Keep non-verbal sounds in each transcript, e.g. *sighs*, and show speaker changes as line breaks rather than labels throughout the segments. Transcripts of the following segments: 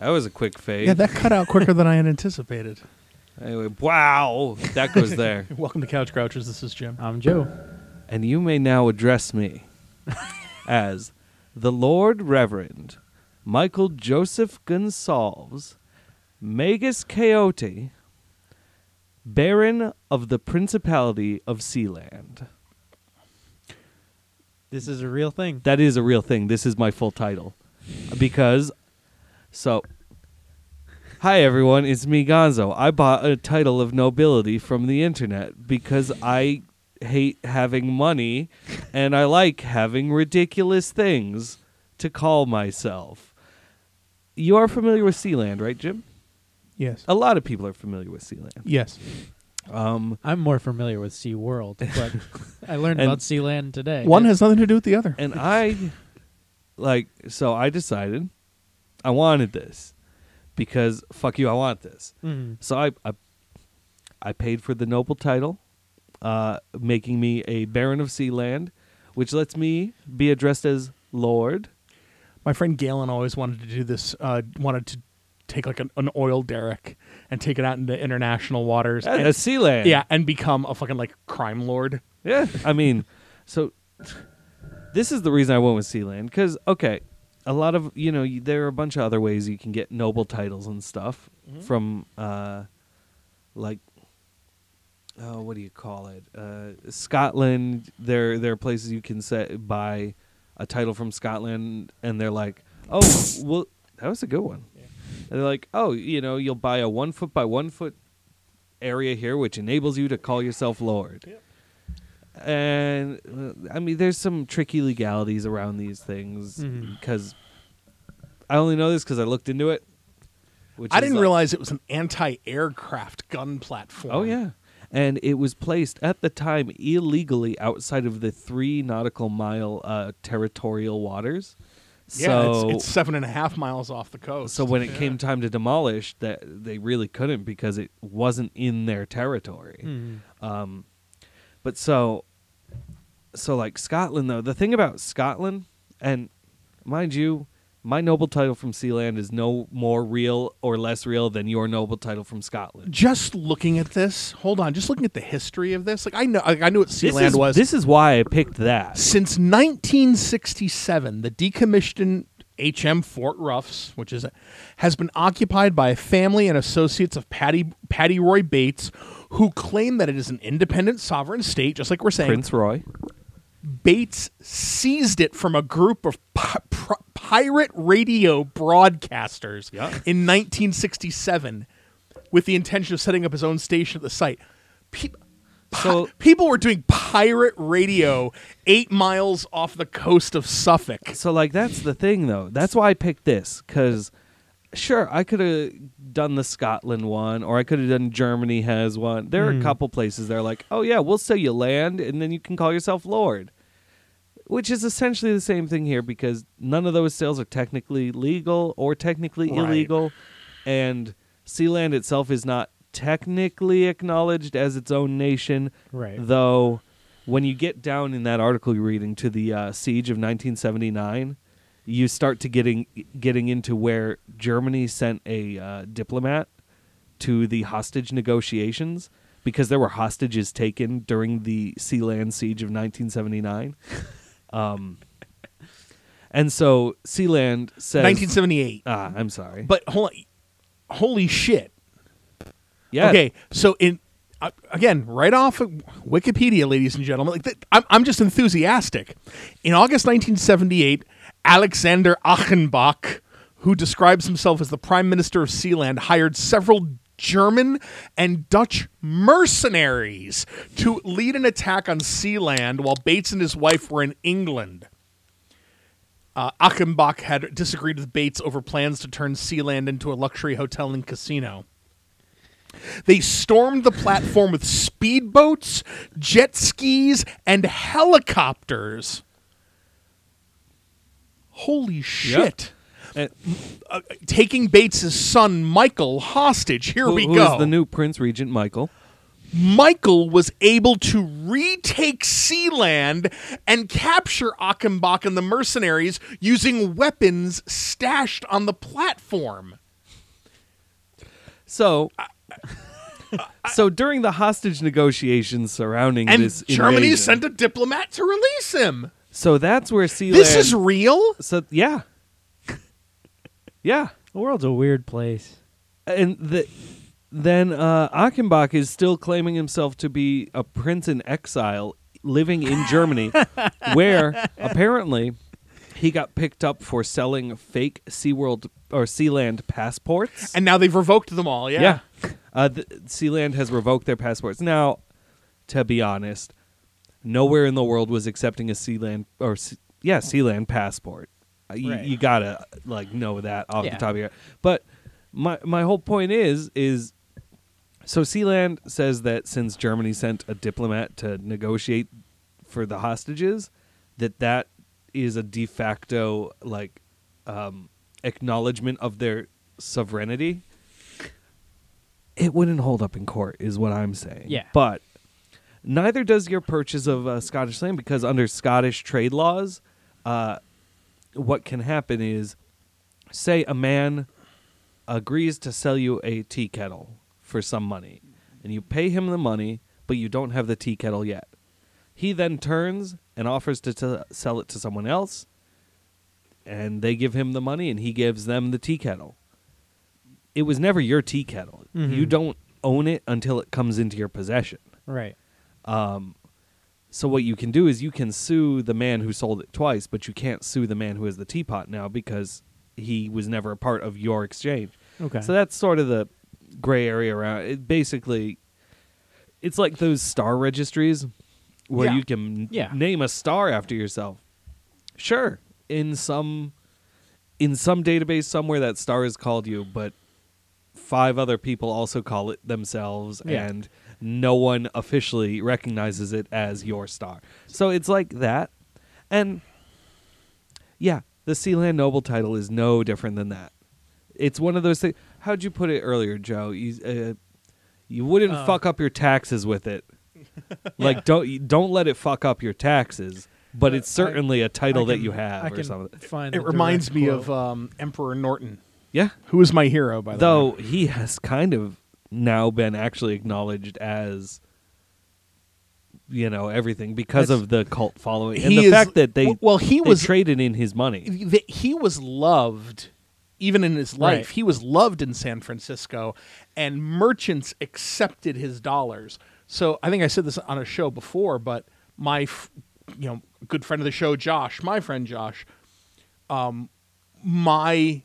was a quick fade.
Yeah, that cut out quicker than I had anticipated.
Anyway, wow, that goes there.
*laughs* Welcome to Couch Crouchers. This is Jim.
I'm Joe.
and you may now address
*laughs*
me as the Lord Reverend Michael Joseph Gonsalves, Magus Coyote, Baron of the Principality of Sealand.
This is a real thing.
That is a real thing. This is my full title. Because, so, hi everyone, it's me, Gonzo. I bought a title of nobility from the internet because I hate having money and I like having ridiculous things to call myself. You are familiar with Sealand, right, Jim?
Yes. Oh.
A lot of people are familiar with Sealand.
Yes.
Um,
I'm more familiar with Sea World, but I learned *laughs*
And-
about Sealand today.
One has nothing to do with the other.
and I like so I decided I wanted this because fuck you, I want this.
Mm.
So I I, I paid for the noble title, uh, making me a Baron of Sealand, which lets me be addressed as Lord.
My friend Galen always wanted to do this. Uh, wanted to take like an, an oil derrick and take it out into international waters.
Yeah,
and-
that's Sealand.
yeah, and become a fucking like crime lord.
Yeah. I mean, so this is the reason I went with Sealand because okay, a lot of you know you- there are a bunch of other ways you can get noble titles and stuff from uh, like. Oh, what do you call it? Uh, Scotland. There, there are places you can set buy a title from Scotland, and they're like, "Oh, well, that was a good one." And they're like, "Oh, you know, you'll buy a one foot by one foot area here, which enables you to call yourself Lord." and uh, I mean, there's some tricky legalities around these things
Mm-hmm.
Mhm.
because I only know this because I looked into it. Which
I
is
didn't
like-
realize it was an anti-aircraft gun platform.
Oh yeah, and it was placed at the time illegally outside of the three nautical mile uh, territorial waters.
yeah.
so
it's, it's seven and a half miles off the coast.
so when it
Yeah.
came time to demolish, that they really couldn't because it wasn't in their territory.
Mm.
Um, but so, so like Scotland though, the thing about Scotland, and mind you, my noble title from Sealand is no more real or less real than your noble title from Scotland.
just looking at this, hold on, just looking at the history of this, like I know, like, I knew what
This
Sealand
is-
was.
This is why I picked that.
Since 1967, the decommissioned HM Fort Ruffs, which is has been occupied by a family and associates of Patty Patty Roy Bates, who claim that it is an independent sovereign state, just like we're saying.
Prince Roy.
Bates seized it from a group of pi- pr- pirate radio broadcasters
Yeah.
in 1967 with the intention of setting up his own station at the site. Pe- pi-
So-
people were doing pirate radio eight miles off the coast of Suffolk.
So like that's the thing though. That's why I picked this cuz sure, I could have done the Scotland one or I could have done Germany has one. There are a couple places they're like, "Oh yeah, we'll sell you land and then you can call yourself lord." Which is essentially the same thing here because none of those sales are technically legal or technically
Right.
illegal and Sealand itself is not technically acknowledged as its own nation
Right.
though when you get down in that article you're reading to the uh, siege of 1979 you start to getting getting into where germany sent a uh, diplomat to the hostage negotiations because there were hostages taken during the sealand siege of 1979 um, and so sealand says
1978.
ah i'm sorry
But hold on. holy shit.
yeah
Okay, so in uh, again, right off of Wikipedia, ladies and gentlemen, like th- I'm, I'm just enthusiastic. In August 1978, Alexander Achenbach, who describes himself as the Prime Minister of Sealand, hired several German and Dutch mercenaries to lead an attack on Sealand while Bates and his wife were in England. Uh, Achenbach had disagreed with Bates over plans to turn Sealand into a luxury hotel and casino. They stormed the platform with speedboats, jet skis, and helicopters. Holy shit.
And-
Uh, taking Bates' son Michael hostage. Here
who-
we
who
go.
is the new prince regent michael
Michael was able to retake Sealand and capture Achenbach and the mercenaries using weapons stashed on the platform.
So, so during the hostage negotiations surrounding
and
this
Germany
invasion-
sent a diplomat to release him.
so that's where Sealand.
This is real.
so yeah, *laughs* yeah,
The world's a weird place.
and the, then uh, Achenbach is still claiming himself to be a prince in exile, living in *laughs* Germany, where apparently he got picked up for selling fake SeaWorld or Sealand passports.
And now they've revoked them all. Yeah.
Yeah. Uh, th- Sealand has revoked their passports. Now, to be honest, nowhere in the world was accepting a Sealand or Se- yeah, Sealand passport. Uh, you,
Right.
you gotta like know that off
Yeah.
the top of your head. But my my whole point is is so Sealand says that since Germany sent a diplomat to negotiate for the hostages, that that is a de facto like um, acknowledgement of their sovereignty. It wouldn't hold up in court, is what I'm saying.
Yeah.
but neither does your purchase of uh, Scottish land because under Scottish trade laws, uh, what can happen is, say a man agrees to sell you a tea kettle for some money, and you pay him the money, but you don't have the tea kettle yet. He then turns and offers to t- sell it to someone else, and they give him the money, and he gives them the tea kettle. It was never your tea kettle.
Mhm.
You don't own it until it comes into your possession.
Right.
So what you can do is you can sue the man who sold it twice, but you can't sue the man who has the teapot now because he was never a part of your exchange.
Okay.
So that's sort of the gray area around. It basically, it's like those star registries where
Yeah.
you can
Yeah.
name a star after yourself. Sure, in some in some database somewhere that star is called you, but five other people also call it themselves
Yeah.
and no one officially recognizes it as your star. So it's like that. And yeah, the Sealand Noble title is no different than that. It's one of those things. How'd you put it earlier, Joe? You, uh, you wouldn't
Uh.
fuck up your taxes with
*laughs*
it. like don't you- don't let it fuck up your taxes. But
Uh,
it's certainly a title
I
that
can-
you have
I
or
can
something.
Find
It
the
reminds
direct
me
quote.
of um, Emperor Norton,
Yeah.
who is my hero by the way.
Though he has kind of now been actually acknowledged as you know everything because
That's-
of the cult following and
He
the
is-
fact that they
well
they
he was
traded in his money.
that he was loved even in his life
Right.
he was loved in san francisco and merchants accepted his dollars so i think i said this on a show before but my f- you know good friend of the show josh my friend josh um my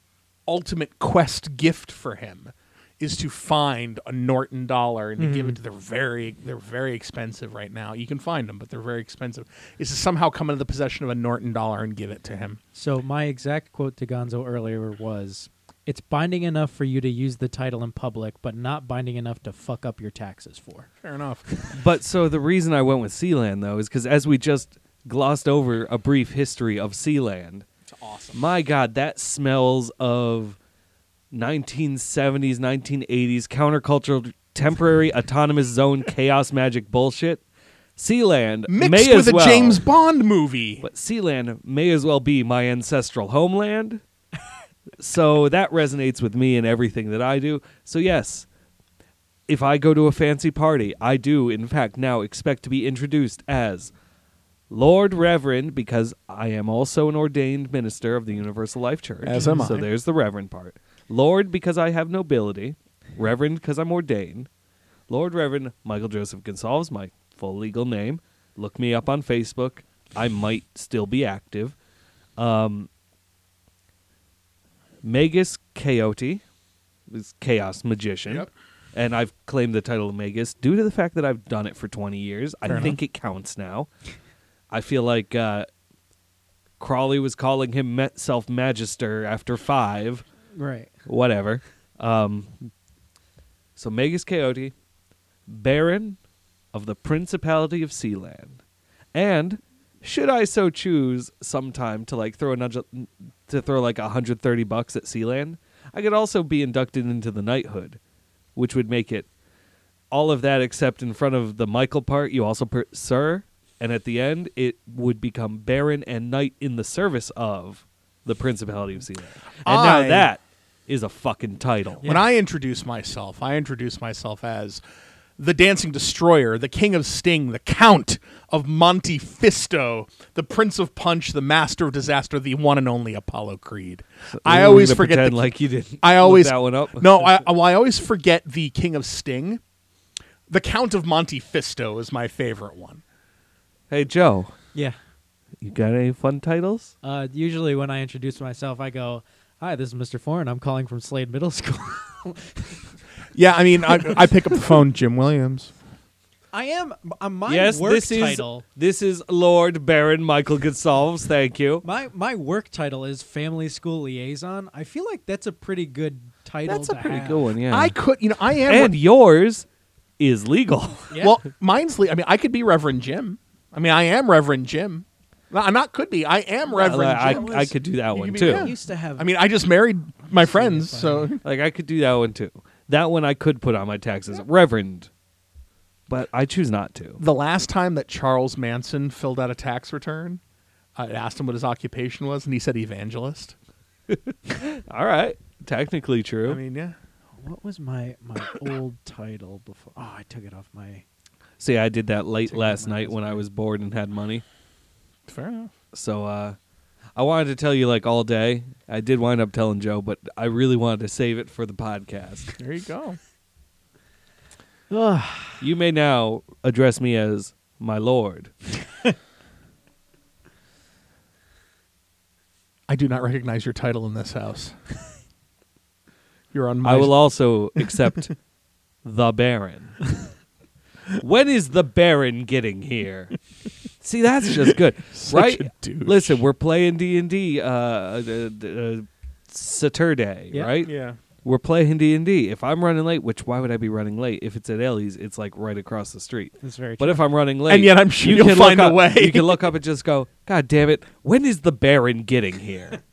ultimate quest gift for him is to find a Norton dollar and to give it to. They're very they're very expensive right now. You can find them, but they're very expensive. Is to somehow come into the possession of a Norton dollar and give it to him.
uh, So my exact quote to Gonzo earlier was, "It's binding enough for you to use the title in public, but not binding enough to fuck up your taxes for."
Fair enough.
But so the reason I went with Sealand though is because as we just glossed over a brief history of Sealand,
It's awesome.
my God, that smells of 1970s, 1980s countercultural, temporary autonomous zone chaos magic bullshit. Sealand
Mixed
may as
with a
well,
James Bond movie.
but Sealand may as well be my ancestral homeland. so that resonates with me and everything that I do. So yes, if I go to a fancy party, I do in fact now expect to be introduced as Lord Reverend because I am also an ordained minister of the Universal Life Church.
As am
So
I.
there's the Reverend part. Lord because I have nobility, Reverend because I'm ordained. Lord Reverend Michael Joseph Gonsalves, my full legal name. Look me up on Facebook. I might still be active. Um, Magus Coyote is Chaos Magician.
Yep.
And I've claimed the title of Magus due to the fact that I've done it for 20 years. I
Fair
think it counts now. I feel like uh, Crawley was calling him self magister after five
Right.
whatever. Um, so Magus Coyote, Baron of the Principality of Sealand, and should I so choose, sometime to like throw another to throw like hundred thirty bucks at Sealand, I could also be inducted into the knighthood, which would make it all of that except in front of the Michael part. You also per- sir, and at the end it would become Baron and Knight in the service of the Principality of Sealand. And
I-
now that is a fucking title.
When I introduce myself, I introduce myself as the Dancing Destroyer, the King of Sting, the Count of Monte Fisto, the Prince of Punch, the Master of Disaster, the one and only Apollo Creed. I
We're
always
gonna
forget
pretend
the,
like you didn't.
I
look
always
that one up.
no,
*laughs*
I well, I always forget the King of Sting. The Count of Monte Fisto is my favorite one.
Hey Joe,
Yeah.
you got any fun titles?
Uh, usually when I introduce myself, I go, "Hi, this is Mr. Foreign. I'm calling from Slade Middle School."
Yeah, I mean, I, I pick up the phone, Jim Williams.
I am. Uh, my
yes,
work
this
title.
is this is Lord Baron Michael Gonsalves. Thank you.
My my work title is family school liaison. I feel like that's a pretty good title.
That's a
to
pretty
have.
good one, yeah.
I could, you know, I am.
and yours is legal. *laughs*
Yeah.
Well, mine's. Le- I mean, I could be Reverend Jim. I mean, I am Reverend Jim. No, I'm not. Could be. I am Reverend
I,
Jim.
I, I could do that
You
one
mean,
too.
yeah.
I used to have.
I mean, I just married my friends, so *laughs*
Like I could do that one too. That one I could put on my taxes, Reverend. But I choose not
*laughs*
to.
the last time that Charles Manson filled out a tax return, I asked him what his occupation was, and he said evangelist.
All right, technically true.
I mean, yeah.
what was my my old title before? Oh, I took it off my.
See, I did that late
Take
last
my
night when I was bored and had money.
Fair enough.
So uh I wanted to tell you like all day. I did wind up telling Joe, but I really wanted to save it for the podcast.
There you go.
Ugh.
you may now address me as my lord.
I do not recognize your title in this house. *laughs* You're on my.
I will also
*laughs*
accept the Baron. when is the Baron getting here? See, that's just good,
*laughs* Such
right?
a douche.
Listen, we're playing D and D uh Saturday,
Yeah.
right?
Yeah.
We're playing D and D. If I'm running late, which why would I be running late? If it's at Ellie's, it's like right across the street.
That's very.
But
true.
if I'm running late,
And yet I'm sure
you
you'll
can look
find a
up-
way.
You can look up and just go, God damn it! When is the Baron getting here?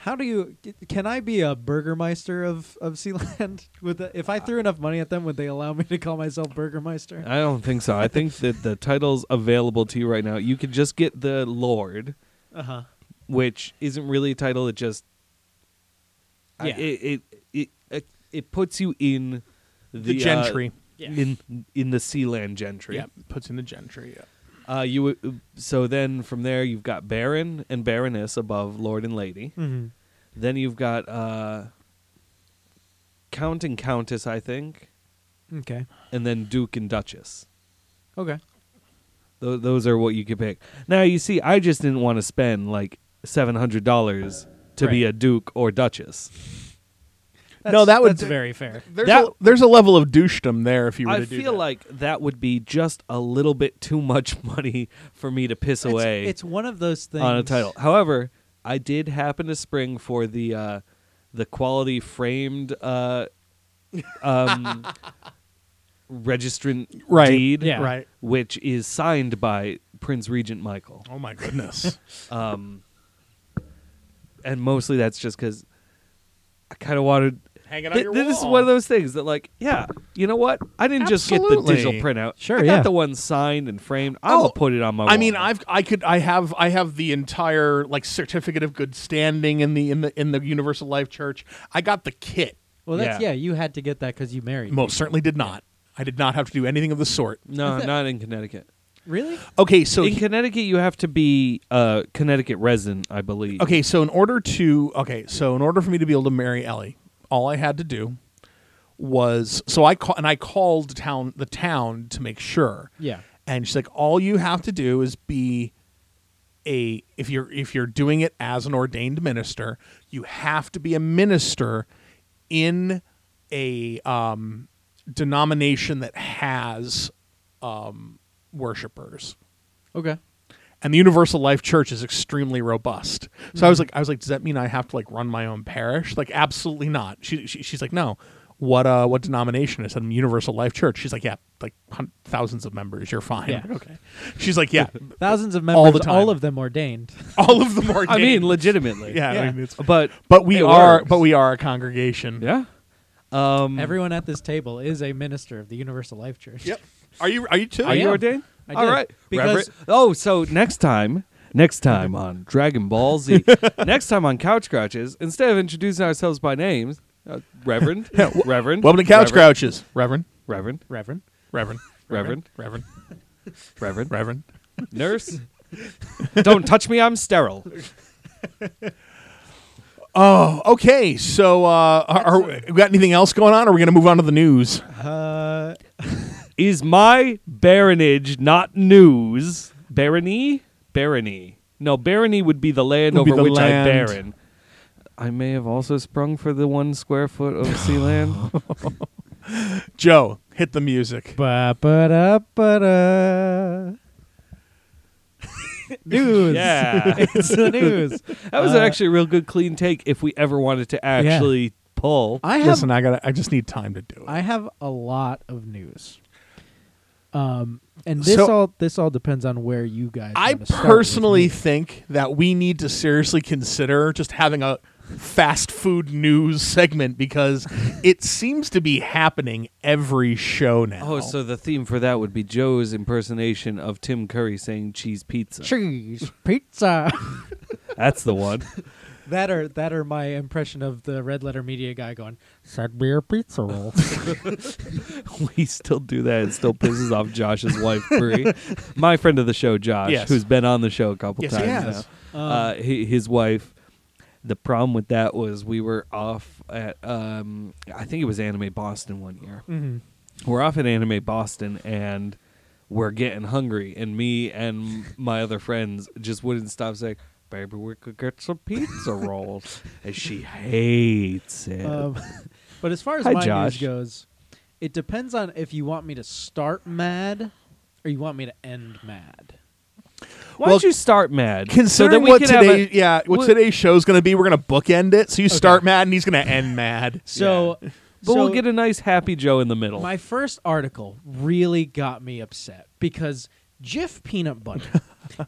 How do you? c- Can I be a Burgermeister of of Sealand? *laughs* Would the, if I threw enough money at them, would they allow me to call myself Burgermeister?
*laughs* I don't think so. I think that the titles available to you right now, you could just get the Lord,
Uh huh.
which isn't really a title. It just I-
Yeah.
it, it it it it puts you in the,
The,
uh,
gentry.
Yeah.
in in the Sealand gentry.
yeah. Puts in the gentry. Yeah.
Uh, you would- so then from there you've got Baron and Baroness above Lord and Lady.
Mm-hmm.
Then you've got uh, Count and Countess, I think,
Okay.
and then Duke and Duchess.
Okay.
Tho- those are what you could pick. Now you see, I just didn't want to spend like seven hundred dollars to be
Right.
a duke or duchess.
No, that would-
that's very fair.
There's,
That-
a, there's a level of douchedom there if you were
I
to do
feel
that.
like that would be just a little bit too much *laughs* money for me to piss
It's-
away
It's, one of those things
on a title. However, I did happen to spring for the uh, the quality framed
*laughs*
uh, um, registrant
Right.
deed,
Yeah.
Right.
which is signed by Prince Regent Michael.
Oh my *laughs* goodness.
um, and mostly that's just because I kind of wanted.
Hanging
Th- this is one of those things that, like, yeah, you know what? I didn't just get the digital
Absolutely.
printout.
Sure,
I got
yeah.
the one signed and framed. I'm
Oh,
gonna put it on my.
I mean,
wall.
I've I could I have I have the entire like certificate of good standing in the in the in the Universal Life Church. I got the kit.
Well, that's
Yeah.
yeah. You had to get that because you married.
Most certainly did not. I did not have to do anything of the sort. *laughs*
no, not in Connecticut.
Really?
Okay, so
in Connecticut, you have to be a Connecticut resident, I believe.
okay, so in order to okay, so in order for me to be able to marry Ellie, all I had to do was so I call and I called town the town to make sure.
Yeah.
and she's like all you have to do is be a if you're if you're doing it as an ordained minister you have to be a minister in a um denomination that has um worshipers
Okay.
and the universal life church is extremely robust so i was like i was like does that mean i have to like run my own parish like absolutely not she, she she's like no what uh what denomination i said i'm universal life church she's like yeah like hun- thousands of members you're fine
Yeah.
I'm like, *laughs* okay she's like yeah
Thousands of members,
All
all,
the time.
of them ordained.
all of them are
I mean,
ordained.
legitimately.
yeah, I
yeah.
mean, it's-
but
but we
it
are
works.
but we are a congregation
yeah. Um,
Everyone at this table is a minister of the Universal Life Church.
yep are you are you too
Are you
am.
ordained?
I
All
did.
right.
Because-
Reverend- oh, so next time, Next time on Dragon Ball
*laughs*
Z. Next time on Couch Crouches, instead of introducing ourselves by names, uh,
*laughs*
Reverend, Reverend,
Welcome to
Reverend,
Couch Crouches. Reverend.
Reverend,
Reverend.
Reverend.
Reverend,
Reverend.
Reverend,
Reverend. *laughs*
Nurse. Don't touch me, I'm sterile.
Oh, okay. So, uh, are, are we got anything else going on? Or are we going to move on to the news?
Uh,
Is my baronage not news? Barony? Barony. No, barony would be the land
Would be
over
the
which
land.
I baron. I may have also sprung for the one square foot of sea land.
Joe, hit the music.
ba ba da ba da. *laughs* News.
Yeah.
*laughs* it's the news.
*laughs* That was
Uh,
actually a real good clean take if we ever wanted to actually pull.
I have
Listen, I got. to I just need time to do it.
I have a lot of news. Um, and this
So-
all this all depends on where you guys.
I
wanna start with
personally
me.
think that we need to seriously consider just having a fast food news segment
*laughs*
because it seems to be happening every show now.
Oh, so the theme for that would be Joe's impersonation of Tim Curry saying cheese pizza.
cheese pizza. *laughs*
That's the one.
that are that are my impression of the red letter media guy going. Send me a pizza roll.
we still do that. It still pisses off Josh's wife,
*laughs*
Bree. My friend of the show, Josh,
Yes.
who's been on the show a couple
Yes, he
times
has. Um,
now. uh, he, his wife. The problem with that was we were off at um, I think it was Anime Boston one year.
Mhm.
Mm-hmm.
We're off at Anime Boston and we're getting hungry, and me and my other friends just wouldn't stop saying. Baby, we could get some pizza
*laughs*
rolls, and she hates it.
Um, *laughs* but as far as
Hi,
my
Josh.
news goes, it depends on if you want me to start mad or you want me to end mad.
Why
well,
don't you start mad? so
*laughs* Considering
that we
what
can have
today,
a-
yeah, what,
what-
today's show's going to be, we're going to bookend it. So you start
Okay.
mad, and he's going to end mad.
So,
But
so
we'll get a nice happy Joe in the middle.
My first article really got me upset because Jif
*laughs*
peanut butter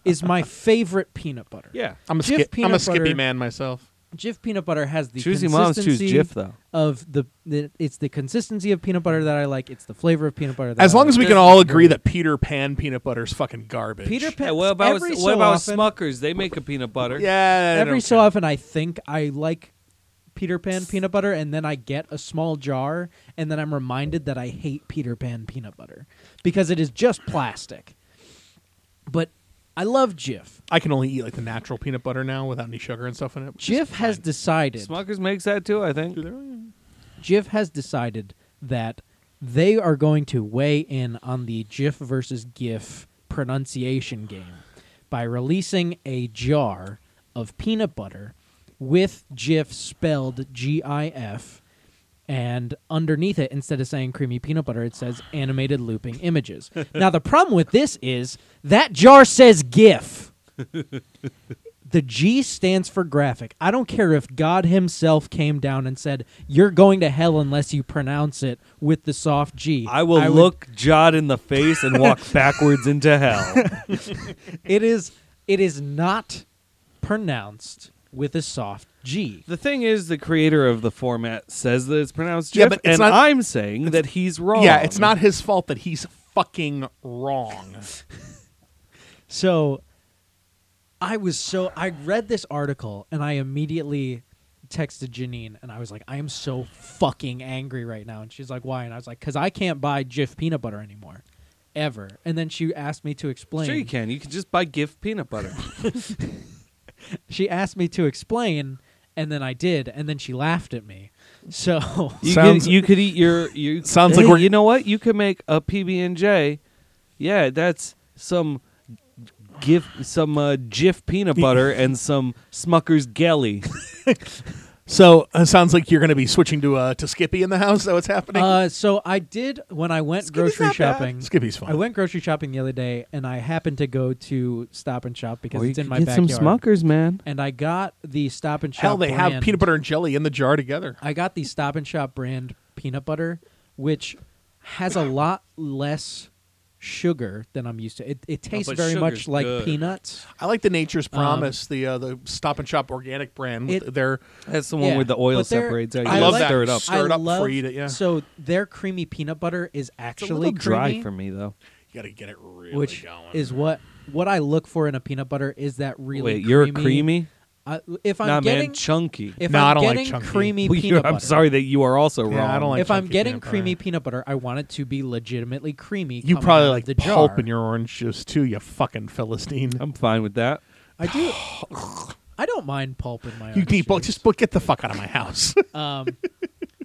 is my favorite peanut butter.
yeah.
I'm a,
Jif
skip, I'm a
peanut
skippy
butter-
man myself.
Jif peanut butter has the
Choosy moms choose
consistency
Jif though.
of the, the it's the consistency of peanut butter that I like. It's the flavor of peanut butter. That
As
I
long
like.
as we can all agree that Peter Pan peanut butter is fucking garbage.
Peter Pan.
Yeah, what about
every
what
so
about
often,
Smuckers? They make a peanut butter.
Yeah. I
every
don't
so
care.
often I think I like Peter Pan peanut butter, and then I get a small jar, and then I'm reminded that I hate Peter Pan peanut butter because it is just plastic. But I love Jif.
I can only eat like the natural peanut butter now without any sugar and stuff in it. which is
Jif has
fine.
decided.
Smuckers makes that too, I think.
Do they?
Jif has decided that they are going to weigh in on the Jif versus GIF pronunciation game by releasing a jar of peanut butter with Jif spelled G I F. And underneath it, instead of saying creamy peanut butter, it says animated looping images. now, the problem with this is that jar says GIF. The G stands for graphic. I don't care if God Himself came down and said, You're going to hell unless you pronounce it with the soft G.
I will
would-
look Jod in the face and walk backwards into hell.
it is it is not pronounced with a soft G.
The thing is, the creator of the format says that it's pronounced Jif,
Yeah, but it's
and
not-
I'm saying that he's wrong.
Yeah, it's not his fault that he's fucking wrong.
So I was so I read this article and I immediately texted Janine and I was like, I am so fucking angry right now. And she's like, Why? And I was like, Because I can't buy Jif peanut butter anymore. Ever. And then she asked me to explain.
Sure, you can. You can just buy Gif peanut butter.
She asked me to explain, and then I did, and then she laughed at me. So uh,
You,
Sounds-
could, you could eat your. You,
Sounds
hey,
like we're-
You know what? You could make a PB and J. Yeah, that's some gif, some uh, Jif peanut butter and some Smucker's
*laughs*
Gelly.
So it sounds like you're going to be switching to uh, to Skippy in the house. Is that what's happening?
Uh, so I did when I went grocery shopping.
Skippy's fine.
I went grocery shopping the other day, and I happened to go to Stop and Shop because
Or you
it's in
could
my
get
backyard.
some Smuckers, man.
And I got the Stop and Shop.
Hell, they have
brand-
peanut butter and jelly in the jar together.
I got the Stop and Shop brand peanut butter, which has a lot less sugar than I'm used to. It, it tastes
but
very much
sugar's
like
good.
peanuts.
I like the Nature's Promise, the uh, the Stop and Shop organic brand. With
Um, It-
their
That's the one
Yeah,
where the oil
but they're-
separates out.
I
You
love
just
that.
Stir it up.
Stir it
I
up before
love-
you eat it, yeah.
So their creamy peanut butter is
It's a
actually
little dry
creamy,
for me though.
you got to get it really
which
going.
is what what I look for in a peanut butter is that really
Wait,
creamy,
you're a creamy?
I- if I'm
nah,
getting
man, chunky.
if
No, I
I'm
don't like
getting
chunky.
*laughs*
creamy
Well, *laughs* you're-
peanut butter,
I'm sorry that you are also
Yeah,
wrong.
I don't like
if I'm
chunky
getting
peanut butter.
creamy peanut butter, I want it to be legitimately creamy.
You
coming
probably
out of
like
the
pulp
jar.
in your orange juice too, you fucking
*laughs*
philistine.
I'm fine with that.
I do.
*laughs*
I don't mind pulp in my.
you
orange
need pulp.
juice.
Just but get the fuck out of my house. *laughs*
Um,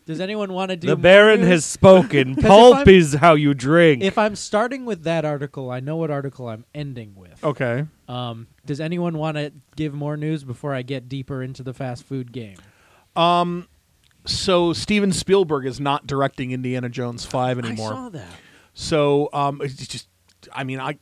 does anyone want to
*laughs*
do
the Baron
more
has spoken.
*laughs* 'Cause if
Pulp
I'm-
is how you drink.
If I'm starting with that article, I know what article I'm ending with.
okay.
Um, does anyone want to give more news before I get deeper into the fast food game?
So Steven Spielberg is not directing Indiana Jones Five anymore.
I saw that.
So um, it's just, I mean, I,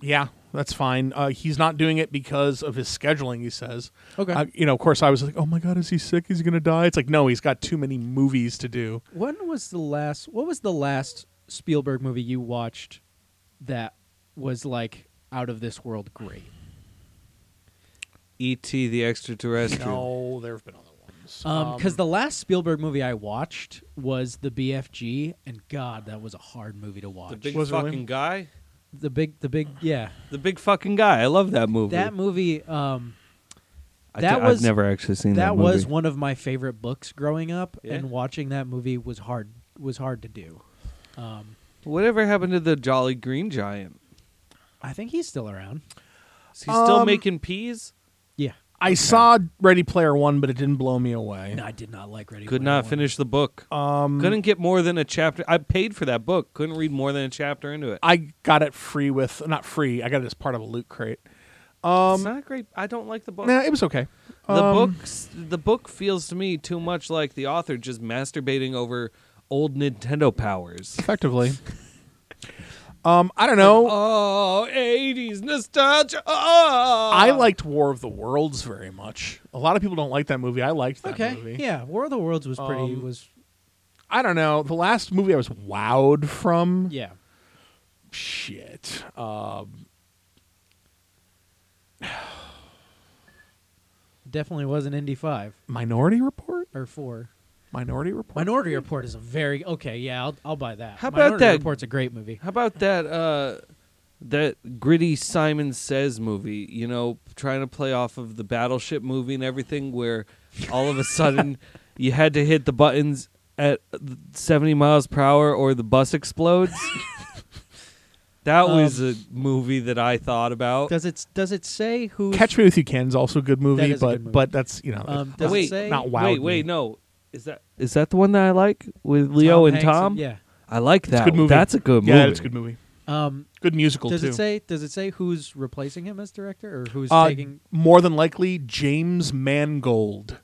yeah, that's fine. Uh, he's not doing it because of his scheduling. He says,
Okay.
Uh, you know, of course, I was like, oh my god, is he sick? Is he gonna die? It's like, no, he's got too many movies to do.
When was the last? What was the last Spielberg movie you watched that was like out of this world great?
E.T. E the extraterrestrial.
No, there have been other ones.
Um, because the last Spielberg movie I watched was the BFG, and God, that was a hard movie to watch.
The big
Was it
fucking
really?
guy.
the big, the big yeah.
The big fucking guy. I love that movie.
That movie, um,
I
that
d-
was-
I've never actually seen
that,
that. movie.
was one of my favorite books growing up,
Yeah?
and watching that movie was hard. Was hard to do. Um,
Whatever happened to the Jolly Green Giant?
I think he's still around.
Is he still
Um,
making peas?
Yeah,
I saw Ready Player One, but it didn't blow me away.
no, I did not like Ready.
Could
Player
not
One.
finish the book.
Um,
Couldn't get more than a chapter. I paid for that book. Couldn't read more than a chapter into it.
I got it free with not free. I got it as part of a loot crate.
it's not a great. I don't like the book.
Nah, it was okay.
the
Um,
books. The book feels to me too much like the author just masturbating over old Nintendo powers.
effectively. um, I don't know.
uh,
Oh, 80s nostalgia. Oh.
I liked War of the Worlds very much. A lot of people don't like that movie. I liked that
Okay,
movie.
yeah, War of the Worlds was pretty.
Um,
was
I don't know. The last movie I was wowed from.
yeah.
Shit. Um,
Definitely was an Indy five
Minority Report.
or four.
Minority Report.
Minority Report is a very okay. Yeah, I'll, I'll buy that.
How about
Minority
that-
Report's a great movie.
How about that? Uh, that gritty Simon Says movie. You know, trying to play off of the Battleship movie and everything, where all of a *laughs* sudden you had to hit the buttons at 70 miles per hour or the bus *laughs* explodes. that
Um,
was a movie that I thought about.
Does it does it say who?
Catch Me If You Can is also a good movie,
That is a
but
good movie.
but that's you know
Um,
that's
does
Oh, wait,
it say
not wowed.
wait,
me.
wait, no. Is that is that the one that I like with Leo
Tom
and
Hanks
Tom?
Yeah.
I like that.
It's a good
one.
movie.
That's a good
yeah,
movie.
it's a good movie.
Um,
Good musical
does
too.
it say does it say who's replacing him as director or who's
Uh,
taking?
more than likely James Mangold,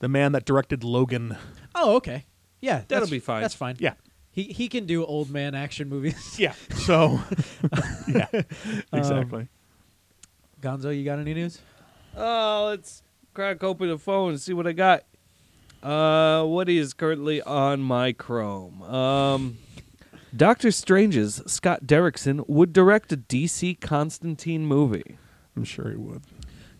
the man that directed Logan.
Oh, okay. Yeah,
That'll
that's-
be fine.
That's fine.
Yeah.
He he can do old man action movies. *laughs*
Yeah. *laughs* Um, So yeah. Exactly.
Gonzo, you got any news?
Oh, let's crack open the phone and see what I got. Uh, what is currently on my Chrome? Um, Doctor Strange's Scott Derrickson would direct a DC Constantine movie.
I'm sure he would.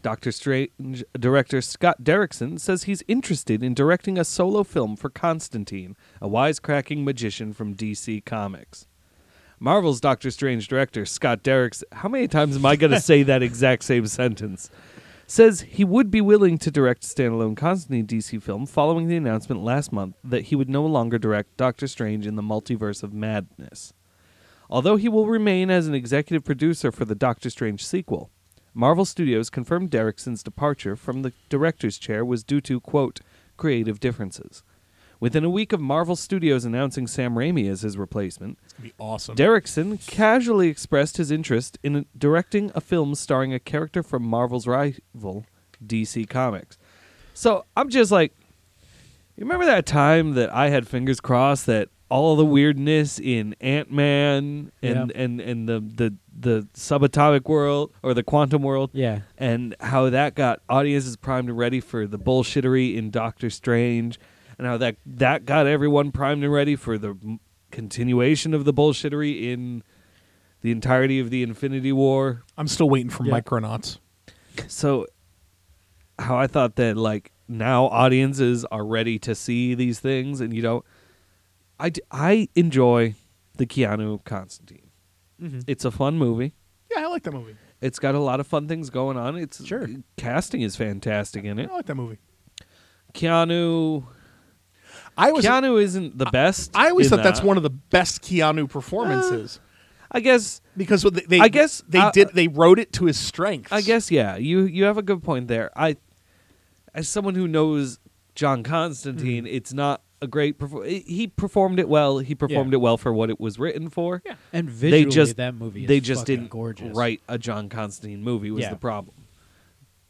Doctor Strange director Scott Derrickson says he's interested in directing a solo film for Constantine, a wisecracking magician from DC Comics. Marvel's Doctor Strange director Scott Derrickson, how many times am I going to say that exact same sentence? Says he would be willing to direct a standalone Constantine DC film following the announcement last month that he would no longer direct Doctor Strange in the Multiverse of Madness. Although he will remain as an executive producer for the Doctor Strange sequel, Marvel Studios confirmed Derrickson's departure from the director's chair was due to, quote, creative differences. Within a week of Marvel Studios announcing Sam Raimi as his replacement,
It'd be awesome.
Derrickson casually expressed his interest in directing a film starring a character from Marvel's rival, DC Comics. So I'm just like, you remember that time that I had fingers crossed that all the weirdness in Ant Man and,
Yeah.
and and the the the subatomic world or the quantum world,
Yeah.
and how that got audiences primed and ready for the bullshittery in Doctor Strange, and how that that got everyone primed and ready for the m- continuation of the bullshittery in the entirety of the Infinity War.
I'm still waiting for
Yeah.
Micronauts.
So, how I thought that like now audiences are ready to see these things, and you don't. I d- I enjoy the Keanu Constantine.
Mhm.
It's a fun movie.
Yeah, I like that movie.
It's got a lot of fun things going on. It's
Sure.
casting is fantastic in it.
I like that movie.
Keanu
I was
Keanu isn't the best.
I always
in
thought that's
that.
one of the best Keanu performances
I guess
Uh, because what they, they
I guess,
they
uh,
did they wrote it to his strengths.
I guess yeah. You you have a good point there. I as someone who knows John Constantine,
Hmm.
it's not a great perfor- he performed it well. He performed
Yeah.
it well for what it was written for.
Yeah.
And visually,
they just
that movie is
they just
fucking
didn't
gorgeous.
write a John Constantine movie was
Yeah.
the problem.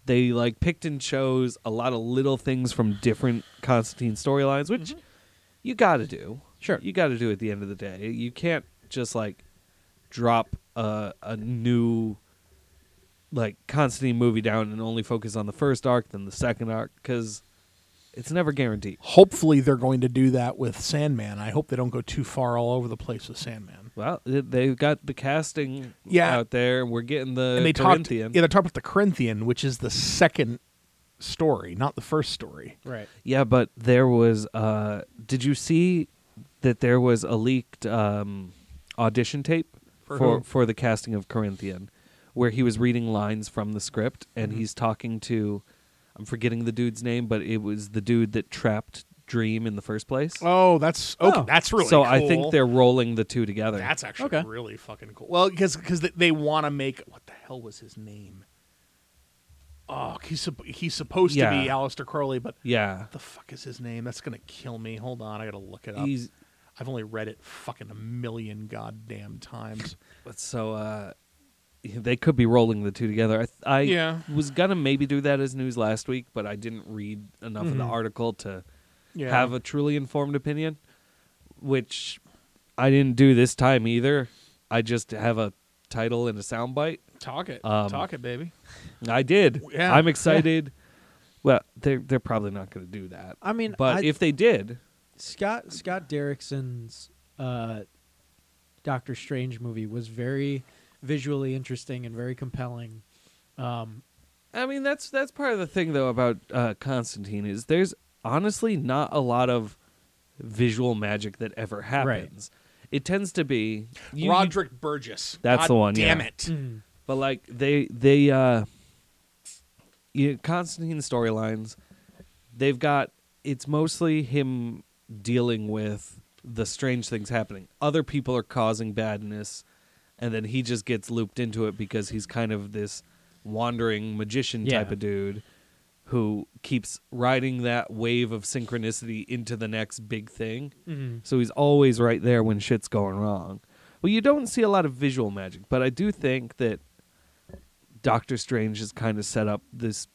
They like picked and chose a lot of little things from different Constantine storylines, which you got to do.
Mm-hmm. Sure.
you got to do at the end of the day. You can't just like drop a a new like Constantine movie down and only focus on the first arc, then the second arc, because it's never guaranteed.
Hopefully they're going to do that with Sandman. I hope they don't go too far all over the place with Sandman.
Well, th- they've got the casting
Yeah.
out there. We're getting the
and they talked yeah
Corinthian.
they talked about the Corinthian, which is the second story, not the first story.
Right.
Yeah, but there was. Uh, did you see that there was a leaked um, audition tape
For who?
for, for the casting of Corinthian, where he was reading lines from the script and
Mm-hmm.
he's talking to. I'm forgetting the dude's name, but it was the dude that trapped Dream in the first place.
Oh, that's okay.
Oh.
That's really
so I
cool.
think they're rolling the two together.
that's actually
Okay.
really fucking cool. Well, because because they, they want to make what the hell was his name? Oh, he's sup- he's supposed to be
Yeah.
Alistair Crowley, but
yeah.
What the fuck is his name? That's gonna kill me. Hold on, I gotta look it up.
He's
I've only read it fucking a million
*laughs*
goddamn times.
so uh, they could be rolling the two together. I, th- I
Yeah.
was gonna maybe do that as news last week, but I didn't read enough of the article to
Yeah.
have a truly informed opinion, which I didn't do this time either. I just have a title and a soundbite.
talk it,
um,
talk it, baby.
I did.
Yeah.
I'm excited. Well, they're they're probably not going to do that.
I mean,
but
I-
if they did,
Scott Scott Derrickson's uh, Doctor Strange movie was very visually interesting and very compelling. Um,
I mean that's that's part of the thing though about uh, Constantine is there's honestly not a lot of visual magic that ever happens. It tends to be you- you
Roderick Burgess.
That's
God
the one,
Damn
yeah.
it.
But like they they uh you Constantine storylines, they've got it's mostly him dealing with the strange things happening. Other people are causing badness and then he just gets looped into it because he's kind of this wandering magician type
Yeah.
of dude who keeps riding that wave of synchronicity into the next big thing.
Mm-hmm.
So he's always right there when shit's going wrong. Well, you don't see a lot of visual magic, but I do think that Doctor Strange has kind of set up this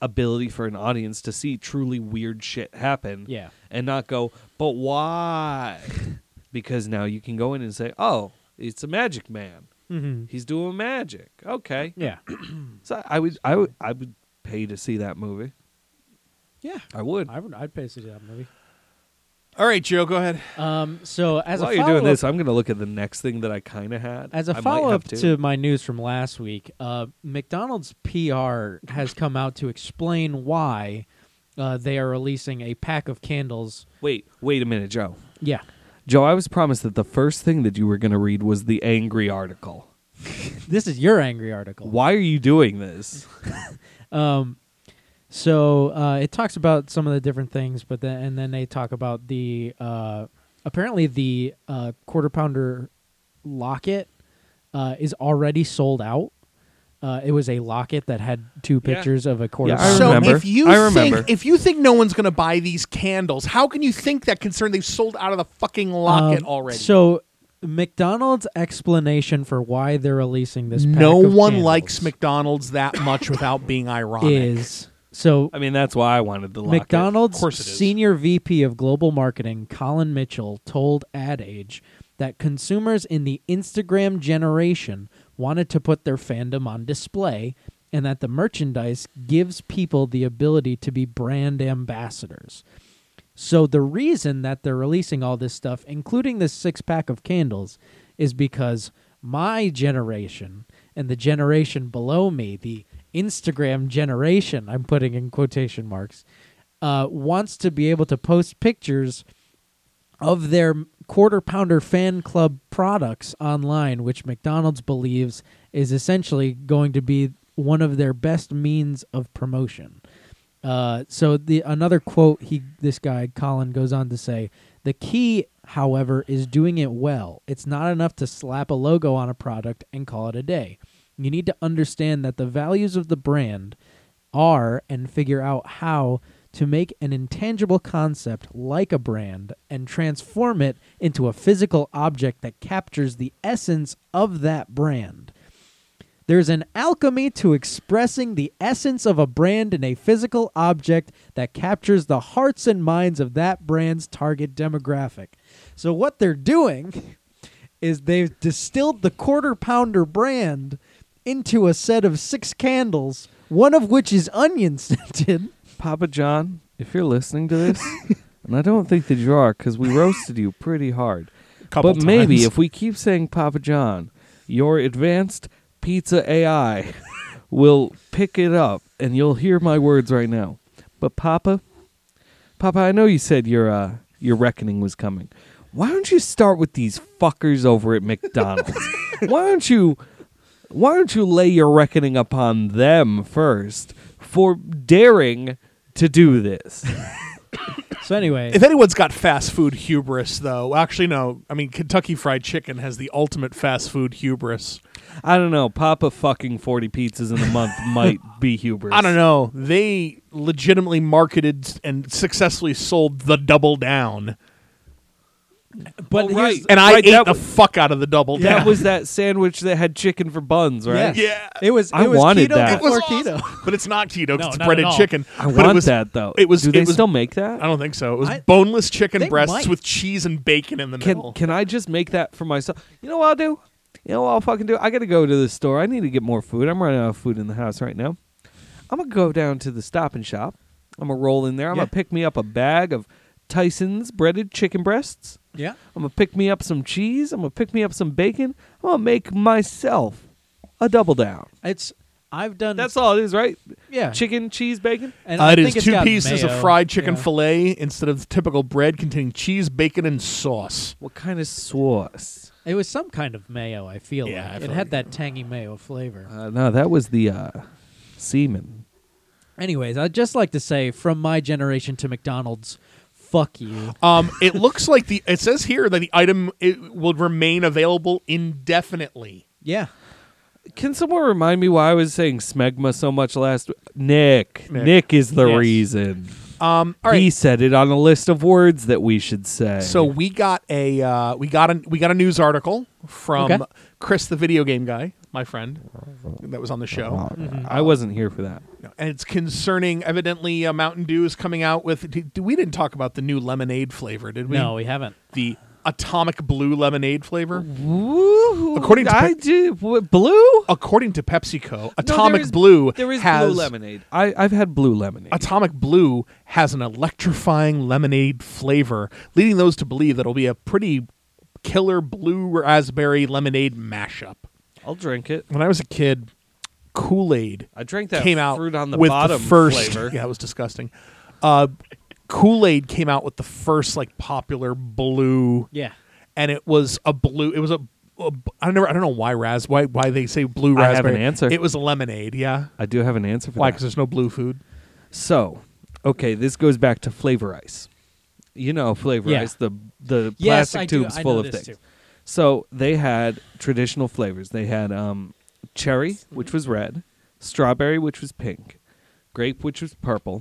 ability for an audience to see truly weird shit happen
Yeah.
and not go, but why? because now you can go in and say, oh, it's a magic man.
Mm-hmm.
He's doing magic. Okay.
Yeah.
So I would, I would, I would pay to see that movie.
*coughs* yeah.
I would.
I would. I'd pay to see that movie.
All right, Joe, go ahead.
Um, so as
While
a
you're
follow
doing this, I'm going to look at the next thing that I kind of had.
As
a
a follow up to. my news from last week, uh, McDonald's PR has come out to explain why uh, they are releasing a pack of candles.
wait, wait a minute, Joe.
Yeah.
Joe, I was promised that the first thing that you were going to read was the angry article.
This is your angry article.
Why are you doing this?
Um, so uh, it talks about some of the different things, but then and then they talk about the uh, apparently the uh, quarter pounder locket uh, is already sold out. Uh, it was a locket that had two
Yeah.
pictures of a quarter.
Yeah, I
pounder.
so
remember.
if you
I remember.
think if you think no one's gonna buy these candles, how can you think that concerned they've sold out of the fucking locket
Uh,
Um,
already?
So McDonald's explanation for why they're releasing this pack
no
of
one
candles
likes McDonald's that much without being ironic.
is so
I mean, that's why I wanted the locket.
McDonald's
Of course it is.
senior VP of global marketing, Colin Mitchell, told Ad Age that consumers in the Instagram generation wanted to put their fandom on display and that the merchandise gives people the ability to be brand ambassadors. So the reason that they're releasing all this stuff, including this six pack of candles, is because my generation and the generation below me, the Instagram generation, I'm putting in quotation marks, uh, wants to be able to post pictures of their quarter pounder fan club products online, which McDonald's believes is essentially going to be one of their best means of promotion. Uh, so the another quote he this guy Colin goes on to say the key however is doing it well it's not enough to slap a logo on a product and call it a day you need to understand that the values of the brand are and figure out how to make an intangible concept like a brand and transform it into a physical object that captures the essence of that brand there's an alchemy to expressing the essence of a brand in a physical object that captures the hearts and minds of that brand's target demographic. So, what they're doing is they've distilled the quarter pounder brand into a set of six candles, one of which is onion scented.
Papa John, if you're listening to
*laughs*
this, and I don't think that you are because we roasted you pretty hard.
Couple
but maybe
times.
if we keep saying Papa John, your advanced pizza AI
*laughs*
will pick it up and you'll hear my words right now. But Papa, Papa, I know you said your uh, your reckoning was coming. Why don't you start with these fuckers over at
*laughs*
McDonald's? why don't you why don't you lay your reckoning upon them first for daring to do this?
So, anyway,
If *laughs* anyone's got fast food hubris, though, actually, no. I mean, Kentucky Fried Chicken has the ultimate fast food hubris.
I don't know. Papa fucking 40 pizzas in a
*laughs*
month might be hubris.
I don't know. They legitimately marketed and successfully sold the double down.
But
here's-
right.
Oh, And I
right,
ate
that
the
was,
fuck out of the double down. *laughs*
that was that sandwich that had chicken for buns, right?
yes.
Yeah.
it was, it
I
was
wanted
keto
that.
It was
before
awesome.
keto.
But it's not keto. 'cause
No,
it's
not at
breaded
all.
chicken.
I
But
want
it was,
that though.
It was.
Do they
it was,
still make that?
I don't think so. It was
I-
boneless chicken
They
breasts
might.
with cheese and bacon in the middle.
Can can I just make that for myself? You know what I'll do? You know what I'll fucking do? I gotta go to the store. I need to get more food. I'm running out of food in the house right now. I'm gonna go down to the Stop and Shop. I'm gonna roll in there. I'm
Yeah.
gonna pick me up a bag of Tyson's breaded chicken breasts.
Yeah.
I'm gonna pick me up some cheese. I'm gonna pick me up some bacon. I'm gonna make myself a double down.
It's, I've done.
That's all it is, right?
yeah.
Chicken, cheese, bacon.
and
Uh,
I
it
think
is
it's
two
got
pieces
mayo.
of fried chicken
Yeah.
fillet instead of the typical bread containing cheese, bacon, and sauce.
What kind of sauce?
It was some kind of mayo. I feel
Yeah,
like
I
it
feel
had
like-
that tangy mayo flavor.
Uh, no, that was the uh, semen.
Anyways, I'd just like to say from my generation to McDonald's, fuck you.
Um,
*laughs*
it looks like the it says here that the item it will remain available indefinitely.
Yeah.
Can someone remind me why I was saying smegma so much last w- Nick,
Nick.
Nick, is the
Yes.
reason.
Um, all right.
He said it on a list of words that we should say.
so we got a uh, we got a we got a news article from
Okay.
Chris, the video game guy, my friend, that was on the show.
Mm-hmm.
I wasn't here for that.
No, and it's concerning. Evidently, uh, Mountain Dew is coming out with. d- d- We didn't talk about the new lemonade flavor, did we?
No, we haven't.
the atomic blue lemonade flavor.
Woo!
According to
I
Pe-
do what, blue.
According to PepsiCo,
No,
atomic
there is-
blue
There is
has
blue lemonade. I, I've had blue lemonade.
Atomic Blue has an electrifying lemonade flavor, leading those to believe that it'll be a pretty killer blue raspberry lemonade mashup.
I'll drink it.
When I was a kid, Kool Aid
I drank that
came out
fruit on the
with
bottom
the first.
flavor.
*laughs* Yeah, it was disgusting. Uh, Kool Aid came out with the first like popular blue,
Yeah.
and it was a blue. It was a, a I don't know. I don't know why ras why why they say blue
I have
raspberry.
an answer.
It was a lemonade. Yeah,
I do have an answer for
why?
that.
Because there's no blue food.
So, okay, this goes back to flavor ice. You know, flavor
Yeah.
ice, the the
Yes,
plastic
I do.
tubes
I
full
know
of
this
things.
too.
So they had traditional flavors. They had um, cherry, which was red, strawberry, which was pink, grape, which was purple,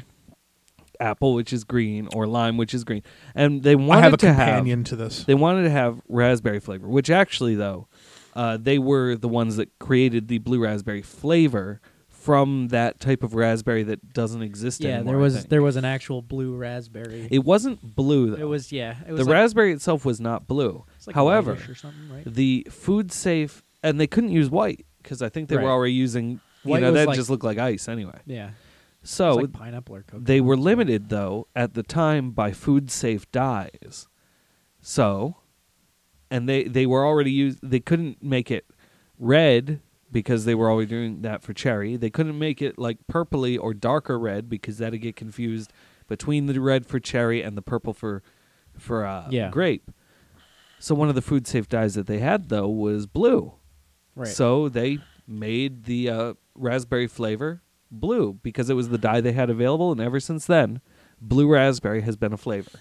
apple, which is green, or lime, which is green. And they wanted
I have a
to
companion
have
to this.
they wanted to have raspberry flavor, which actually though, uh, they were the ones that created the blue raspberry flavor from that type of raspberry that doesn't exist
Yeah,
anymore.
there
I
was
think.
there was an actual blue raspberry.
it wasn't blue though.
It was yeah. It was
the
like,
raspberry itself was not blue.
it's like
However,
whitish or something, right?
the food safe and they couldn't use white because i think they
Right.
were already using you
White
know
was
that
like-
just looked like ice anyway
yeah. It's
so
like pineapple or coconut.
they were limited though at the time by food safe dyes so and they they were already used they couldn't make it red because they were already doing that for cherry they couldn't make it like purpley or darker red because that'd get confused between the red for cherry and the purple for for uh,
Yeah.
grape so one of the food safe dyes that they had though was blue
right.
so they made the uh, raspberry flavor blue because it was the dye they had available, and ever since then, blue raspberry has been a flavor.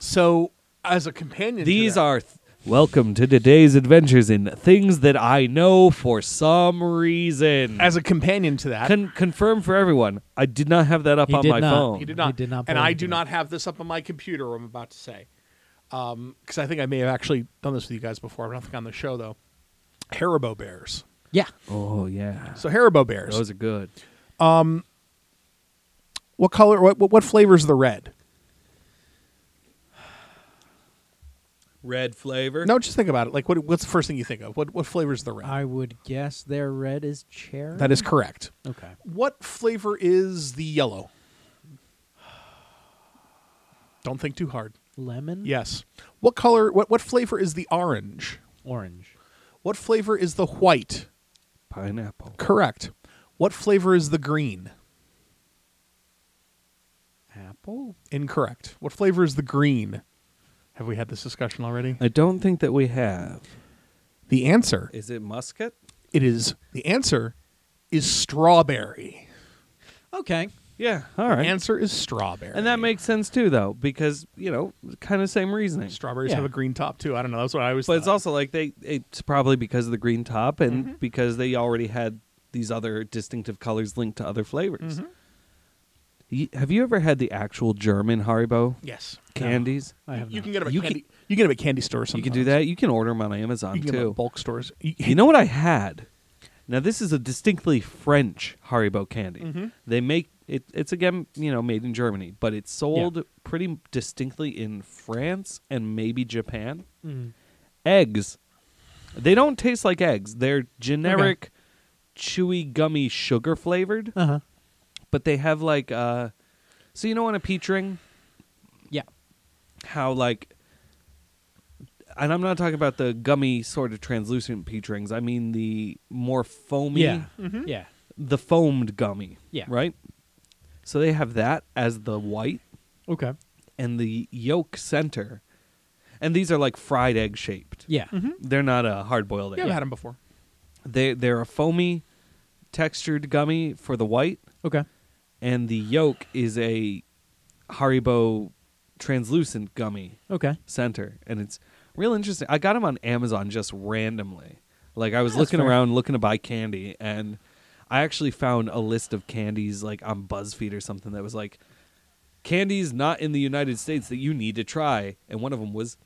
So as a companion, to
These
that-
are th- welcome to today's adventures in things that I know for some reason.
as a companion to that.
Con- confirm for everyone, I did not have that up
He
on
did
my
not.
phone.
He did not.
He did not
and
pull
I
anything
do
up.
not have this up on my computer. I'm about to say, because I think I may have actually done this with you guys before. but I don't think on the show though. Haribo bears.
Yeah.
Oh yeah,
So Haribo bears.
those are good.
what color? What what, what flavors the red?
Red flavor.
No, just think about it. Like what what's the first thing you think of? What what flavors the red?
I would guess their red is cherry.
that is correct.
okay.
What flavor is the yellow? *sighs* Don't think too hard.
Lemon.
Yes. What color? What what flavor is the orange?
Orange.
What flavor is the white?
pineapple.
Correct. What flavor is the green?
Apple.
Incorrect. What flavor is the green? Have we had this discussion already?
I don't think that we have.
The answer
Is it musket?
it is the answer is strawberry.
Okay.
Yeah. All right.
Answer is strawberry.
and that makes sense too, though, because you know, kind of same reasoning.
strawberries
Yeah.
have a green top too. I don't know. That's what I always.
But it's
thought.
also like they it's probably because of the green top and because they already had these other distinctive colors linked to other flavors. Y- have you ever had the actual German Haribo
yes.
candies?
I have
You
not.
can get them at
You
candy. you can get them at candy stores.
You
Sometimes.
can do that. You can order them on Amazon
You can get them
too.
at bulk stores. You,
You know what I had? Now this is a distinctly French Haribo candy. They make it. It's again, you know, made in Germany, but it's sold pretty distinctly in France and maybe Japan.
Mm.
Eggs. They don't taste like eggs. They're generic, chewy, gummy, sugar flavored,
Uh huh.
but they have like. Uh, so you know, on a peach ring,
Yeah.
how like and I'm not talking about the gummy sort of translucent peach rings. I mean the more foamy,
Yeah. Yeah.
the foamed gummy.
Yeah.
Right? So they have that as the white
Okay.
and the yolk center. And these are like fried egg shaped.
Yeah.
They're not a hard boiled egg.
yeah, I've had them before.
They they're a foamy textured gummy for the white
Okay.
and the yolk is a Haribo translucent gummy
Okay.
center and it's real interesting i got them on amazon just randomly like i was
That's
looking
fair.
around looking to buy candy and i actually found a list of candies like on buzzfeed or something that was like candies not in the united states that you need to try and one of them was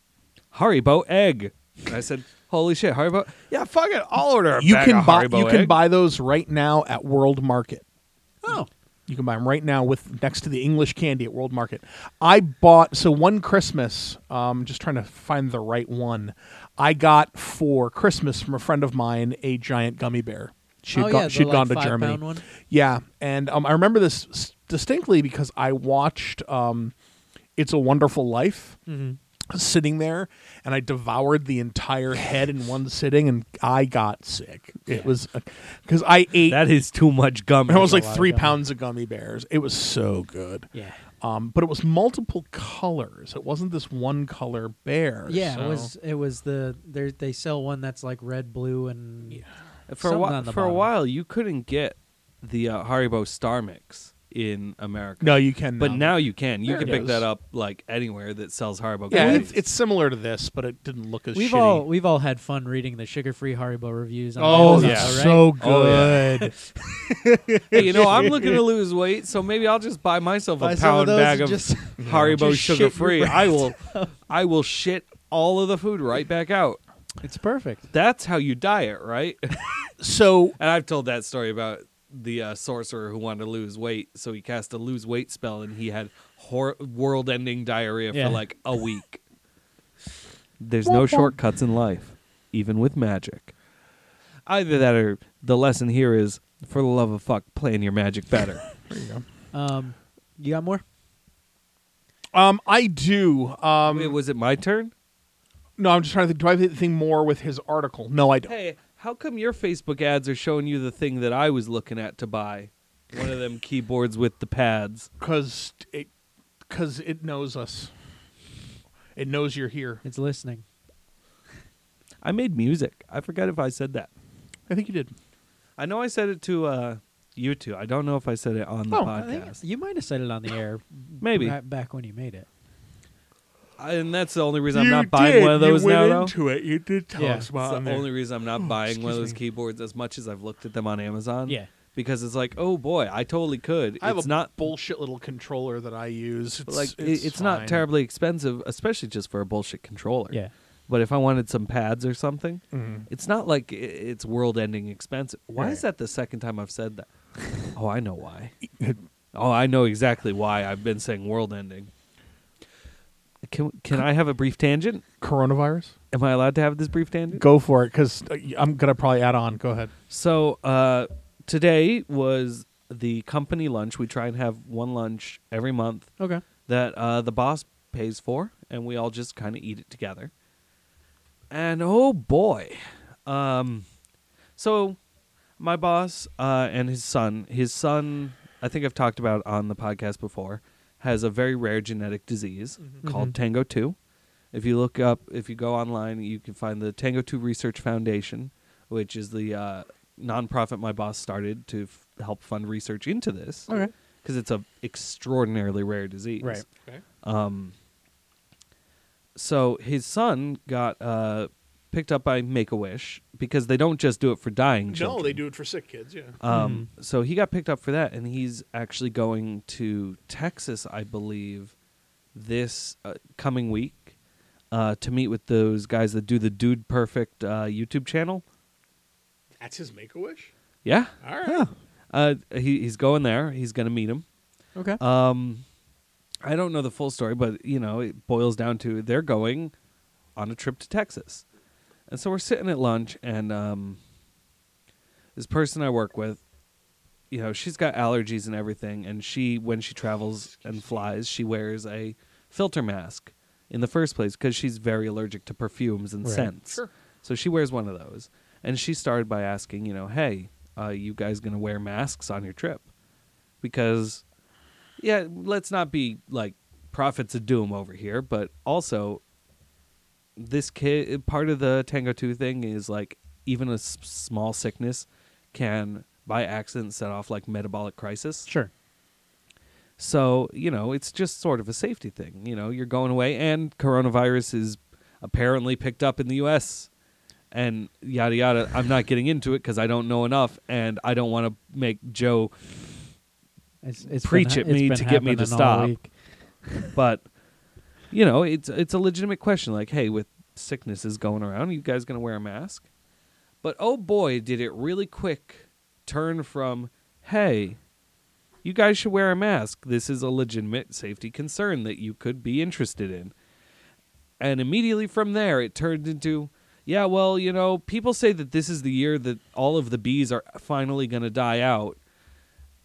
haribo egg and i said holy shit haribo yeah fuck it i'll order a
You
bag
can
of
buy.
Haribo
You can
egg."
buy those right now at World Market.
Oh.
You can buy them right now with next to the English candy at World Market. I bought so one Christmas. Um, just trying to find the right one. I got for Christmas from a friend of mine a giant gummy bear. She'd
oh,
gone,
yeah,
she'd
the,
gone
like,
to Germany.
five-pound One.
Yeah, and um, I remember this s- distinctly because I watched um, "It's a Wonderful Life."
Mm-hmm.
Sitting there, and I devoured the entire head in one sitting, and I got sick. It was because I ate *laughs*
that is too much gummy
and it was like
lot of
three
gummy.
pounds of gummy bears. It was so good.
Yeah.
Um, but it was multiple colors. It wasn't this one color bear.
Yeah,
so-
it was it was the there they sell one that's like red, blue, and
*laughs* for a
Something
while
on
for
the
a
bottom.
while you couldn't get the uh, haribo star mix in america
No, you can.
But now you can. You
There
can
it
pick
is.
that up like anywhere that sells Haribo.
yeah,
candy.
it's, it's similar to this, but it didn't look as
we've
shitty.
all we've all had fun reading the sugar-free Haribo reviews. On
oh,
Amazon,
that's
yeah.
though, right?
so
Oh, yeah.
good.
*laughs*
hey, you know, I'm looking to lose weight, so maybe I'll just buy myself
Buy
a
some of
pound
those
bag
and
of *laughs*
just-
Haribo
just shit
sugar
your
free. I will, I will shit all of the food right back out.
It's perfect.
That's how you diet, right?
So
And I've told that story about the uh, sorcerer who wanted to lose weight, so he cast a lose weight spell, and he had hor- world-ending diarrhea
Yeah.
for like a week. There's no shortcuts in life, even with magic. Either that, or the lesson here is: for the love of fuck, plan your magic *laughs* better.
Um, you got more?
um, I do. Um,
Wait, was it my turn?
no, I'm just trying to think. Do I have anything more with his article? No, I don't.
Hey, how come your Facebook ads are showing you the thing that I was looking at to buy? One of them keyboards with the pads.
Because it, cause it knows us. It knows you're here.
It's listening.
I made music. I forgot if I said that.
I think you did.
I know I said it to uh, you two. I don't know if I said it on the
oh, I think
podcast.
you might have said it on the *laughs* air.
Maybe.
right back when you made it.
I- and that's the only reason
You
I'm not buying
did.
one of
You
those
went
now, though.
Into it, you did tell
Yeah.
us
It's
about
the
on there.
only reason I'm not buying one of
excuse
those
me.
keyboards as much as I've looked at them on Amazon.
Yeah.
Because it's like, oh boy, I totally could.
I have
it's
a
not
bullshit little controller that I use. It's,
like it-
it's,
it's, not
fine.
terribly expensive, especially just for a bullshit controller.
Yeah.
But if I wanted some pads or something,
Mhm.
it's not like i- it's world-ending expensive. Why is
Right.
that the second time I've said
*laughs*
that? oh, I know why.
It-
Oh, I know exactly why I've been saying world-ending. Can can I have a brief tangent?
Coronavirus.
Am I allowed to have this brief tangent?
Go for it, because I'm gonna probably add on. Go ahead.
So uh, today was the company lunch. We try and have one lunch every month
Okay.
that uh, the boss pays for, and we all just kind of eat it together. And oh boy, um, so my boss uh, and his son, his son, I think I've talked about on the podcast before, has a very rare genetic disease called
Mhm.
Mm-hmm.
Tango Two. If you look up, if you go online, you can find the Tango Two Research Foundation, which is the uh, nonprofit my boss started to f- help fund research into this
Okay.
because it's a extraordinarily rare disease.
Right.
Okay.
Um. So his son got uh, picked up by Make a Wish because they don't just do it for dying children.
No, they do it for sick kids. Yeah.
Um.
Hmm.
So he got picked up for that, and he's actually going to Texas, I believe, this uh, coming week uh, to meet with those guys that do the Dude Perfect uh, YouTube channel.
That's his make a wish.
Yeah.
All right.
Uh, he, he's going there. He's going to meet him.
Okay.
Um, I don't know the full story, but you know, it boils down to they're going on a trip to Texas, and so we're sitting at lunch, and um, this person I work with, you know, she's got allergies and everything, and she when she travels and flies, she wears a filter mask in the first place because she's very allergic to perfumes and
Right.
scents.
Sure.
So she wears one of those, and she started by asking, you know, hey, uh, you guys gonna wear masks on your trip? Because yeah, let's not be like prophets of doom over here, but also this kid part of the Tango 2 thing is like even a s- small sickness can by accident set off like metabolic crisis.
Sure.
So, you know, it's just sort of a safety thing. You know, you're going away and coronavirus is apparently picked up in the US and yada yada. I'm not getting into it cuz I don't know enough and I don't want to make Joe
It's, it's been
Preach
ha-
at me
it's
to
been
get me to
happening all
stop.
week.
but you know, it's it's a legitimate question. Like, hey, with sicknesses going around, are you guys gonna wear a mask? But oh boy, did it really quick turn from hey, you guys should wear a mask. This is a legitimate safety concern that you could be interested in. And immediately from there, it turned into yeah, well, you know, people say that this is the year that all of the bees are finally going to die out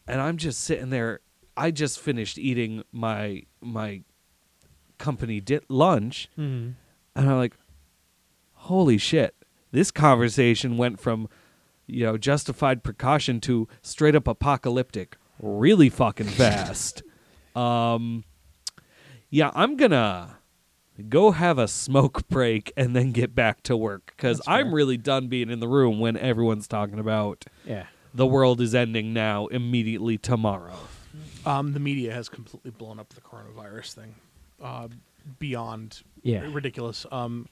and I'm just sitting there. I just finished eating my my company di- lunch,
Mhm.
and I'm like, "Holy shit!" This conversation went from, you know, justified precaution to straight up apocalyptic, really
*laughs*
fucking fast. um, yeah, I'm gonna go have a smoke *laughs* break and then get back to work because
That's fair.
I'm really done being in the room when everyone's talking about
Yeah.
the world is ending now immediately tomorrow.
Um, the media has completely blown up the coronavirus thing, uh, beyond
Yeah.
ridiculous. Um,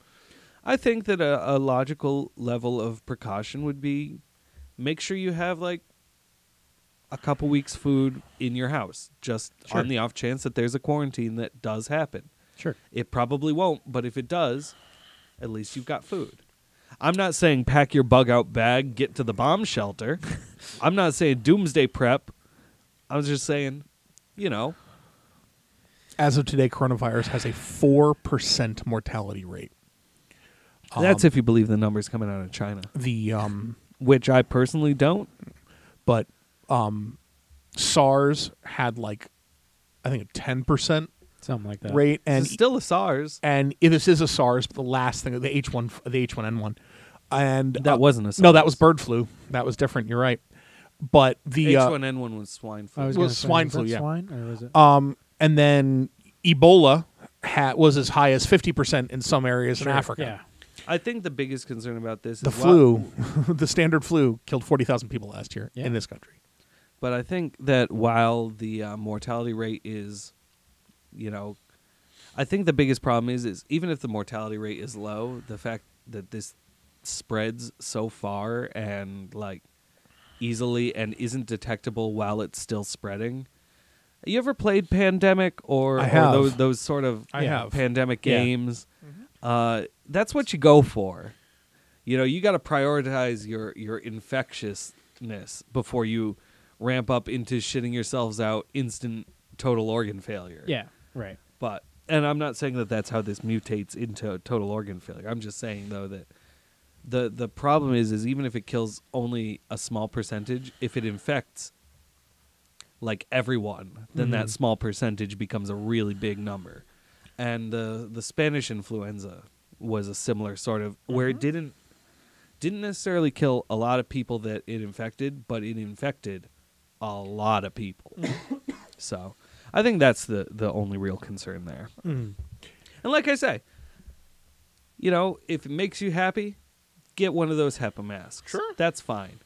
I think that a, a logical level of precaution would be make sure you have like a couple weeks food in your house just
Sure.
on the off chance that there's a quarantine that does happen.
Sure.
It probably won't, but if it does, at least you've got food. I'm not saying pack your bug out bag, get to the bomb *laughs* shelter. I'm not saying doomsday prep. I was just saying, you know,
as of today, coronavirus has a four percent mortality rate.
that's if you believe the numbers coming out of China,
The um,
which I personally don't.
but um, SARS had like, I think a ten percent
Something like that.
rate,
And
and
still a SARS.
and if this is a SARS, but the last thing, the H one, the H one N one, and uh,
That wasn't a
no,
SARS.
that was bird flu. That was different. You're right, but the uh,
H1N1 was swine flu.
I was
Well,
gonna say,
swine
was
flu,
that
yeah.
Swine or was it?
Um, and then Ebola ha was as high as 50% in some areas
Sure,
in Africa.
Yeah.
I think the biggest concern about this
The
is while-
flu, *laughs* the standard flu, killed forty thousand people last year
Yeah.
in this country.
But I think that while the uh, mortality rate is, you know, I think the biggest problem is is even if the mortality rate is low, the fact that this spreads so far and like easily and isn't detectable while it's still spreading. You ever played Pandemic or,
I
or
have.
those those sort of
I have.
pandemic
Yeah.
games? Uh, that's what you go for. You know, you got to prioritize your your infectiousness before you ramp up into shitting yourselves out, instant total organ failure.
Yeah, right.
But and I'm not saying that that's how this mutates into total organ failure. I'm just saying though that the the problem is is even if it kills only a small percentage, if it infects like everyone, then
Mm-hmm.
that small percentage becomes a really big number. And the the Spanish influenza was a similar sort of where
Mm-hmm.
it didn't didn't necessarily kill a lot of people that it infected, but it infected a lot of people.
Mm.
*coughs* so I think that's the the only real concern there.
Mm.
And like I say, you know, if it makes you happy, get one of those HEPA masks.
Sure.
that's fine.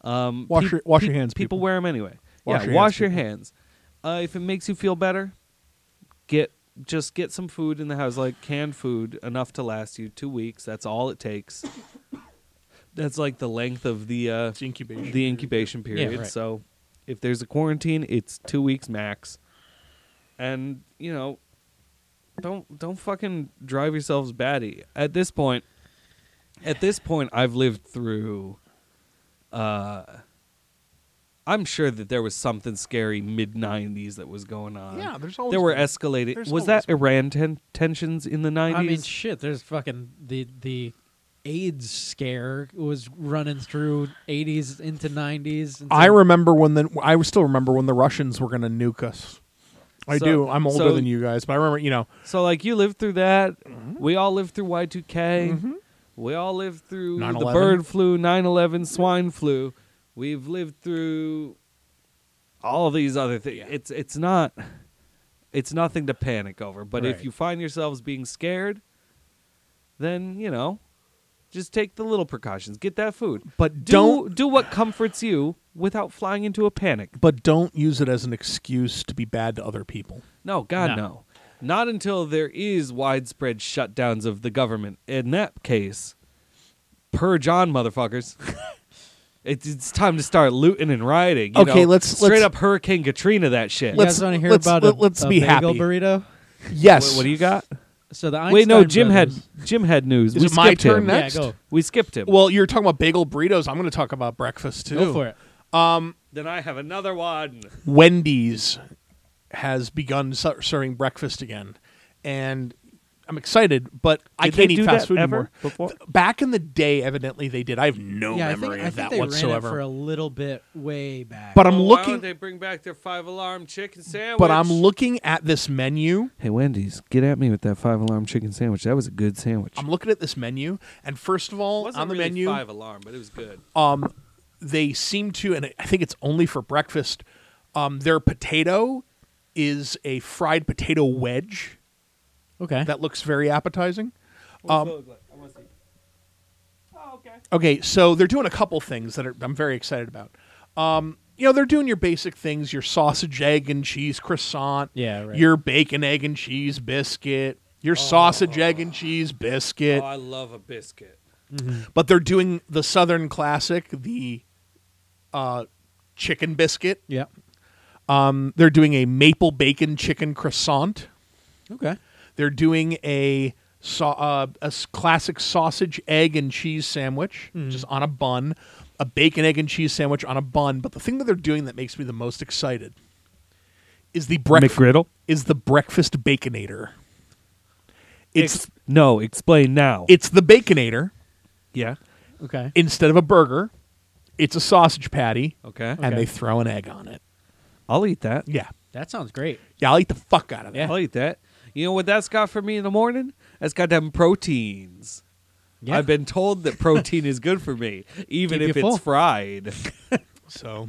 Um,
Wash
peop-
your- wash your
peop-
hands,
People
people.
wear them anyway.
Wash
yeah,
your
wash
hands,
your
people.
hands. Uh, if it makes you feel better, get just get some food in the house, like canned food, enough to last you two weeks. That's all it takes. That's like the length of the uh,
It's incubation.
the incubation period.
right.
So if there's a quarantine, it's two weeks max. And you know, don't don't fucking drive yourselves batty. At this point, at this point, I've lived through. Uh, I'm sure that there was something scary mid '90s that was going on.
Yeah, there's always
there were
been-
escalating.
there's
Was
always
that
been.
Iran ten- tensions in the '90s?
I mean, shit. There's fucking the the AIDS scare was running through 80s into 90s. and
I
so-
remember when the I still remember when the Russians were going to nuke us. I
So-
do. I'm older
so-
than you guys, but I remember. You know,
So like you lived through that.
Mm-hmm.
We all lived through Y2K. We all lived through
9/11.
the bird flu, 9/11, swine flu. We've lived through all these other things. It's it's not it's nothing to panic over, but if
Right.
you find yourselves being scared, then, you know, just take the little precautions. Get that food.
but
Do
don't
do what comforts you without flying into a panic.
but don't use it as an excuse to be bad to other people.
No, God,
No.
no. Not until there is widespread shutdowns of the government. In that case, purge on, motherfuckers. *laughs* it's, it's time to start looting and rioting. you
Okay,
know?
let's-
straight
let's-
up Hurricane Katrina that shit.
You
Let's-
guys want to hear
let's-
about
let-
a,
let's
a
be
bagel
happy.
burrito?
Yes.
What, what do you got?
So the
Wait, no,
Einstein
Jim
brothers,
had Jim had news.
Is
we
it
skipped
my turn
him.
now?
Yeah,
next?
go
We skipped him.
Well, you're talking about bagel burritos. I'm going to talk about breakfast too.
go for it.
then I have another one.
Wendy's has begun ser- serving breakfast again, and I'm excited, but I
Did
can't
they
eat
do
fast
that
food
ever
anymore.
before?
Th- Back in the day, evidently they did. I have no
yeah, I think,
memory
I
of that
think they ran it
whatsoever.
for a little bit way back.
Oh,
but I'm looking.
bring back their five alarm chicken sandwich?
But I'm looking at this menu.
Hey, Wendy's, get at me with that five alarm chicken sandwich. That was a good sandwich.
I'm looking at this menu, and first of all, on the menu,
five alarm, but it was good.
um, they seem to, and I think it's only for breakfast. Um, their potato is a fried potato wedge
okay.
that looks very appetizing.
What's
Um,
that look like? I want to see. Oh, okay.
Okay, so they're doing a couple things that are, I'm very excited about. Um, you know, they're doing your basic things: your sausage, egg, and cheese croissant.
Yeah, right. Oh.
Your bacon, egg, and cheese biscuit. Your sausage, egg, and cheese biscuit.
Oh, I love a biscuit.
But they're doing the Southern classic, the uh, chicken biscuit.
yeah.
Um, they're doing a maple bacon chicken croissant.
Okay.
They're doing a sau- uh, a s- classic sausage, egg, and cheese sandwich,
Hmm.
just on a bun, a bacon, egg, and cheese sandwich on a bun. But the thing that they're doing that makes me the most excited is the breakfast
McGriddle?
is the breakfast baconator. It's
Ex- no, explain now.
it's the baconator
yeah.
Okay.
instead of a burger. It's a sausage patty,
Okay.
and
Okay.
they throw an egg on it.
Uh, I'll eat that.
Yeah,
that sounds great.
yeah, I'll eat the fuck out of that.
Yeah.
I'll eat that. You know what that's got for me in the morning? That's got them proteins.
Yeah.
I've been told that protein is good for me, even
*laughs* Keep
if
*laughs* you full.
it's fried.
So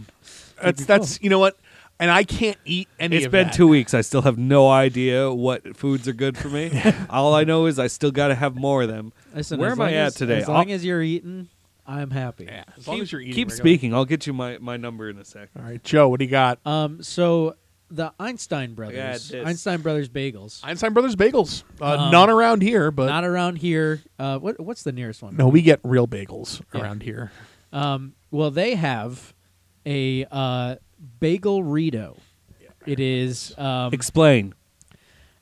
that's that's you know what and I can't eat any
It's
of
been
that.
two weeks. I still have no idea what foods are good for
*laughs*
me. All I know is I still got to have more of them.
Listen,
Where
as
am I
long
at
as-
today?
As
I'll-
long as you're eating, I'm happy.
Yeah, as long as you're eating.
Keep
regular.
speaking. I'll get you my, my number in a sec.
All right, Joe, what do you got?
Um, so the Einstein brothers,
this.
Einstein brothers bagels,
Einstein Brothers bagels. Uh,
Um,
none around here, but
not around here. Uh, what what's the nearest one?
no, we get real bagels
Yeah.
around here.
Um, well, they have a uh, bagel rito. It is um,
Explain.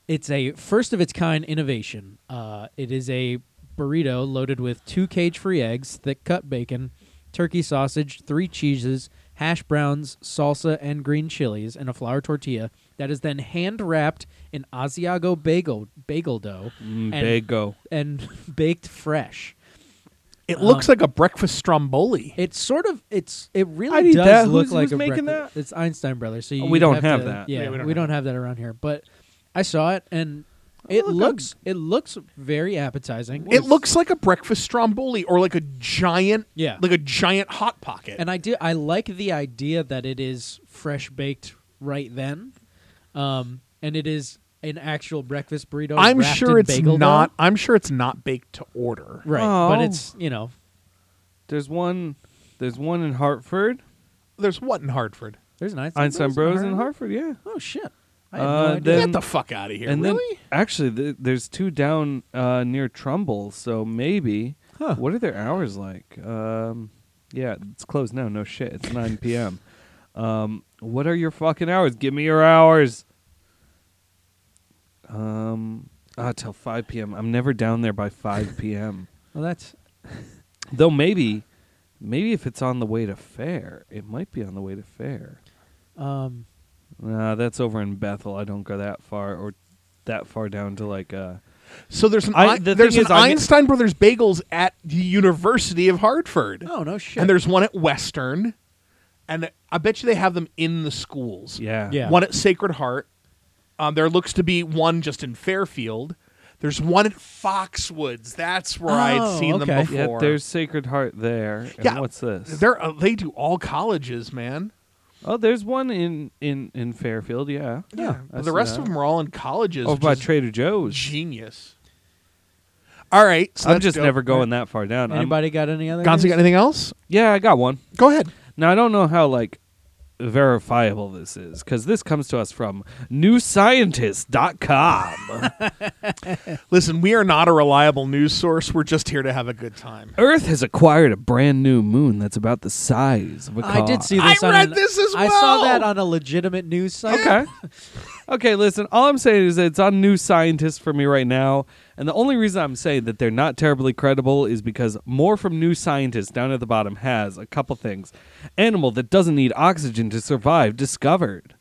It's a first of its kind innovation. Uh, it is a burrito loaded with two cage free eggs, thick cut bacon, turkey sausage, three cheeses, hash browns, salsa, and green chilies, and a flour tortilla that is then hand wrapped in Asiago bagel bagel dough
Mm,
and,
Bago.
and *laughs* baked fresh.
It looks like a breakfast stromboli.
It's sort of it's it really
I'd eat
does
that.
look
Who's-
like
who's
a
making
breakfast- It's Einstein Brothers. So
Oh,
you
we don't have
to-
that.
Yeah,
Yeah,
we don't, have, that around here. But I saw it and it
look,
looks it looks very appetizing.
It looks like a breakfast stromboli or like a giant
Yeah.
like a giant hot pocket.
and I do I like the idea that it is fresh baked right then, um, and it is an actual breakfast burrito.
I'm
wrapped
sure
in
it's
bagel
not
dough.
I'm sure it's not baked to order.
right,
Oh.
but it's you know
There's one. There's one in Hartford.
There's what in Hartford?
there's an Einstein,
Einstein Bros in
Harvard.
Hartford. Yeah.
Oh shit! I had
Uh,
no idea.
then-
Get the fuck out of here.
and
really?
then actually, th- there's two down uh, near Trumbull. So maybe.
Huh.
What are their hours like? Um, yeah, it's closed now. No shit. It's *laughs* 9 p.m. Um, what are your fucking hours? Give me your hours. Um, ah, till 5 p.m. I'm never down there by 5 p.m.
well, that's
Though maybe, maybe if it's on the way to fair, it might be on the way to fair.
um,
Nah, that's over in Bethel. I don't go that far or that far down to like uh
so there's an
I-
I-
the
there's
thing
an
is, I'm-
Einstein Brothers bagels at the University of Hartford.
oh no shit.
and there's one at Western, and I bet you they have them in the schools.
yeah.
Yeah.
One at Sacred Heart. Um, there looks to be one just in Fairfield. There's one at Foxwoods. That's where I'd
Oh,
seen
okay.
them before.
Yeah, there's Sacred Heart there. And
Yeah,
what's this?
They're, uh, they do all colleges, man.
Oh, there's one in in in Fairfield, yeah. I
the
see
rest
that. Oh,
of them are all in colleges.
Over
which
by
is
Trader Joe's.
genius. All right. So
I'm
that's
just
dope.
never going that far down. I'm-
Anybody got any other?
Gonzo,
news?
got anything else?
yeah, I got one.
Go ahead.
Now I don't know how like verifiable this is because this comes to us from
*laughs*
newscientist.com.
Listen, we are not a reliable news source. We're just here to have a good time.
Earth has acquired a brand new moon that's about the size of a car.
I did see
I
this. on
read
an-
this as
I saw
well.
that on a legitimate news site.
Okay. okay, listen, all I'm saying is that it's on New Scientist for me right now. And the only reason I'm saying that they're not terribly credible is because more from New Scientist down at the bottom has a couple things. Animal that doesn't need oxygen to survive discovered.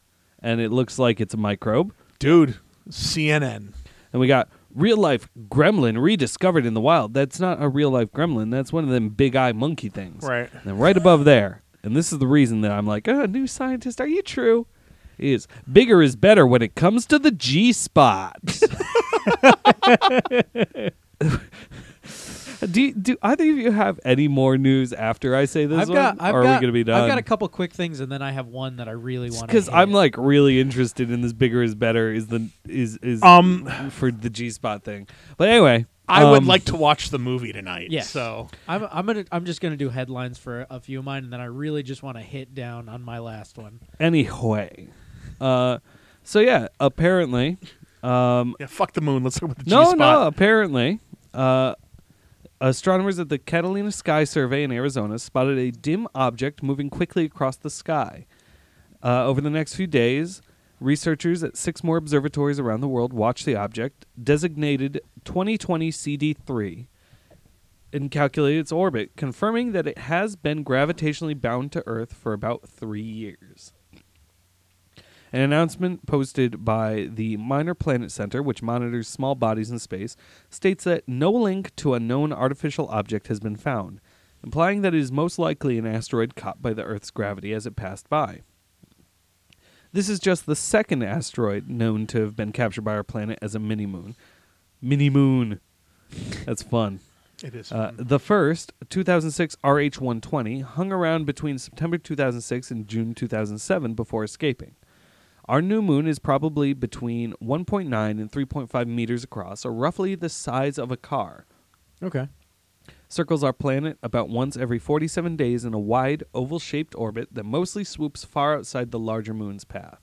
And it looks like it's a microbe.
Dude, CNN.
And we got real life gremlin rediscovered in the wild. That's not a real life gremlin. That's one of them big eye monkey things.
Right.
And then right above there, and this is the reason that I'm like, ah, new scientist, are you true? Is bigger is better when it comes to the G spot. *laughs* do do either of you have any more news after I say this
I've
one?
got. I've
or are
got,
we gonna be done?
I've got a couple quick things, and then I have one that I really want.
because I'm like really interested in this bigger is better is the is is
Um,
for the G spot thing. But anyway,
I would
um,
like to watch the movie tonight.
Yes.
So
I'm, I'm gonna. I'm just gonna do headlines for a few of mine, and then I really just want to hit down on my last one.
anyway. Uh, so yeah, apparently, um,
yeah, fuck the moon. Let's talk about the
no,
G
no.
spot.
Apparently, uh, astronomers at the Catalina Sky Survey in Arizona spotted a dim object moving quickly across the sky. Uh, over the next few days, researchers at six more observatories around the world watched the object, designated 2020 CD3, and calculated its orbit, confirming that it has been gravitationally bound to Earth for about three years. An announcement posted by the Minor Planet Center, which monitors small bodies in space, states that no link to a known artificial object has been found, implying that it is most likely an asteroid caught by the Earth's gravity as it passed by. This is just the second asteroid known to have been captured by our planet as a mini moon. Mini moon. That's fun.
It is.
Uh, the first, 2006 RH120, hung around between September 2006 and June 2007 before escaping. Our new moon is probably between 1.9 and 3.5 meters across, or roughly the size of a car.
Okay.
Circles our planet about once every 47 days in a wide, oval shaped orbit that mostly swoops far outside the larger moon's path.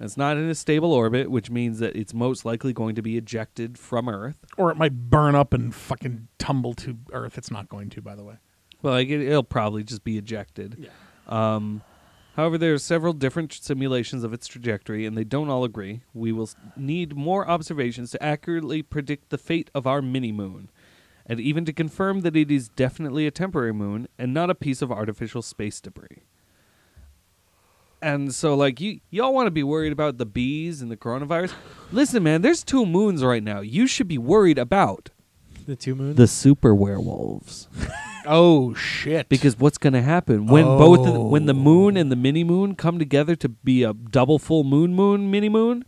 It's not in a stable orbit, which means that it's most likely going to be ejected from Earth.
Or it might burn up and fucking tumble to Earth. It's not going to, by the way.
Well, like it, it'll probably just be ejected. Um, however, there are several different simulations of its trajectory, and they don't all agree. We will s- need more observations to accurately predict the fate of our mini moon, and even to confirm that it is definitely a temporary moon and not a piece of artificial space debris. And so, like you, y'all want to be worried about the bees and the coronavirus. Listen, man, there's two moons right now. You should be worried about
The two moons.
the super werewolves.
Oh shit!
Because what's going to happen when both of the, when the
Oh.
moon and the mini moon come together to be a double full moon moon mini moon?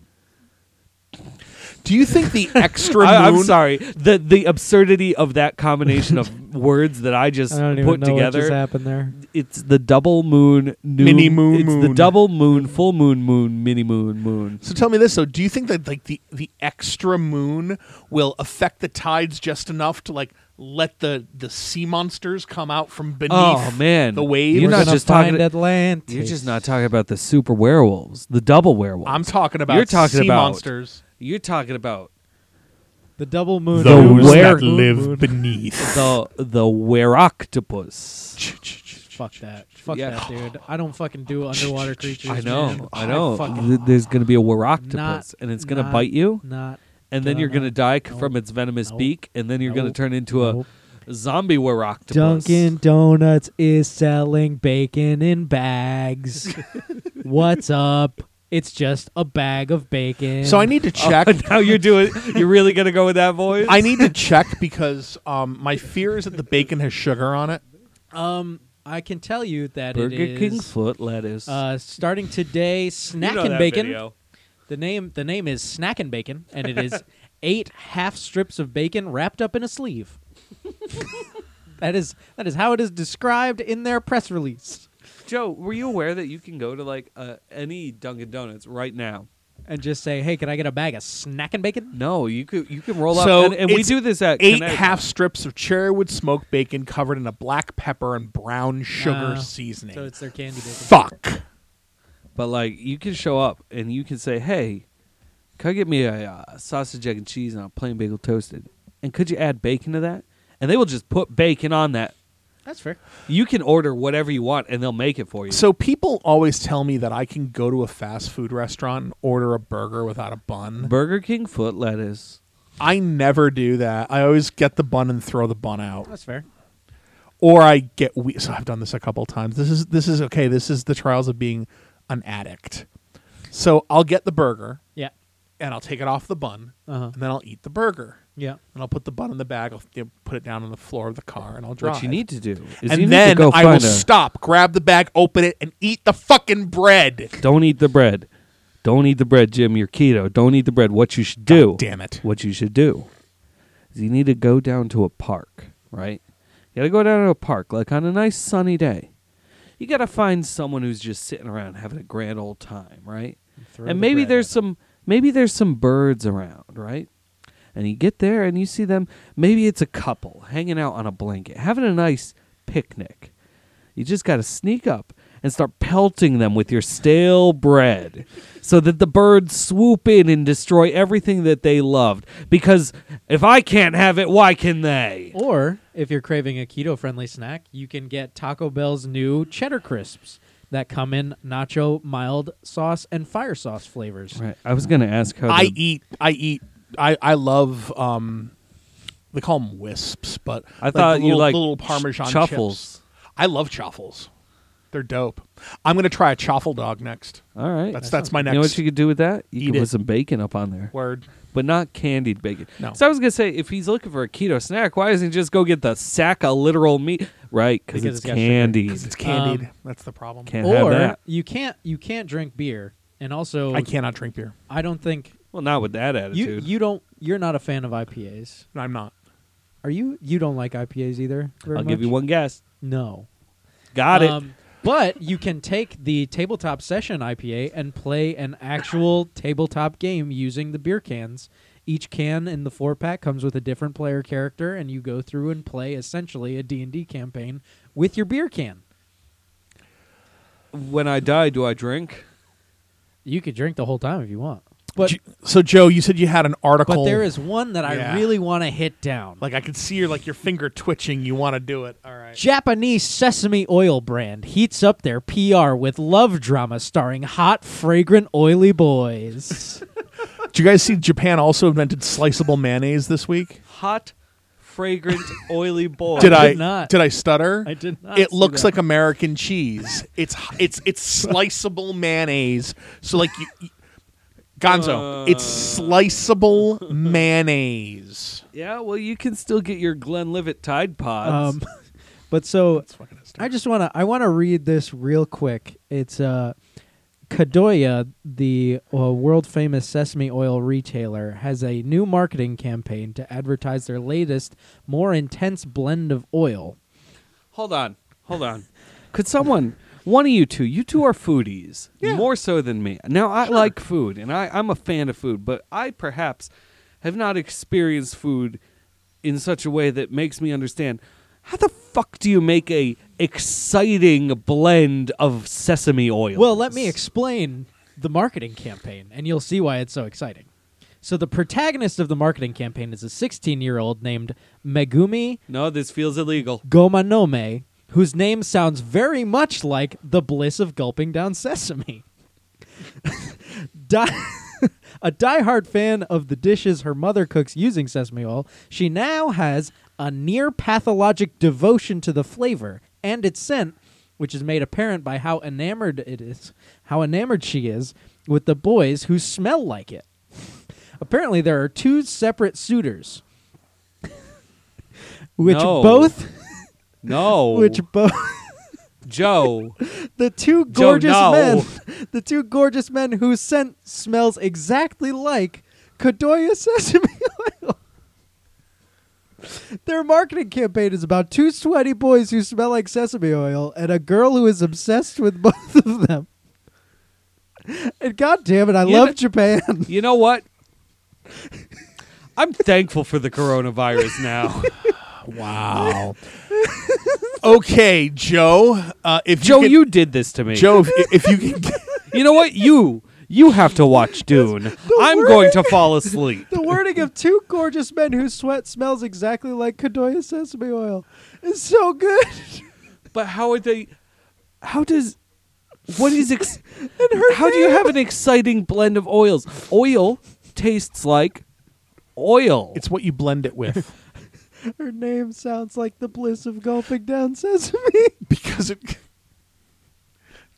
do you think *laughs* the extra moon?
I, am sorry, the the absurdity of that combination
*laughs*
of words that I just
I don't even
put
know what just
together.
happened there.
It's the double moon new,
Mini moon
It's the
moon.
double moon full moon moon mini moon moon.
So tell me this though: Do you think that like the the extra moon will affect the tides just enough to like let the the sea monsters come out from beneath?
Oh man,
the waves.
You're
We're
not
gonna
just
find
talking.
Atlantis.
You're just not talking about the super werewolves, the double werewolves.
I'm talking about
You're talking
sea
about
monsters.
You're talking about
the double moon.
The
moon,
Those were- that
moon, moon.
beneath.
the the weroctopus.
Fuck that. Fuck
Yeah.
that, dude. I don't fucking do underwater creatures.
*laughs* I know,
man. Oh,
I know.
fucking-
Th- There's gonna be a weroctopus,
Not-
and it's gonna
not-
bite you,
not.
and then you're gonna
gonna-
die c-
nope,
from its venomous
nope,
beak, and then you're gonna
nope,
turn into a
nope.
zombie weroctopus. *laughs*
Dunkin' Donuts is selling bacon in bags. What's up? It's just a bag of bacon.
So I need
*laughs* Oh,
to check.
now you're doing. You're really gonna go with that voice?
I need to check because um, my fear is that the bacon has sugar on it.
um I can tell you that
Burger
it
King
is
foot lettuce.
uh, starting today. Snack
You know
and
that
bacon.
video.
The name the name is Snack and Bacon, and it is eight half strips of bacon wrapped up in a sleeve. that is that is how it is described in their press release.
Joe, were you aware that you can go to like uh, any Dunkin' Donuts right now?
And just say, hey, can I get a bag of snack and bacon?
No, you could. You can roll up,
So
and, and we
it's
do this at
Eight
Connecticut.
half strips of cherrywood smoked bacon covered in a black pepper and brown sugar
Ah.
seasoning.
So it's their candy bacon.
Fuck.
But like, you can show up and you can say, "Hey, could I get me a uh, sausage, egg, and cheese, and a plain bagel toasted? And could you add bacon to that?" And they will just put bacon on that.
That's fair.
You can order whatever you want, and they'll make it for you.
So people always tell me that I can go to a fast food restaurant and order a burger without a bun.
Burger King foot lettuce.
I never do that. I always get the bun and throw the bun out.
That's fair.
or I get we- so I've done this a couple times. This is this is okay. This is the trials of being an addict. So I'll get the burger
Yeah.
and I'll take it off the bun
Uh-huh.
and then I'll eat the burger
Yeah.
and I'll put the bun in the bag. I'll you know, put it down on the floor of the car and I'll drive.
What you need to do is you
and
need to
then
go
I
find
will
a.
stop, grab the bag, open it, and eat the fucking bread.
don't eat the bread. Don't eat the bread, Jim. You're keto. Don't eat the bread. What you should do.
God damn it.
What you should do is you need to go down to a park, right? You gotta go down to a park, like on a nice sunny day. You gotta find someone who's just sitting around having a grand old time, right?
Throw
and
the
maybe
bread
there's
at
some maybe there's some birds around, right? And you get there and you see them. Maybe it's a couple hanging out on a blanket, having a nice picnic. You just got to sneak up and start pelting them with your stale bread so that the birds swoop in and destroy everything that they loved. Because if I can't have it, why can they?
Or if you're craving a keto friendly snack, you can get Taco Bell's new cheddar crisps that come in nacho, mild sauce, and fire sauce flavors.
Right. I was going to ask how.
I
the-
eat. I eat. I I love. um They call them wisps, but
I
like the
thought you
little,
like
little Parmesan
chuffles.
chips. I love chaffles. They're dope. I'm gonna try a chaffle dog next.
All right.
That's that's my
you
next
know what you could do with that? You
Eat
could put
it.
some bacon up on there.
word.
but not candied bacon.
No.
So I was gonna say, if he's looking for a keto snack, why doesn't he just go get the sack of literal meat? Right, cause
Because
it's
it's got sugar.
candied.
Because it's
Um,
candied. that's the problem.
Can't have
Or
that.
you can't you can't drink beer. And also
I cannot drink beer.
I don't think
Well, not with that attitude.
You you don't you're not a fan of IPAs.
I'm not.
Are you? You don't like IPAs either. very
I'll give you
much?
one guess.
No.
Got
Um, but you can take the tabletop session IPA and play an actual tabletop game using the beer cans. Each can in the four pack comes with a different player character, and you go through and play essentially a D and D campaign with your beer can.
When I die, do I drink?
You could drink the whole time if you want, but
J- so Joe, you said you had an article.
but there is one that
Yeah.
I really want to hit down.
like I could see your like your finger twitching. You want to do it? All right.
Japanese sesame oil brand heats up their PR with love drama starring hot, fragrant, oily boys.
Did you guys see Japan also invented sliceable mayonnaise this week?
Hot, *laughs* fragrant, oily boy.
Did I
did not.
did I stutter?
*laughs* I did not
It
see
looks
that.
like American cheese. It's it's it's sliceable mayonnaise. So like you, you- Gonzo, it's sliceable mayonnaise.
Yeah, well, you can still get your Glenlivet Tide Pods.
um, *laughs* but so
fucking
I just want to I want to read this real quick. It's uh Kadoya, the uh, world famous sesame oil retailer, has a new marketing campaign to advertise their latest, more intense blend of oil.
hold on, hold on. Could someone, one of you two, you two are foodies, more so than me. Now, I like food, and I, I'm a fan of food, but I perhaps have not experienced food in such a way that makes me understand how the fuck do you make a exciting blend of sesame oil?
Well, let me explain the marketing campaign, and you'll see why it's so exciting. So, the protagonist of the marketing campaign is a 16 year old named Megumi
No, this feels *laughs* illegal.
Gomanome, whose name sounds very much like the bliss of gulping down sesame. *laughs* Di- *laughs* a diehard fan of the dishes her mother cooks using sesame oil, she now has a near pathologic devotion to the flavor and its scent, which is made apparent by how enamored it is, how enamored she is with the boys who smell like it. Apparently, there are two separate suitors, *laughs* which
No.
both
No,
which both
Oh. Joe.
*laughs* the two gorgeous
no.
men, *laughs* the two gorgeous men whose scent smells exactly like Kadoya sesame *laughs* oil. Their marketing campaign is about two sweaty boys who smell like sesame oil and a girl who is obsessed with *laughs* both of them. And god damn it, I
Yeah,
love
but- *laughs*
Japan.
You know what? I'm thankful for the coronavirus *laughs* now.
Wow. *laughs* okay, Joe. Uh, if
Joe,
you, can,
you did this to me.
Joe, if, if you can, get-
you know what? You you have to watch Dune. I'm going to fall *laughs* asleep.
the wording of two gorgeous men whose sweat smells exactly like Kadoya sesame oil is so good.
But how are they? How does? What is? Ex- how do you have an exciting blend of oils? Oil tastes like oil.
it's what you blend it with
Her name sounds like the bliss of gulping down sesame.
*laughs* because it.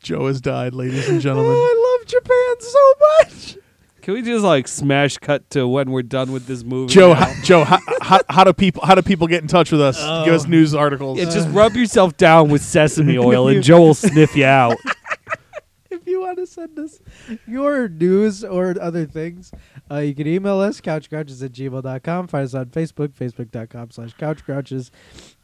Joe has died, ladies and gentlemen.
I love Japan so much.
Can we just like smash cut to when we're done with this movie?
*laughs* Joe,
now? *laughs*
how, Joe, how, how, how do people how do people get in touch with us? Give us news articles.
Yeah, just rub yourself down with *laughs* sesame oil, and Joe will sniff you out.
If you want to send us your news or other things, uh, you can email us, couchcrouches at gmail.com. Find us on Facebook, facebook.com slash couchcrouches,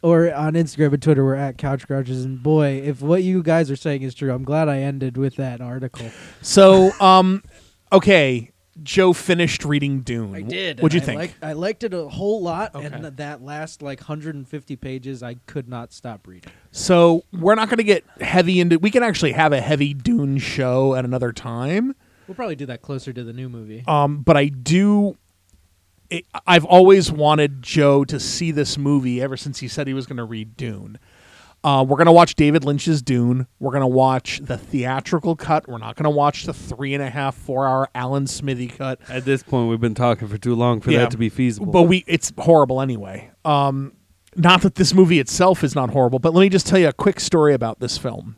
or on Instagram and Twitter, we're at couchcrouches. And boy, if what you guys are saying is true, I'm glad I ended with that article.
so, um, okay, Joe finished reading Dune. What'd you think?
I liked it a whole lot,
and Okay.
that last like 150 pages, I could not stop reading.
so we're not going to get heavy into. We can actually have a heavy Dune show at another time.
We'll probably do that closer to the new movie.
Um, but I do. It, I've always wanted Joe to see this movie ever since he said he was going to read Dune. Uh, we're going to watch David Lynch's Dune. We're going to watch the theatrical cut. We're not going to watch the three and a half, four hour Alan Smithy cut.
At this point, we've been talking for too long for
Yeah.
that to be feasible.
But we it's horrible anyway. Um not that this movie itself is not horrible, but let me just tell you a quick story about this film.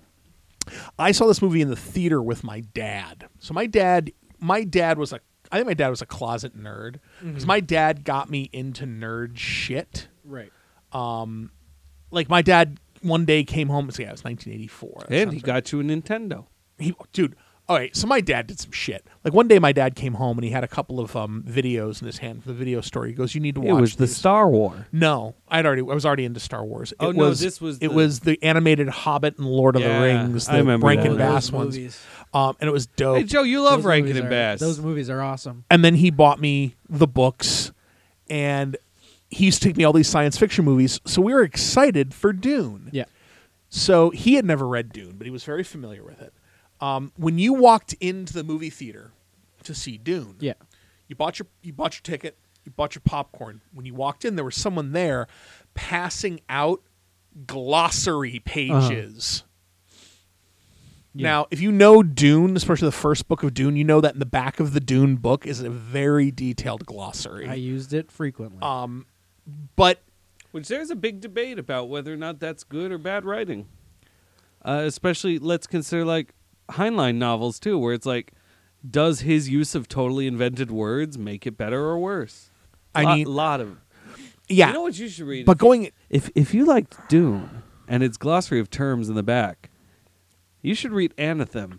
I saw this movie in the theater with my dad. So my dad my dad was a I think my dad was a closet nerd because my dad got me into nerd shit.
right.
Like my dad one day came home and yeah, it was 1984. That
and
sounds
he
right.
got you a Nintendo.
he dude, all right, so my dad did some shit. Like one day, my dad came home and he had a couple of um, videos in his hand from the video store. He goes, "You need to
It
watch."
was the
these."
Star War.
No, I'd already. I was already into Star Wars. It
Oh, no,
was,
this was
it
the-
was the animated Hobbit and Lord of
Yeah,
the Rings. The
I remember that. Those
Rankin Bass ones.
movies.
Um, and it was dope.
Hey, Joe, you love
Those
Rankin
movies
and
are-
Bass.
Those movies are awesome.
and then he bought me the books and he used to take me all these science fiction movies so we were excited for dune
Yeah.
so he had never read dune but he was very familiar with it um, when you walked into the movie theater to see dune
Yeah.
you bought your you bought your ticket you bought your popcorn when you walked in there was someone there passing out glossary pages
Uh-huh.
Yeah.
Now, if you know Dune, especially the first book of Dune, you know that in the back of the Dune book is a very detailed glossary.
I used it frequently.
Um, but
Which there's a big debate about whether or not that's good or bad writing. Uh, especially, let's consider like Heinlein novels too, where it's like, does his use of totally invented words make it better or worse?
I
Lot-
mean-
lot of.
yeah,
You know what you should read.
but going
if if you liked Dune and its glossary of terms in the back, you should read Anathem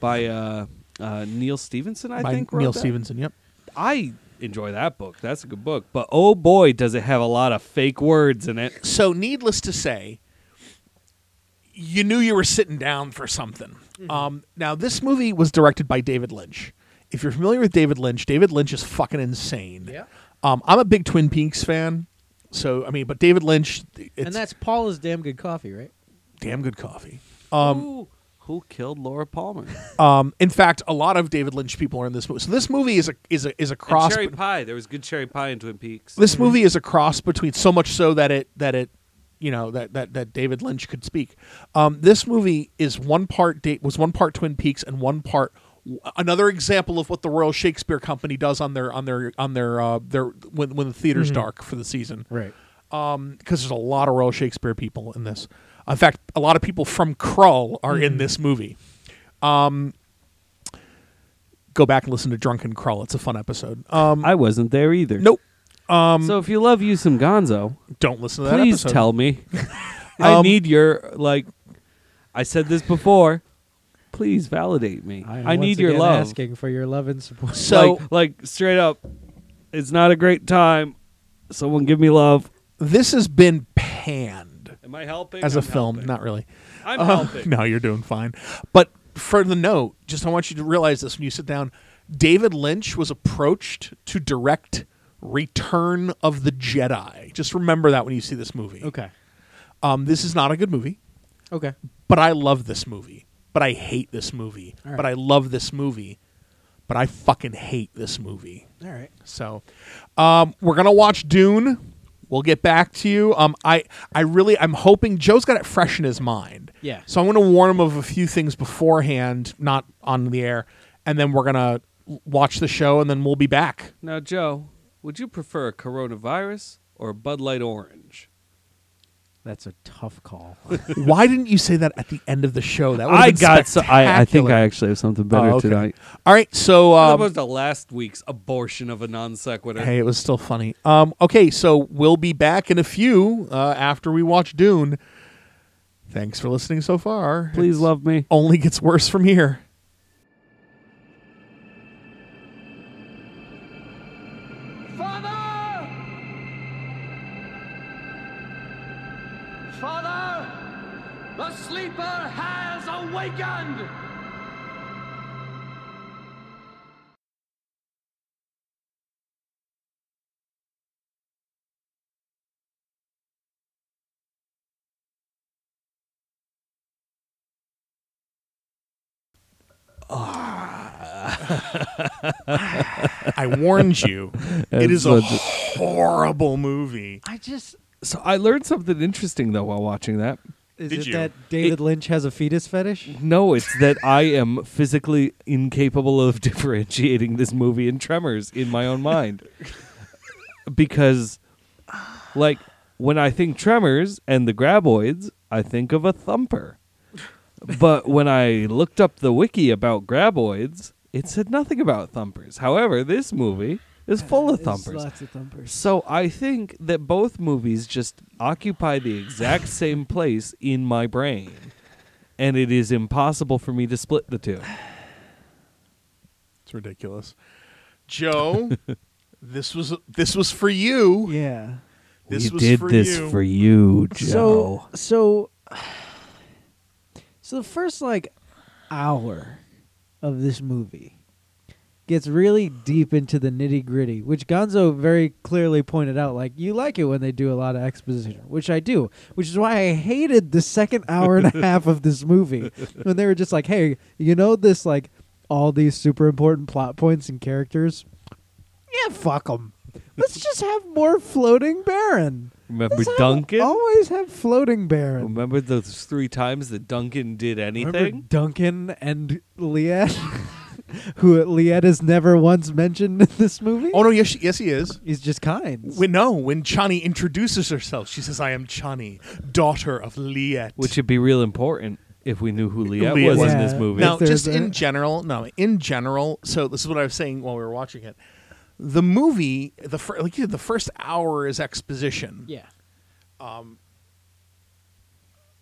by uh, uh, Neil Stevenson. I
by
think wrote
Neil
that.
Stevenson. Yep.
I enjoy that book. That's a good book. But oh boy, does it have a lot of fake words in it.
So, needless to say, you knew you were sitting down for something.
Mm-hmm.
Um, now, this movie was directed by David Lynch. If you're familiar with David Lynch, David Lynch is fucking insane.
Yeah.
Um, I'm a big Twin Peaks fan. So, I mean, but David Lynch, it's
and that's Paula's damn good coffee, right?
damn good coffee.
who, who killed Laura Palmer? And
Um, in fact, a lot of David Lynch people are in this movie. So this movie is a is a is a cross.
cherry pie. There was good cherry pie in Twin Peaks.
this movie is a cross between so much so that it that it you know that that that David Lynch could speak. Um, this movie is one part date was one part Twin Peaks and one part another example of what the Royal Shakespeare Company does on their on their on their uh, their when when the theater's
Mm-hmm.
dark for the season
Right.
because there's a lot of Royal Shakespeare people in this. In fact, a lot of people from Krull are
Mm-hmm.
in this movie. Um, go back and listen to Drunken Krull. It's a fun episode. Um,
I wasn't there either.
nope,
so if you love you some Gonzo,
don't listen to that
please
episode.
tell
*laughs*
me. I
Um,
need your like. I said this before. Please validate me.
am
I, need
once
your
again
love.
Asking for your love and support.
So
like, like straight up, it's not a great time. Someone give me love.
this has been panned
Am I helping?
as a
I'm
film.
helping.
Not really.
I'm
Uh, *laughs*
helping.
no, you're doing fine. But for the note, just I want you to realize this when you sit down. David Lynch was approached to direct Return of the Jedi. Just remember that when you see this movie.
okay.
Um, this is not a good movie,
Okay.
but I love this movie. But I hate this movie.
All right.
But I love this movie. But I fucking hate this movie.
All right.
So, um, we're gonna watch Dune. We'll get back to you. Um, I, I really, I'm hoping Joe's got it fresh in his mind.
Yeah.
So I'm gonna warn him of a few things beforehand, not on the air, and then we're gonna l- watch the show, and then we'll be back.
Now, Joe, would you prefer a coronavirus or a Bud Light Orange?
That's a
*laughs*
tough call.
*laughs* Why didn't you say that at the end of the show? That would've
I
been
got. So, I, I think
spectacular.
I actually have something better
Oh, okay.
tonight.
All right. So
As
um,
opposed to last week's abortion of a non sequitur.
Hey, it was still funny. Um, okay, so we'll be back in a few uh, after we watch Dune. Thanks for listening so far.
Please
It's-
love me.
Only gets worse from here.
Father! Father! The sleeper has awakened!
I warned *laughs* you. it is a
It's
horrible movie.
I just
So I learned something interesting though while watching that.
is
Did
it
you?
that David Lynch has a fetus fetish?
No, it's that I am physically incapable of *laughs* differentiating this movie and Tremors in my own mind. because, like, when I think Tremors and the Graboids, I think of a thumper. But when I looked up the wiki about Graboids, it said nothing about thumpers. However, this movie is full of
There's
thumpers.
Lots of thumpers.
So I think that both movies just occupy the exact same place in my brain, and it is impossible for me to split the two.
It's ridiculous. Joe, this was this was for you.
Yeah.
This
we
was
did
for
this
you.
for you, Joe.
So so *sighs* so the first like hour of this movie gets really deep into the nitty gritty, which Gonzo very clearly pointed out. Like you like it when they do a lot of exposition, which I do, which is why I hated the second *laughs* hour and a half of this movie when they were just like, "Hey, you know this like all these super important plot points and characters? Yeah, fuck them. Let's just have more floating Baron."
remember
Let's have-
Duncan?
Always have floating Baron.
Remember those three times that Duncan did anything?
Remember Duncan and Liette, *laughs* who Liette is never once mentioned in this movie.
Oh no, yes, she- yes, he is.
He's just kind.
When, no, when Chani introduces herself, she says, "I am Chani, daughter of Liet."
Which would be real important if we knew who Liette
Liette
was
was.
in this
Yeah.
movie.
now,
If there's
just
a-
in general, no, in general. So this is what I was saying while we were watching it. The movie, the fir- like you said, the first hour is exposition.
Yeah.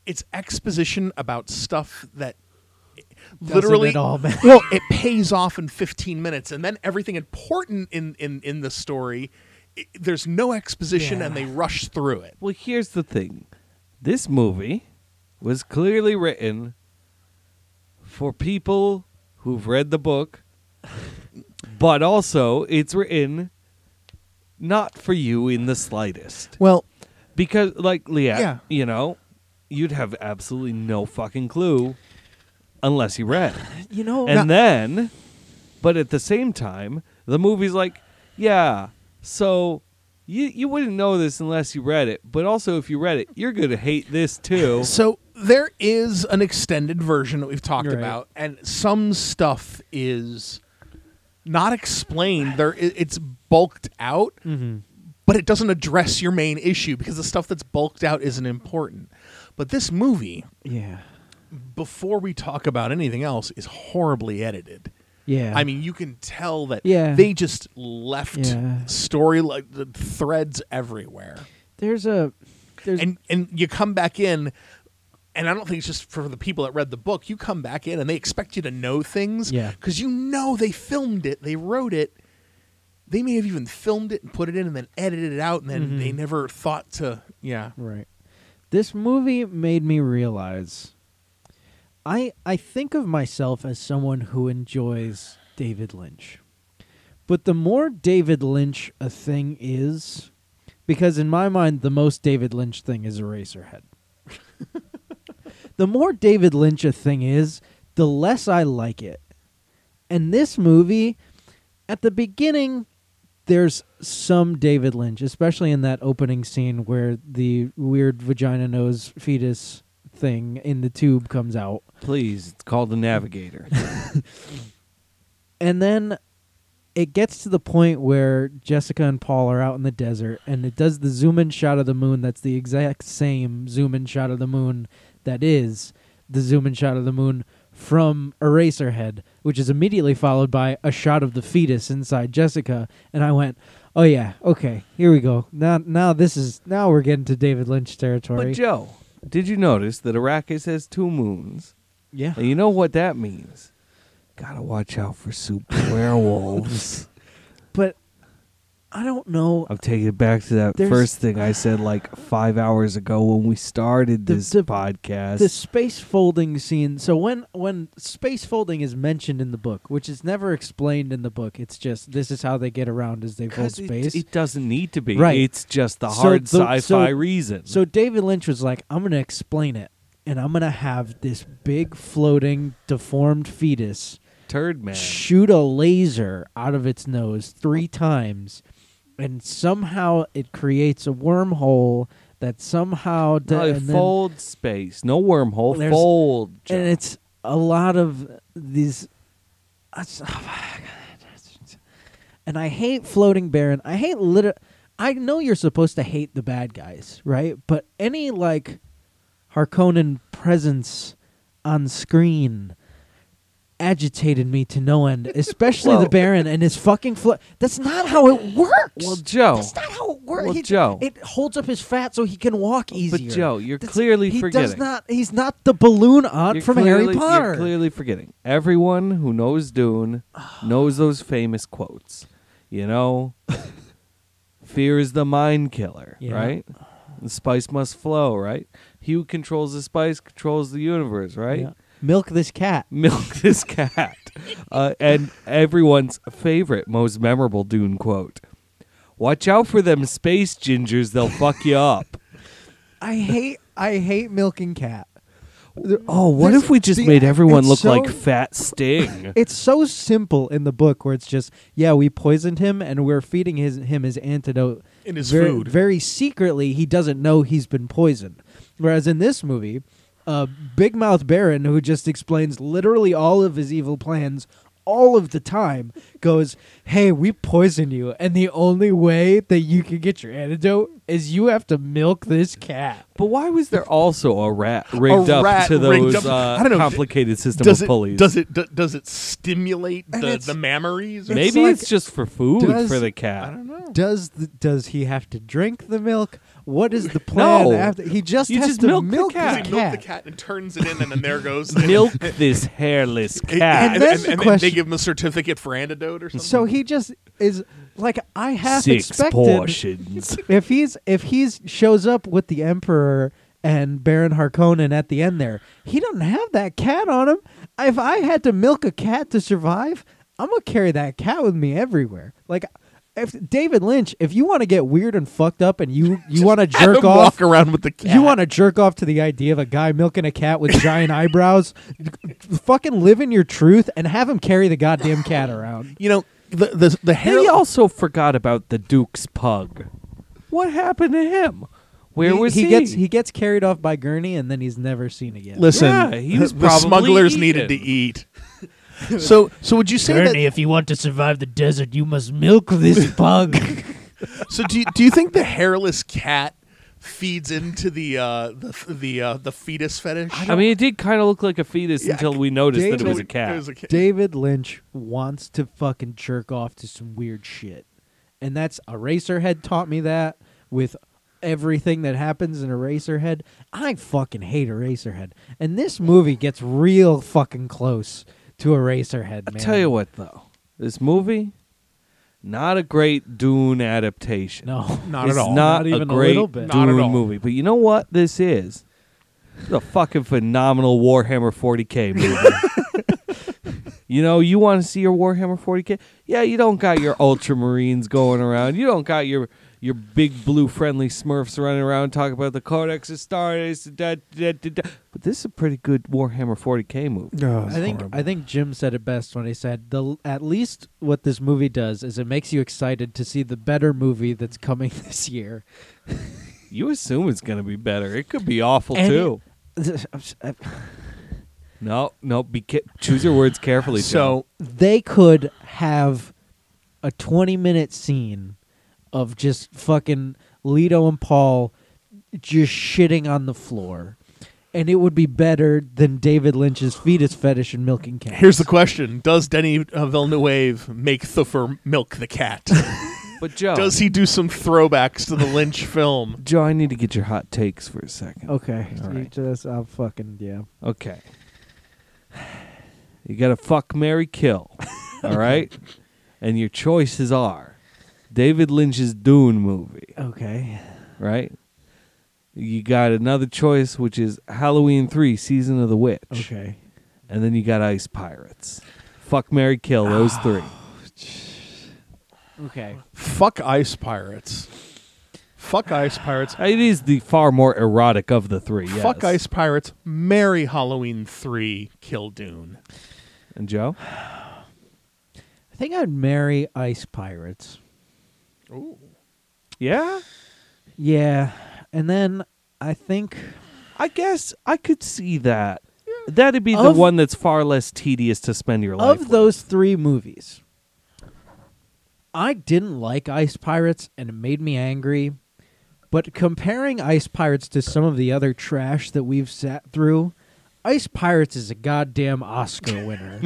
It's exposition about stuff that
Doesn't
literally
at all matter.
well, it pays off in 15 minutes, and then everything important in in in the story. i there's no exposition, and they rush through it.
Well, here's the thing. This movie was clearly written for people who've read the book, but also it's written not for you in the slightest.
Well,
Because, like, Leah,
Yeah.
you know, you'd have absolutely no fucking clue unless you read.
*sighs* you know,
and then, but at the same time, the movie's like, yeah, so you you wouldn't know this unless you read it. But also, if you read it, you're gonna hate this too.
So there is an extended version that we've talked
Right.
about, and some stuff is not explained. There, i- it's bulked out,
Mm-hmm.
but it doesn't address your main issue because the stuff that's bulked out isn't important. But this movie,
yeah,
before we talk about anything else, is horribly edited.
yeah.
I mean, you can tell that
Yeah.
they just left
Yeah.
story like the threads everywhere
there's a there's
and and you come back in and I don't think it's just for the people that read the book. You come back in and they expect you to know things
Yeah.
cuz you know they filmed it, they wrote it. They may have even filmed it and put it in and then edited it out and then they
Mm-hmm.
never thought to yeah.
right. This movie made me realize. I I think of myself as someone who enjoys David Lynch. But the more David Lynch a thing is, because in my mind, the most David Lynch thing is Eraserhead. *laughs* the more David Lynch a thing is, the less I like it. And this movie, at the beginning, there's some David Lynch, especially in that opening scene where the weird vagina nose fetus thing in the tube comes out.
*laughs* Please, it's called the Navigator.
And then it gets to the point where Jessica and Paul are out in the desert and it does the zoom in shot of the moon that's the exact same zoom in shot of the moon that is the zoom in shot of the moon from Eraserhead, which is immediately followed by a shot of the fetus inside Jessica and I went, "Oh yeah, okay. Here we go. Now now this is now we're getting to David Lynch territory."
*laughs* but Joe, did you notice that Arrakis has two moons?
yeah.
And you know what that means? Gotta watch out for
*laughs*
super werewolves.
But I don't know.
I'm taking it back to that
There's-
first thing I said like five hours ago when we started
The-
this
the-
podcast.
the space folding scene so when when space folding is mentioned in the book which is never explained in the book it's just this is how they get around is they fold
'Cause it-
space
It, doesn't need to be.
Right.
It's just the
So
hard
the-
sci-fi
so-
reason.
so david lynch was like i'm gonna explain it and i'm gonna have this big floating deformed fetus
turd man.
shoot a laser out of its nose three times and somehow it creates a wormhole that somehow d-
No, it
and then-
fold space, no wormhole.
There's-
fold, Joe.
and it's a lot of these it's- and i hate floating baron i hate liter i know you're supposed to hate the bad guys right but any like harkonnen presence on screen agitated me to no
*laughs*
end, especially
Well-
the Baron and his fucking flo That's not how it works.
Well, Joe.
That's not how it works.
Well,
He-
Joe.
It holds up his fat so he can walk easier.
Joe, you're clearly
he Does
forgetting.
not, he's not the balloon aunt
You're
from
clearly-
Harry Potter.
You're clearly forgetting. Everyone who knows *sighs* Dune knows those famous quotes. You *laughs* know, fear is the mind killer,
Yeah.
right? The spice must flow, right? He who controls the spice controls the universe, right?
Yeah. Milk this cat.
Milk *laughs* this cat. uh, and everyone's favorite, most memorable Dune quote Watch out for them space gingers, they'll fuck you *laughs* up.
I hate I hate milking cat.
Oh, what
This-
if we just
the-
made everyone
it's
look
so-
like Fat Sting?
It's so simple in the book where it's just yeah we poisoned him and we're feeding his him his antidote
In his
very,
food.
very secretly he doesn't know he's been poisoned. Whereas in this movie, uh, Big Mouth Baron who just explains literally all of his evil plans all of the time goes hey we poison you and the only way that you can get your antidote is you have to milk this cat
But why was there also a rat rigged up
rat
to
rigged
those
up-
uh,
I don't know,
complicated system
does
of
it,
pulleys?
does it do- does it stimulate
And
the,
it's-
the mammaries? or-
Maybe it's,
it's like-
just for food
Does-
for the
I
cat.
don't know.
does the, does he have to drink the milk? What is the plan
No.
after he just
You
has
just
to
milk
milk,
the
his
cat.
Does
cat.
he milk the cat and turns it in, and then there *laughs* goes
Milk this hairless
*laughs* And,
cat.
and,
And that's
and-
the
and
question.
they give him a certificate for antidote or something.
So he just is like I half
Six
*laughs*
expected
portions.
if he's if he's shows up with the emperor and Baron Harkonnen at the end there, he doesn't have that cat on him. If I had to milk a cat to survive, I'm gonna carry that cat with me everywhere. Like. If David Lynch, if you want to get weird and fucked up, and you you want to
*laughs* Have
jerk
him walk
off,
around with the cat.
You want to jerk off to the idea of a guy milking a cat with
*laughs*
giant eyebrows? Fucking live in your truth and have him carry the goddamn cat around.
you know the the the hair.
They also forgot about the Duke's pug. What happened to him? Where
he,
was he?
he gets he gets carried off by Gurney and then he's never seen again.
Listen,
Yeah, he was
the
probably
smugglers
eaten.
needed to *laughs* eat. So, so would you say that?
if you want to survive the desert, you must milk
*laughs*
this pug.
So, do you, do you think the hairless cat feeds into the uh, the the uh, the fetus fetish?
I mean, it did kind of look like a fetus
Yeah,
until we noticed that it
David-
was a cat.
It was a cat.
David Lynch wants to fucking jerk off to some weird shit. And that's Eraserhead taught me that with everything that happens in Eraserhead. I fucking hate Eraserhead. And this movie gets real fucking close to Eraserhead, man.
I'll tell you what, though. This movie, not a great Dune adaptation.
No.
Not
it's
at all.
Not,
Not even a
a great
little bit.
Dune
Not at all.
movie. But you know what this is? This is a fucking phenomenal Warhammer 40k movie. *laughs* you know, you want to see your Warhammer 40k? Yeah, you don't got your Ultramarines going around. You don't got your your big blue friendly Smurfs running around talking about the Codex of Stardust. Da, da, da, da. But this is a pretty good Warhammer 40k movie.
I think I think Jim said it best when he said the at least what this movie does is it makes you excited to see the better movie that's coming *laughs* this year.
You assume it's going to be better. It could be awful
And-
too. No, no. Be ca- choose your words carefully. Joe.
*laughs* So,
*laughs* they could have a 20 minute scene of just fucking Leto and Paul just shitting on the floor. And it would be better than David Lynch's fetus fetish and milking cats.
here's the question: Does Denny uh, Villeneuve make Thufir milk
*laughs*
the cat?
but Joe,
Does he do some throwbacks to the Lynch *laughs* film?
Joe, I need to get your hot takes for a second.
Okay.
All
You
right.
just, I'm fucking, yeah.
Okay. You got to fuck Mary Kill. all right? And your choices are David Lynch's Dune movie,
Okay.
right? You got another choice, which is Halloween 3 Season of the Witch.
Okay.
And then you got Ice Pirates. Fuck Mary Kill, those three.
Okay.
Fuck ice pirates. Fuck ice pirates.
It is the far more erotic of the three. *laughs* Yes.
Fuck ice pirates. Marry Halloween three. Kill Dune.
And Joe?
I think I'd marry Ice Pirates.
Yeah?
Yeah. And then I think
I guess I could see that. That'd be
Of-
the one that's far less tedious to spend your life.
of those three movies, I didn't like Ice Pirates and it made me angry. But comparing Ice Pirates to some of the other trash that we've sat through, Ice Pirates is a goddamn Oscar winner.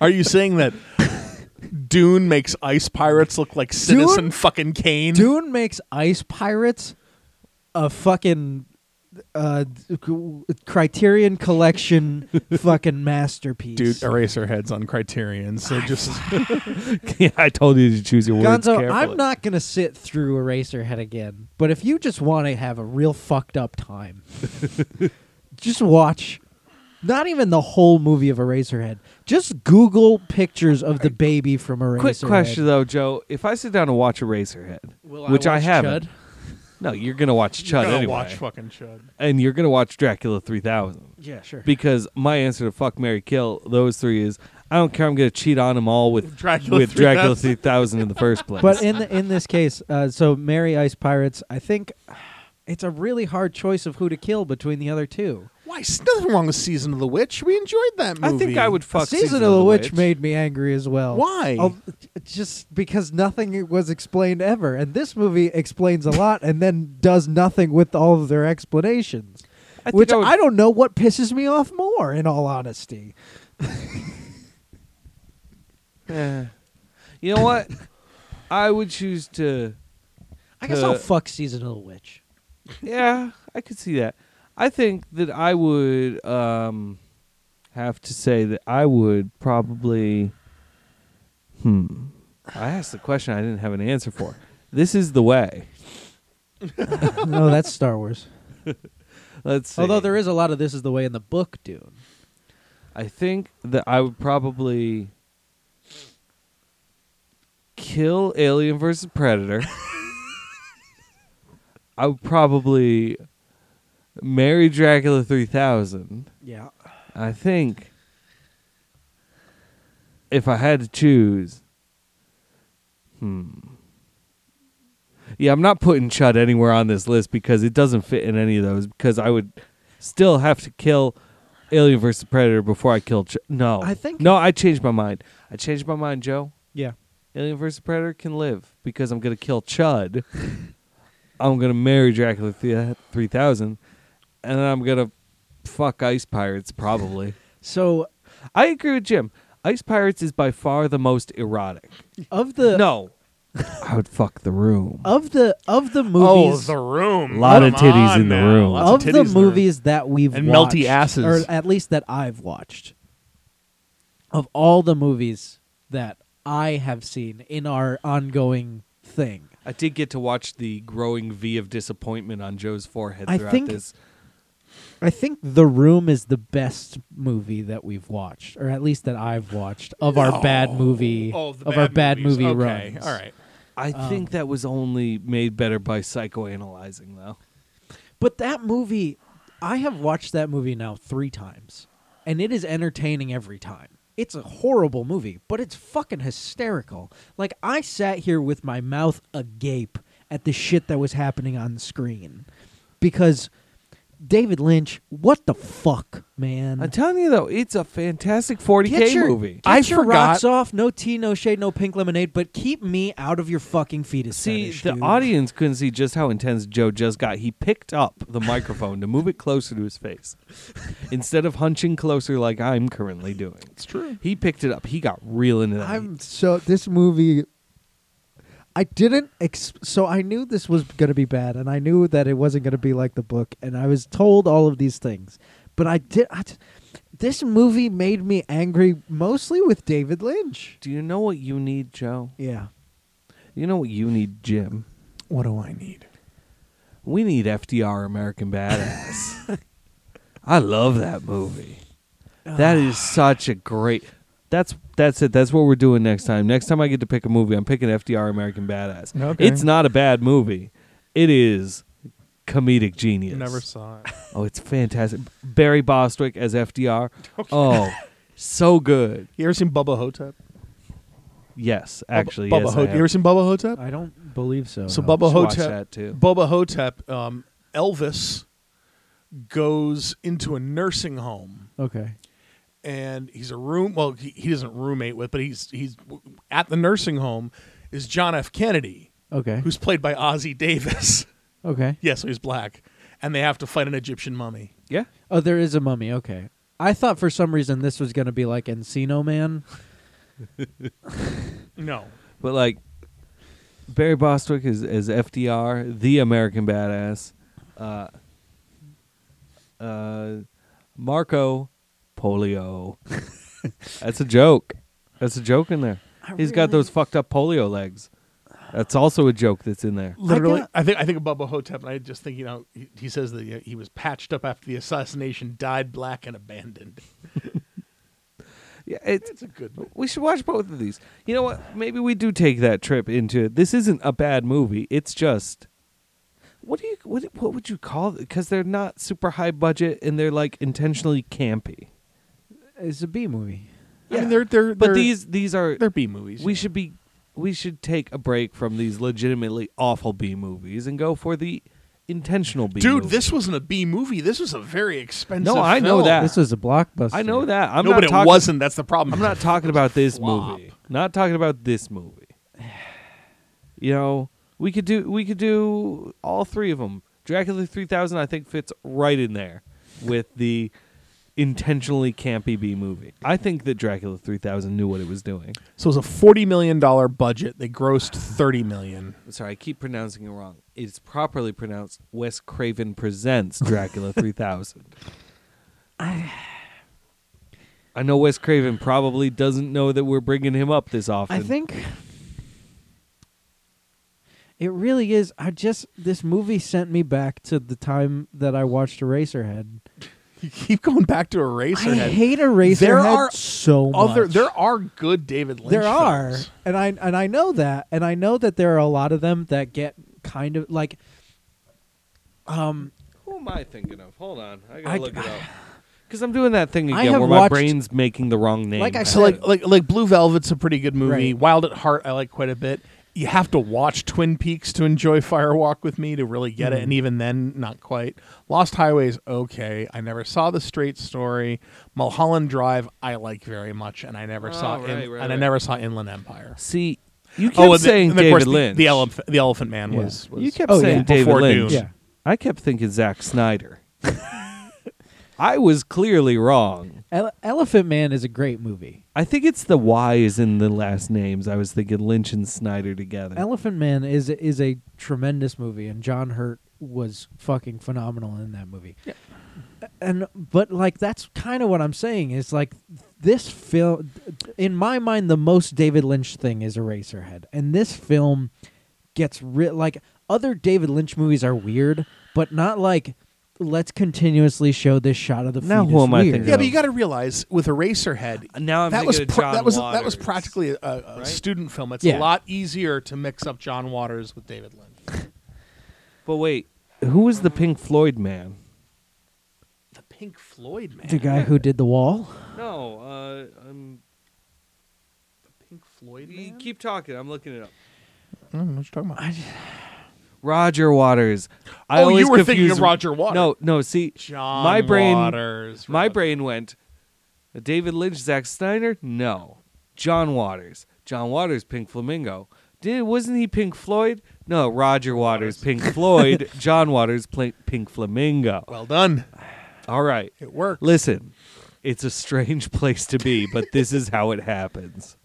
Are you
*laughs*
saying that Dune makes ice pirates look like Citizen
Dune?
fucking Kane?
Dune makes Ice Pirates a fucking uh, c- Criterion Collection fucking masterpiece.
Dude, Eraserhead's on Criterion, so just
*laughs* yeah, I told you to choose your words
Gonzo,
carefully.
I'm not gonna sit through Eraserhead again. But if you just want to have a real fucked up time, *laughs* just watch. Not even the whole movie of Eraserhead. Just Google pictures of the baby from Eraserhead.
Quick question though, Joe. If I sit down and watch Eraserhead,
Will
which I
watch
haven't,
Chud?
no, you're gonna watch Chud
gotta
anyway,
watch fucking Chud.
and you're gonna watch Dracula 3000.
Yeah, sure.
because my answer to fuck Mary Kill those three is I don't care. I'm gonna cheat on them all with
Dracula
with
3000.
Dracula 3000 in the first place.
But in the, in this case, uh, so Mary Ice Pirates, I think it's a really hard choice of who to kill between the other two.
Why? There's nothing wrong with Season of the Witch. We enjoyed that
I
movie.
think I would fuck
Season, of the Witch, made me angry as well.
Why?
Oh, just because nothing was explained ever, and this movie explains a lot and then does nothing with all of their explanations.
I think
which
I would-
I don't know what pisses me off more, in all honesty.
Eh. *laughs* You know what? I would choose to.
I guess I'll fuck Season of the Witch.
Yeah, I could see that. I think that I would um, have to say that I would probably. Hmm. I asked the question I didn't have an answer for. This is the way.
*laughs* no, that's Star Wars.
Let's see.
Although there is a lot of this is the way in the book, Dune.
I think that I would probably kill Alien versus Predator. I would probably marry Dracula 3000.
Yeah.
I think if I had to choose, hmm. Yeah, I'm not putting Chud anywhere on this list because it doesn't fit in any of those. Because I would still have to kill Alien vs Predator before I kill Chud. No,
I think-
no. I changed my mind. I changed my mind, Joe.
Yeah.
Alien vs Predator can live because I'm gonna
*laughs*
kill Chud. I'm gonna marry Dracula th- three thousand, and then I'm gonna fuck ice pirates probably.
So
I agree with Jim. Ice Pirates is by far the most erotic.
of the
No. *laughs* I would fuck the room.
of the of the
oh,
movies
the room.
Lot of
Come
titties
on
in the
now.
room.
Lots
of
titties
the
in room.
movies that we've
And
watched,
melty asses.
or at least that I've watched, of all the movies that I have seen in our ongoing thing,
I did get to watch the growing V of disappointment on Joe's forehead
I
throughout
think-
this.
I think The Room is the best movie that we've watched, or at least that I've watched of our bad movie
Oh, the
of our bad
movies.
movie
okay.
runs.
All right.
I think that was only made better by psychoanalyzing though.
But that movie, I have watched that movie now three times, and it is entertaining every time. It's a horrible movie, but it's fucking hysterical. Like, I sat here with my mouth agape at the shit that was happening on screen because David Lynch, what the fuck, man?
I'm telling you though, it's a fantastic 40K
Get your,
movie.
Get
I
your
forgot-
rocks off. No tea, no shade, no pink lemonade. But keep me out of your fucking fetus.
See,
fetish,
the
dude.
audience couldn't see just how intense Joe just got. He picked up the microphone to move it closer to his face *laughs* instead of hunching closer like I'm currently doing. It's true. He picked it up. He got real into that.
I'm so this movie. I didn't ex- so I knew this was going to be bad, and I knew that it wasn't going to be like the book, and I was told all of these things, but I did. I t- this movie made me angry, mostly with David Lynch.
Do you know what you need, Joe?
Yeah.
You know what you need, Jim?
What do I need?
We need FDR American
*laughs*
Badass. I love that movie. That is
Ah.
such a great. That's that's it. That's what we're doing next time. Next time I get to pick a movie, I'm picking FDR American Badass.
Okay.
It's not a bad movie. It is comedic genius.
Never saw it.
Oh, it's fantastic. Barry Bostwick as FDR. Oh, so good.
*laughs* You ever seen Bubba Hotep?
Yes, actually,
Bubba
yes, I
Hotep.
have.
You ever seen Bubba Hotep?
I don't believe so.
So
I
Bubba
should watch
Hotep,
that, too.
Bubba Hotep, um, Elvis goes into a nursing home,
Okay.
and he's a room. Well, he, he doesn't roommate with, but he's he's at the nursing home. Is John F. Kennedy,
Okay.
who's played by Ozzie Davis? *laughs*
Okay.
yes, so he's black, and they have to fight an Egyptian mummy.
Yeah.
Oh, there is a mummy. Okay. I thought for some reason this was going to be like Encino Man.
No.
But like Barry Bostwick is is FDR, the American badass. Uh, uh, Marco Polio. *laughs* That's a joke. That's a joke in there. He's got those fucked up polio legs. That's also a joke that's in there.
Literally, I,
got-
think I think of Bubba Hotep, and I just think you know he, he says that he, he was patched up after the assassination, dyed black, and abandoned.
Yeah, it's
It's a good movie.
we should watch both of these. You know what? Maybe we do take that trip into it. This isn't a bad movie. It's just what do you what what would you call it? Because they're not super high budget and they're like intentionally campy.
It's a B movie.
I
Yeah.
mean, they're they're
But
they're,
these these are
they're B movies.
we
you know.
should be we should take a break from these legitimately awful B movies and go for the intentional B.
dude.
movie.
This wasn't a B movie. This was a very expensive.
No, I know
Oh,
film.
that.
This was a blockbuster.
I know that. I'm
no,
not
but
talking,
it wasn't. That's the problem.
I'm not talking
*laughs*
about this
Flop.
movie. Not talking about this movie. *sighs* You know, we could do we could do all three of them. Dracula 3000 I think fits right in there with the intentionally campy B movie. I think that Dracula 3000 knew what it was doing.
So it was a forty million dollar budget. They grossed thirty million. *laughs*
Sorry, I keep pronouncing it wrong. It's properly pronounced Wes Craven presents *laughs* Dracula 3000. I know Wes Craven probably doesn't know that we're bringing him up this often.
I think it really is. I just this movie sent me back to the time that I watched Eraserhead.
You keep going back to
I
Eraserhead.
hate Eraserhead
There are
so much.
Other there are good David Lynch.
there are,
films.
and I and I know that, and I know that there are a lot of them that get kind of like. Um,
Who am I thinking of? Hold on, I gotta
I-
look it *sighs* up. Because I'm doing that thing
I
again
have
where my
watched-
brain's making the wrong name.
Like I
So like like like Blue Velvet's a pretty good movie.
Right.
Wild at Heart I like quite a bit. You have to watch Twin Peaks to enjoy Firewalk with Me to really get
Mm-hmm.
it, and even then, not quite. Lost Highways, okay. I never saw The Straight Story. Mulholland Drive, I like very much, and I never saw
Oh,
In-
right, right,
and I
right.
never saw Inland Empire.
see, you kept
oh, and the-
saying
and of
David
course, the-
Lynch.
The, elef- the Elephant Man
Yeah.
was, was.
You kept
Oh,
saying
yeah.
David
Before
Lynch.
Dune.
yeah,
I kept thinking Zack
*laughs*
Snyder. I was clearly wrong.
Ele- Elephant Man is a great movie.
I think it's the Y's in the last names. I was thinking Lynch and Snyder together.
Elephant Man is is a tremendous movie, and John Hurt was fucking phenomenal in that movie. And but like that's kind of what I'm saying is like this film, in my mind, the most David Lynch thing is Eraserhead, and this film gets ri- like other David Lynch movies are weird, but not like let's continuously show this shot of the
Now
fetus
who am I
weird.
thinking
Yeah,
of?
but you got to realize with Eraserhead,
Uh, now I'm
that
thinking
was
of
pra-
John
that was that
Waters.
was practically a, a
right?
student film. It's a
Yeah.
lot easier to mix up John Waters with David Lynch.
But wait, who was the Pink Floyd man?
The Pink Floyd man,
The guy who did the wall.
No, uh, I'm.
The Pink Floyd
you
man.
Keep talking. I'm looking it up.
I don't know what you're talking about.
Roger Waters. I
Oh, you
always
were thinking
confuse-
of Roger Waters.
No, no. See,
John
my brain,
Waters.
my
Roger-
brain went. David Lynch, Zack Snyder. No, John Waters. John Waters, Pink Flamingo. Did wasn't he Pink Floyd? No, Roger Waters, Pink
*laughs*
Floyd. John Waters, Pl- Pink Flamingo.
Well done.
All right,
It worked.
listen. It's a strange *laughs* place to be, but this is how it happens.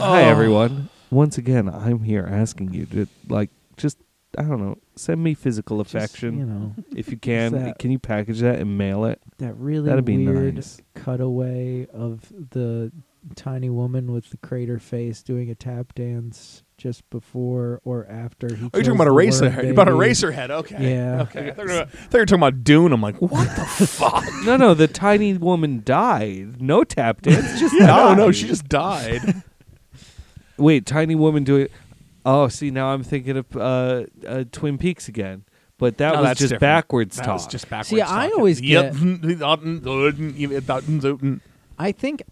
Hi
Oh.
everyone. Once again, I'm here asking you to like just I don't know, send me physical affection
You know
*laughs* if you can.
that-
Can you package that and mail it?
that really
That'd be
weird
nice.
cutaway of the tiny woman with the crater face doing a tap dance just before or after he.
Are you Oh, talking about Eraserhead? *laughs* You're About Eraserhead. Okay.
Yeah.
Okay. I thought you were- I thought you were talking about Dune. I'm like, what
*laughs*
the *laughs* fuck?
No, no, the tiny woman died. No tap
*laughs*
dance, just
no,
died.
no, she just died.
Wait, tiny woman do it. Oh, see, now I'm thinking of uh, uh, Twin Peaks again. But that
No,
was
that's
just
different.
backwards
That
talk.
was just backwards.
See, I
talking.
always
Yep.
get- I think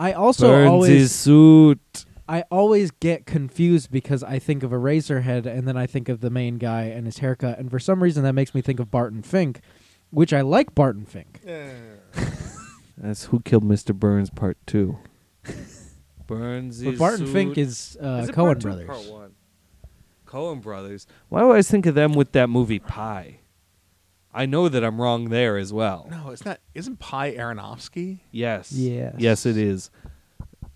I also
Burns his
always
suit.
I always get confused because I think of Eraserhead and then I think of the main guy and his haircut, and for some reason that makes me think of Barton Fink, which I like Barton Fink.
That's who killed Mr. Burns, part *laughs* two. Burns.
But Barton Fink is uh, Cohen Brothers.
Cohen Brothers. Why do I always think of them with that movie Pie? I know that I'm wrong there as well.
No, it's not. Isn't Pi Aronofsky?
Yes.
Yes.
Yes, it is.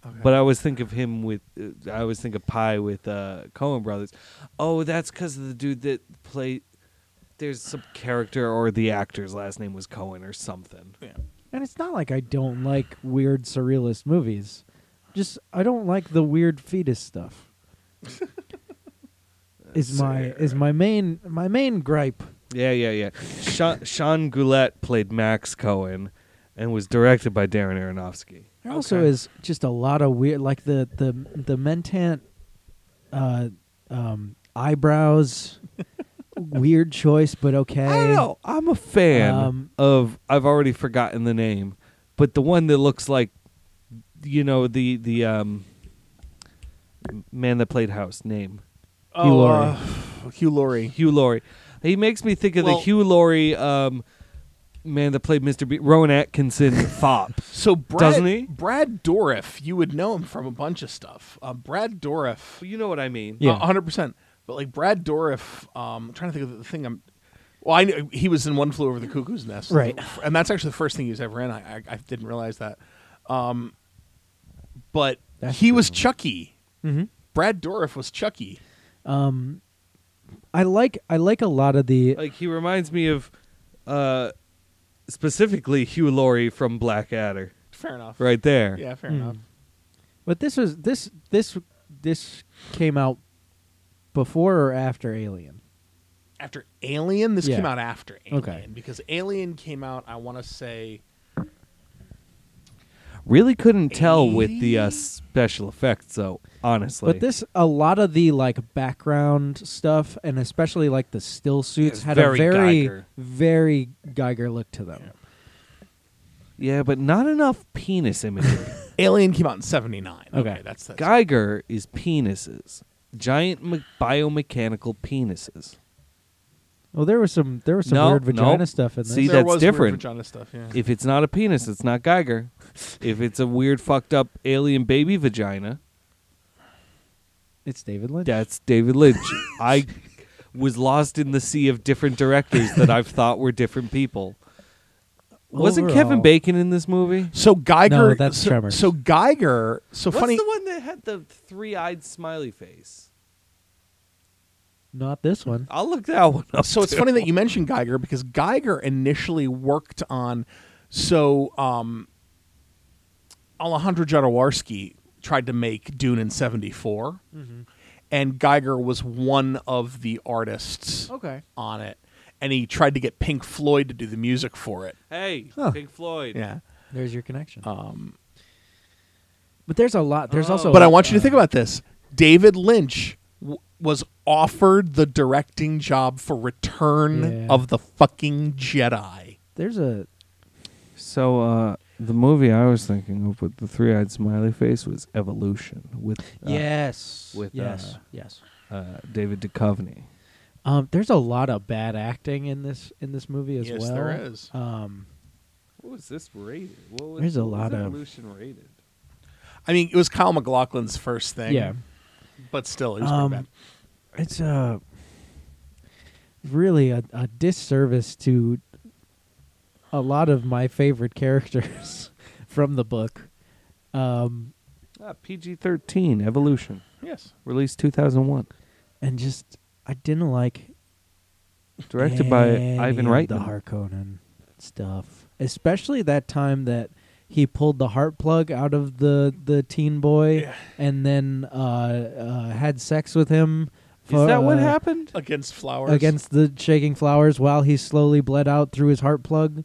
Okay.
But I always think of him with, uh, I always think of Pie with uh, Cohen Brothers. Oh, that's because of the dude that played. There's some character or the actor's last name was Cohen or something.
And it's not like I don't like weird surrealist movies. Just I don't like the weird
*laughs*
fetus stuff. is my is my main my main gripe.
Yeah, yeah, yeah. Sha- Sean Goulet played Max Cohen, and was directed by Darren Aronofsky.
There also
Okay.
is just a lot of weird like the the the mentant uh um
*laughs*
eyebrows weird choice but okay.
I don't know. I'm a fan
Um,
of. I've already forgotten the name, but the one that looks like, you know, the the um, man that played House name
Hugh Laurie.
uh, Hugh Laurie.
Hugh Laurie. He makes me think of
Well-
the Hugh Laurie um, man that played Mr. B. Rowan Atkinson *laughs* Thop.
So Brad,
Doesn't he?
Brad Dourif, you would know him from a bunch of stuff. Uh, Brad Dourif,
You know what I mean?
Yeah.
yeah, hundred percent. But like Brad Dourif, um, I'm trying to think of the thing. I'm well, I knew he was in One Flew Over the Cuckoo's Nest,
Right.
And that's actually the first thing he was ever in. I, I, I didn't realize that. Um, but
That's
he was Chucky.
Mm-hmm.
Brad Dourif was Chucky.
Um I like I like a lot of the
Like he reminds me of, uh, specifically Hugh Laurie from Blackadder,
Fair enough.
right there.
Yeah, fair
Mm.
enough.
But this was this this this came out before or after Alien.
after Alien. This
Yeah.
came out after Alien
Okay.
because Alien came out. I want to say
Really couldn't tell with the uh,
Eighty?
special effects, though. Honestly,
But this a lot of the like background stuff and especially like the still suits
It's
had
very
a very
Geiger.
very Geiger look to them.
yeah, but not enough penis imagery.
Alien came out in '79.
Okay.
that's that's
Geiger is penises, giant me- biomechanical penises.
Well, there was some there was some
No,
weird vagina
no.
stuff in this.
See,
there
that's
was
different.
Weird vagina stuff. Yeah.
If it's not a penis, it's not Geiger. if it's a weird, fucked up alien baby vagina,
it's David Lynch.
that's David Lynch. I was lost in the sea of different directors that I've thought were different people. Wasn't Kevin
Overall-
Bacon in this movie?
So Geiger.
No, that's
so,
Tremors.
so Geiger. So
What's
funny.
the one that had the three-eyed smiley face?
Not this one.
I'll look that one up.
so it's funny that you mentioned Geiger because Geiger initially worked on. So um, Alejandro Jodorowsky tried to make Dune in '74, and Geiger was one of the artists.
Okay.
on it, and he tried to get Pink Floyd to do the music for it.
Hey, Pink Floyd.
Yeah.
There's your connection.
Um,
but there's a lot. There's
Oh.
also
but I want you to think about this. David Lynch w- was offered the directing job for Return
Yeah.
of the fucking Jedi.
there's a uh,
So uh, the movie I was thinking of with the three-eyed smiley face was Evolution with uh,
yes
with,
yes
uh,
yes.
uh, David Duchovny.
Um, there's a lot of bad acting in this in this movie as
Yes,
well.
there is.
Um,
What was this rated? What was,
There's a what was lot of-
Evolution rated.
I mean, it was Kyle McLaughlin's first thing.
yeah,
But still, it was
Um,
pretty bad.
it's a really a, a disservice to a lot of my favorite *laughs* characters from the book. Um,
Ah, PG thirteen Evolution
Yes.
released two thousand one,
and just I didn't like
directed by
any
Ivan
of
Reitman.
the Harkonnen stuff, especially that time that he pulled the heart plug out of the the teen boy
Yeah.
and then uh, uh, had sex with him.
Is that what
uh,
happened?
Against Flowers.
against the shaking flowers while he slowly bled out through his heart plug.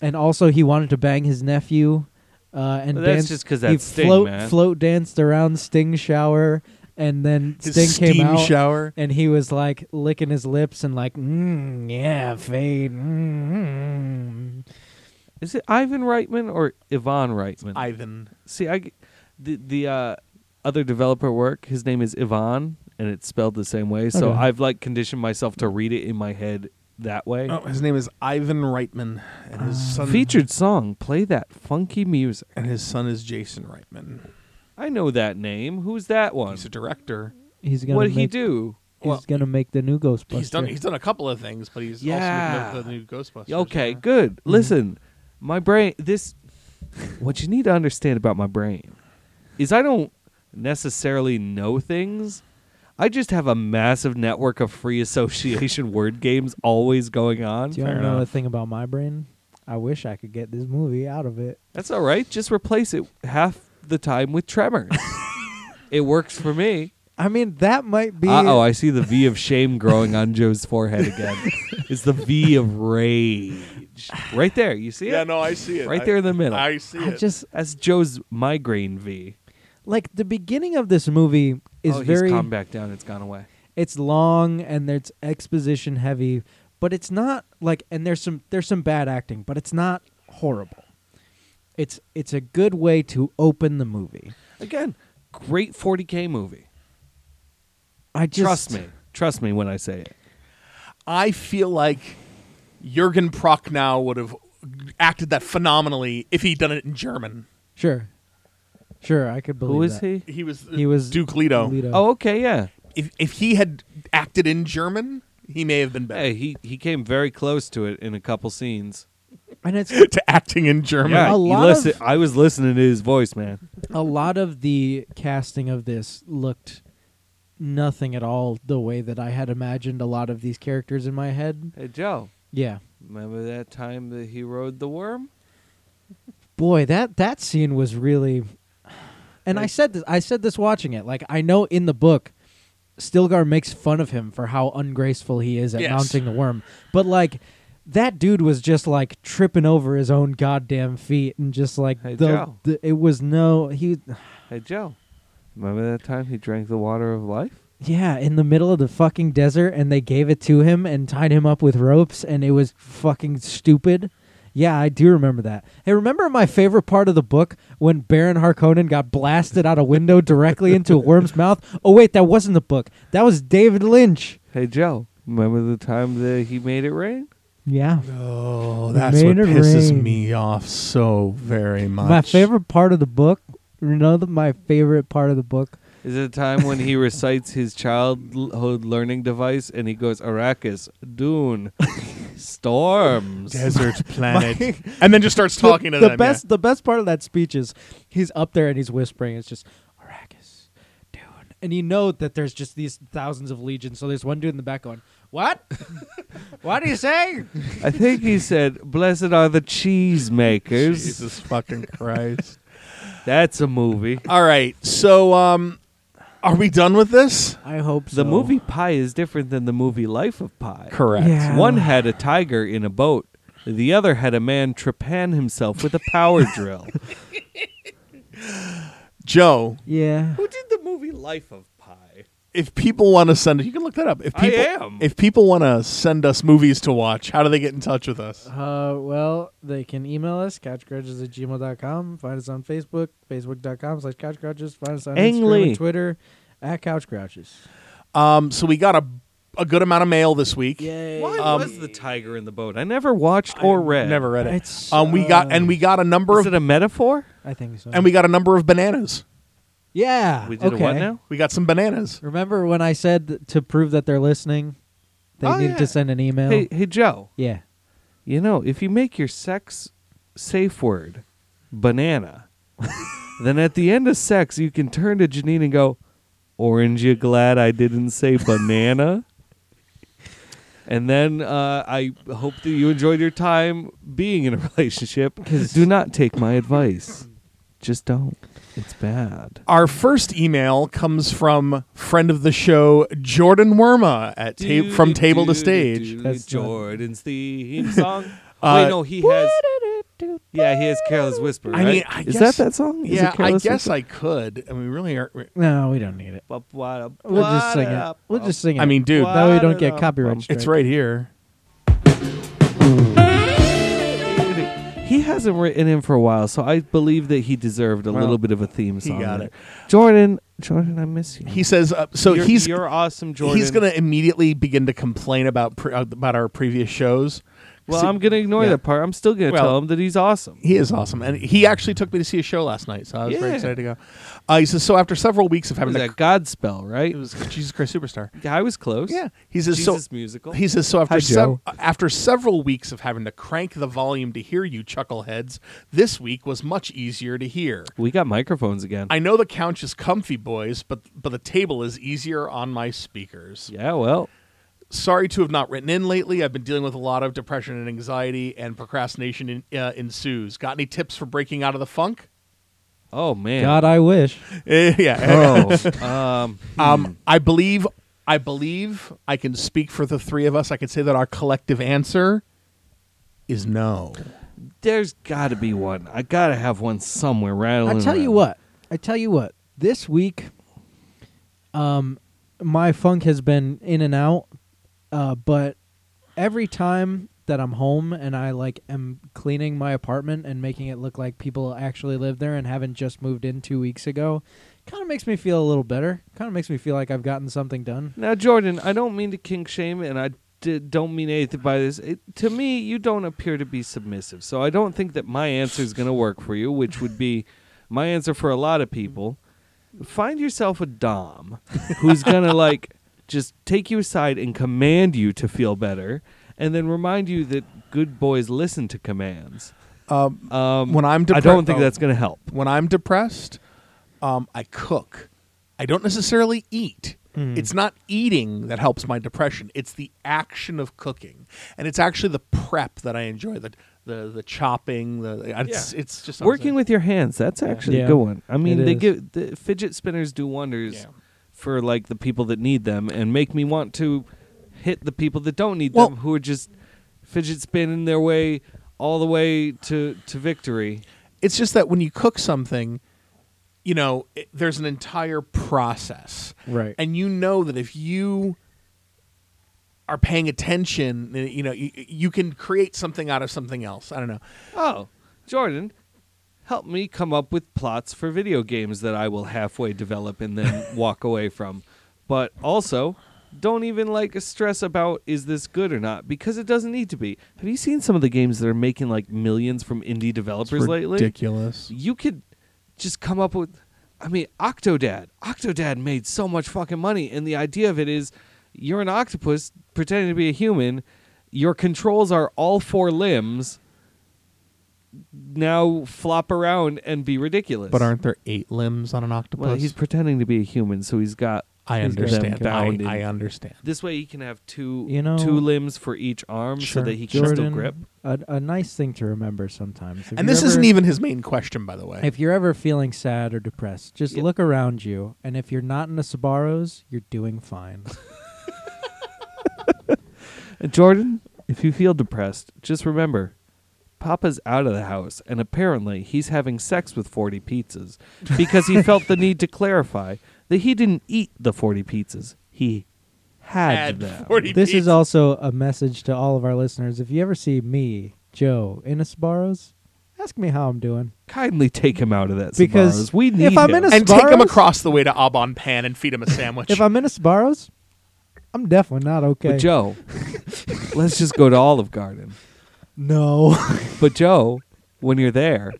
And also, he wanted to bang his nephew, uh, and
Well, that's
danced-
just 'cause
he
that's Sting,
float
man.
float danced around Sting shower, and then
his
Sting
steam
came out,
shower.
and he was like licking his lips and like, mm, yeah, fade. Mm, mm."
Is it Ivan Reitman or Ivan Reitman?
Ivan.
see. I g- the the uh, other developer work. His name is Ivan, and it's spelled the same way. So
Okay.
I've like conditioned myself to read it in my head that way.
Oh, um, his name is Ivan Reitman, and his
Ah,
son
Featured song. Play that funky music.
and his son is Jason Reitman.
I know that name. Who's that one?
He's a director.
He's gonna.
What did he
make-
do?
Well,
gonna make the new Ghostbuster.
He's done. He's done a couple of things, but he's
Yeah.
also doing the new Ghostbusters.
Okay, good.
Mm-hmm.
Listen, my brain. This what you need to understand about my brain is I don't necessarily know things. I just have a massive network of free *laughs* association word games always going on.
Do you want
Fair
to know a
enough.
thing about my brain? I wish I could get this movie out of it.
That's all right. Just replace it half the time with
*laughs*
Tremors. it works for me.
I mean, that might be.
Uh oh, I see the V of shame growing on Joe's forehead
*laughs*
again. it's the V of rage. Right there. You see
Yeah,
it?
no, I see it.
Right
I-
there in the middle.
I see
I
it.
just
That's Joe's migraine V.
like the beginning of this movie is
oh,
very.
he's calmed back down. It's gone away.
it's long and it's exposition heavy, but it's not like and there's some there's some bad acting, but it's not horrible. It's it's a good way to open the movie.
Again, great 40k movie.
I just
Trust me. Trust me when I say it.
I feel like Jürgen Prochnow would have acted that phenomenally if he'd done it in German.
Sure, sure, I could believe.
Who is
that.
he?
He was. uh,
He was
Duke Leto.
Leto.
Oh, okay, yeah.
If if he had acted in German, he may have been better.
Hey, he he came very close to it in a couple scenes. *laughs*
and
*laughs*
it's
to acting in German.
Yeah,
A
you
lot
listen-
of-
I was listening to his voice, man.
a lot of the casting of this looked nothing at all the way that I had imagined a lot of these characters in my head.
Hey, Joe,
Yeah.
remember that time that he rode the worm?
Boy, that that scene was really And I said this I said this watching it. Like I know in the book Stilgar makes fun of him for how ungraceful he is at
Yes.
mounting the worm. But like that dude was just like tripping over his own goddamn feet and just like
Hey,
the,
Joe.
the it was no he
Hey, Joe, remember that time he drank the water of life?
Yeah, in the middle of the fucking desert, and they gave it to him and tied him up with ropes, and it was fucking stupid. Yeah, I do remember that. Hey, remember my favorite part of the book when Baron Harkonnen got blasted out a window directly into a worm's mouth? Oh, wait, that wasn't the book. That was David Lynch.
Hey, Joe, remember the time that he made it rain?
Yeah.
Oh,
that's what Made it pisses rain.
me off so very much.
My favorite part of the book, you know, the, my favorite part of the book.
Is it a time when he *laughs* recites his childhood learning device and he goes, Arrakis, Dune, Storms?
*laughs*
desert planet, and then just starts talking
the,
to
the
them.
best the best part of that speech is he's up there and he's whispering it's just arrakis dude and you know that there's just these thousands of legions so there's one dude in the back going what *laughs* what do you say
I think he said, Blessed are the
yeah.
cheesemakers.
Jesus fucking Christ!
That's a movie.
All right, so um, are we done with this?
i hope
The movie Pie is different than the movie Life of Pie.
Correct.
Yeah.
One had a tiger in a boat, the other had a man trepan himself with a power drill.
Joe,
yeah
*laughs* Who did the movie Life of Pie?
if people want to send, you can look that up. If
I
people,
am.
if people want to send us movies to watch, how do they get in touch with us?
*laughs* uh, well, they can email us, couchgrudges at gmail.com. Find us on Facebook, facebook.com slash couchgrudges. Find us on Instagram
Angley.
and Twitter, at couchgrouches.
Um, so we got a a good amount of mail this week.
Yay.
Why
Um,
was the tiger in the boat? I never watched or read.
Never read it.
It's,
um, we got and we got a number
Is
of
it a metaphor?
I think so.
and we got a number of bananas.
yeah.
We did
okay.
a what now?
We got some bananas.
Remember when I said th- to prove that they're listening, they
Oh,
needed
yeah.
to send an email?
Hey, hey, Joe.
Yeah.
You know, if you make your sex safe word banana, *laughs* then at the end of sex, you can turn to Janine and go, "Orange, you glad I didn't say banana?" and then uh, I hope that you enjoyed your time being in a *laughs* relationship. Because do not take my advice. Just don't. It's bad.
Our first email comes from friend of the show Jordan Worma at ta- from table to stage.
That's not-
Jordan's theme song.
Uh,
Wait, no, he has. Yeah, he has Careless Whisper. right?
I mean, I
is
guess-
that that song? Is it
Yeah, I
Careless
guess
Whisper?
I could. I mean, we really aren't. we-
No, we don't need it. We'll just sing it. We'll just sing it.
I mean, dude,
that way we don't
What
get
a
copyright.
it's
strike.
right here.
He hasn't written in for a while, so I believe that he deserved a
Well,
little bit of a theme
he
song.
got it.
Jordan. Jordan, I miss you.
He says, uh, so
you're,
he's
you're awesome, Jordan.
he's going to immediately begin to complain about pre- uh, about our previous shows
Well,
See-
I'm gonna ignore
yeah.
that part. I'm still gonna
Well-
tell him that he's awesome.
He is awesome, and he actually took me to see a show last night, so I was very
Yeah.
excited to go. Uh, he says so after several weeks of
It
having
was
to,
that God spell, right?
it was Jesus Christ Superstar.
I was close.
Yeah, he says so.
Jesus musical.
He says so
Hi,
after
Joe.
after several weeks of having to crank the volume to hear you chuckleheads, this week was much easier to hear.
we got microphones again.
I know the couch is comfy, boys, but but the table is easier on my speakers.
yeah, well,
Sorry to have not written in lately. I've been dealing with a lot of depression and anxiety, and procrastination in, uh, ensues. Got any tips for breaking out of the funk?
oh man.
God, I wish.
Eh, yeah.
*laughs* oh, um,
Um, I believe I believe I can speak for the three of us. I can say that our collective answer is no.
there's got to be one. I gotta have one somewhere. Rattling.
I tell you
around.
what. I tell you what. This week, um, my funk has been in and out, uh, but every time that I'm home and I like am cleaning my apartment and making it look like people actually live there and haven't just moved in two weeks ago, kind of makes me feel a little better. Kind of makes me feel like I've gotten something done.
Now, Jordan, I don't mean to kink shame, and I d- don't mean anything by this. It, to me, you don't appear to be submissive, so I don't think that my answer is going to work for you, which would be my answer for a lot of people. Find yourself a dom who's going to *laughs* like just take you aside and command you to feel better, and then remind you that good boys listen to commands.
Um,
Um,
when I'm oh,
I
depressed,
don't think that's going to help.
when I'm depressed. Um, I cook. I don't necessarily eat. It's not eating that helps my depression. It's the action of cooking, and it's actually the prep that I enjoy. The the, the chopping. The it's it's just
Working with your hands, that's actually
Yeah.
a good one. I mean,
It
they
is.
give the fidget spinners do wonders
Yeah.
for like the people that need them and make me want to hit the people that don't need
Well-
them who are just fidget spinning their way all the way to to victory.
It's just that when you cook something, you know, it, there's an entire process.
Right.
And you know that if you are paying attention, you know, you, you can create something out of something else. I don't know.
Oh, Jordan, help me come up with plots for video games that I will halfway develop and then walk away from. But also, don't even like stress about is this good or not because it doesn't need to be. Have you seen some of the games that are making like millions from indie developers lately?
Ridiculous.
You could just come up with I mean, Octodad. Octodad made so much fucking money and the idea of it is you're an octopus pretending to be a human. Your controls are all four limbs now flop around and be ridiculous.
But aren't there eight limbs on an octopus?
well, he's pretending to be a human, so he's got
I
he's got
understand.
them
I,
bound in-
I uh, understand.
this way he can have two
You know-
two limbs for each arm
Sure.
so that he can
Jordan,
still grip.
A, a nice thing to remember sometimes. If
And
you're
this isn't
ever-
even his main question, by the way.
If you're ever feeling sad or depressed, just
Yeah.
look around you, and if you're not in the Sbarro's, you're doing
*laughs*
fine.
And Uh, Jordan, if you feel depressed, just remember Papa's out of the house and apparently he's having sex with 40 pizzas because
*laughs*
he felt the need to clarify that he didn't eat the 40 pizzas. He had,
Add
them.
40
this is
pizzas.
also a message to all of our listeners. If you ever see me, Joe, in a Sbarro's, ask me how I'm doing.
Kindly take him out of that
Because
Sbarro's. we
if
need
I'm
him.
in a
and take him
Sbarro's?
across the way to Abon Pan and feed him a
*laughs*
sandwich.
If I'm in a Sbarro's, I'm definitely not okay. *laughs*
But Joe, let's just go to Olive Garden. *laughs*
no.
But Joe, when you're there,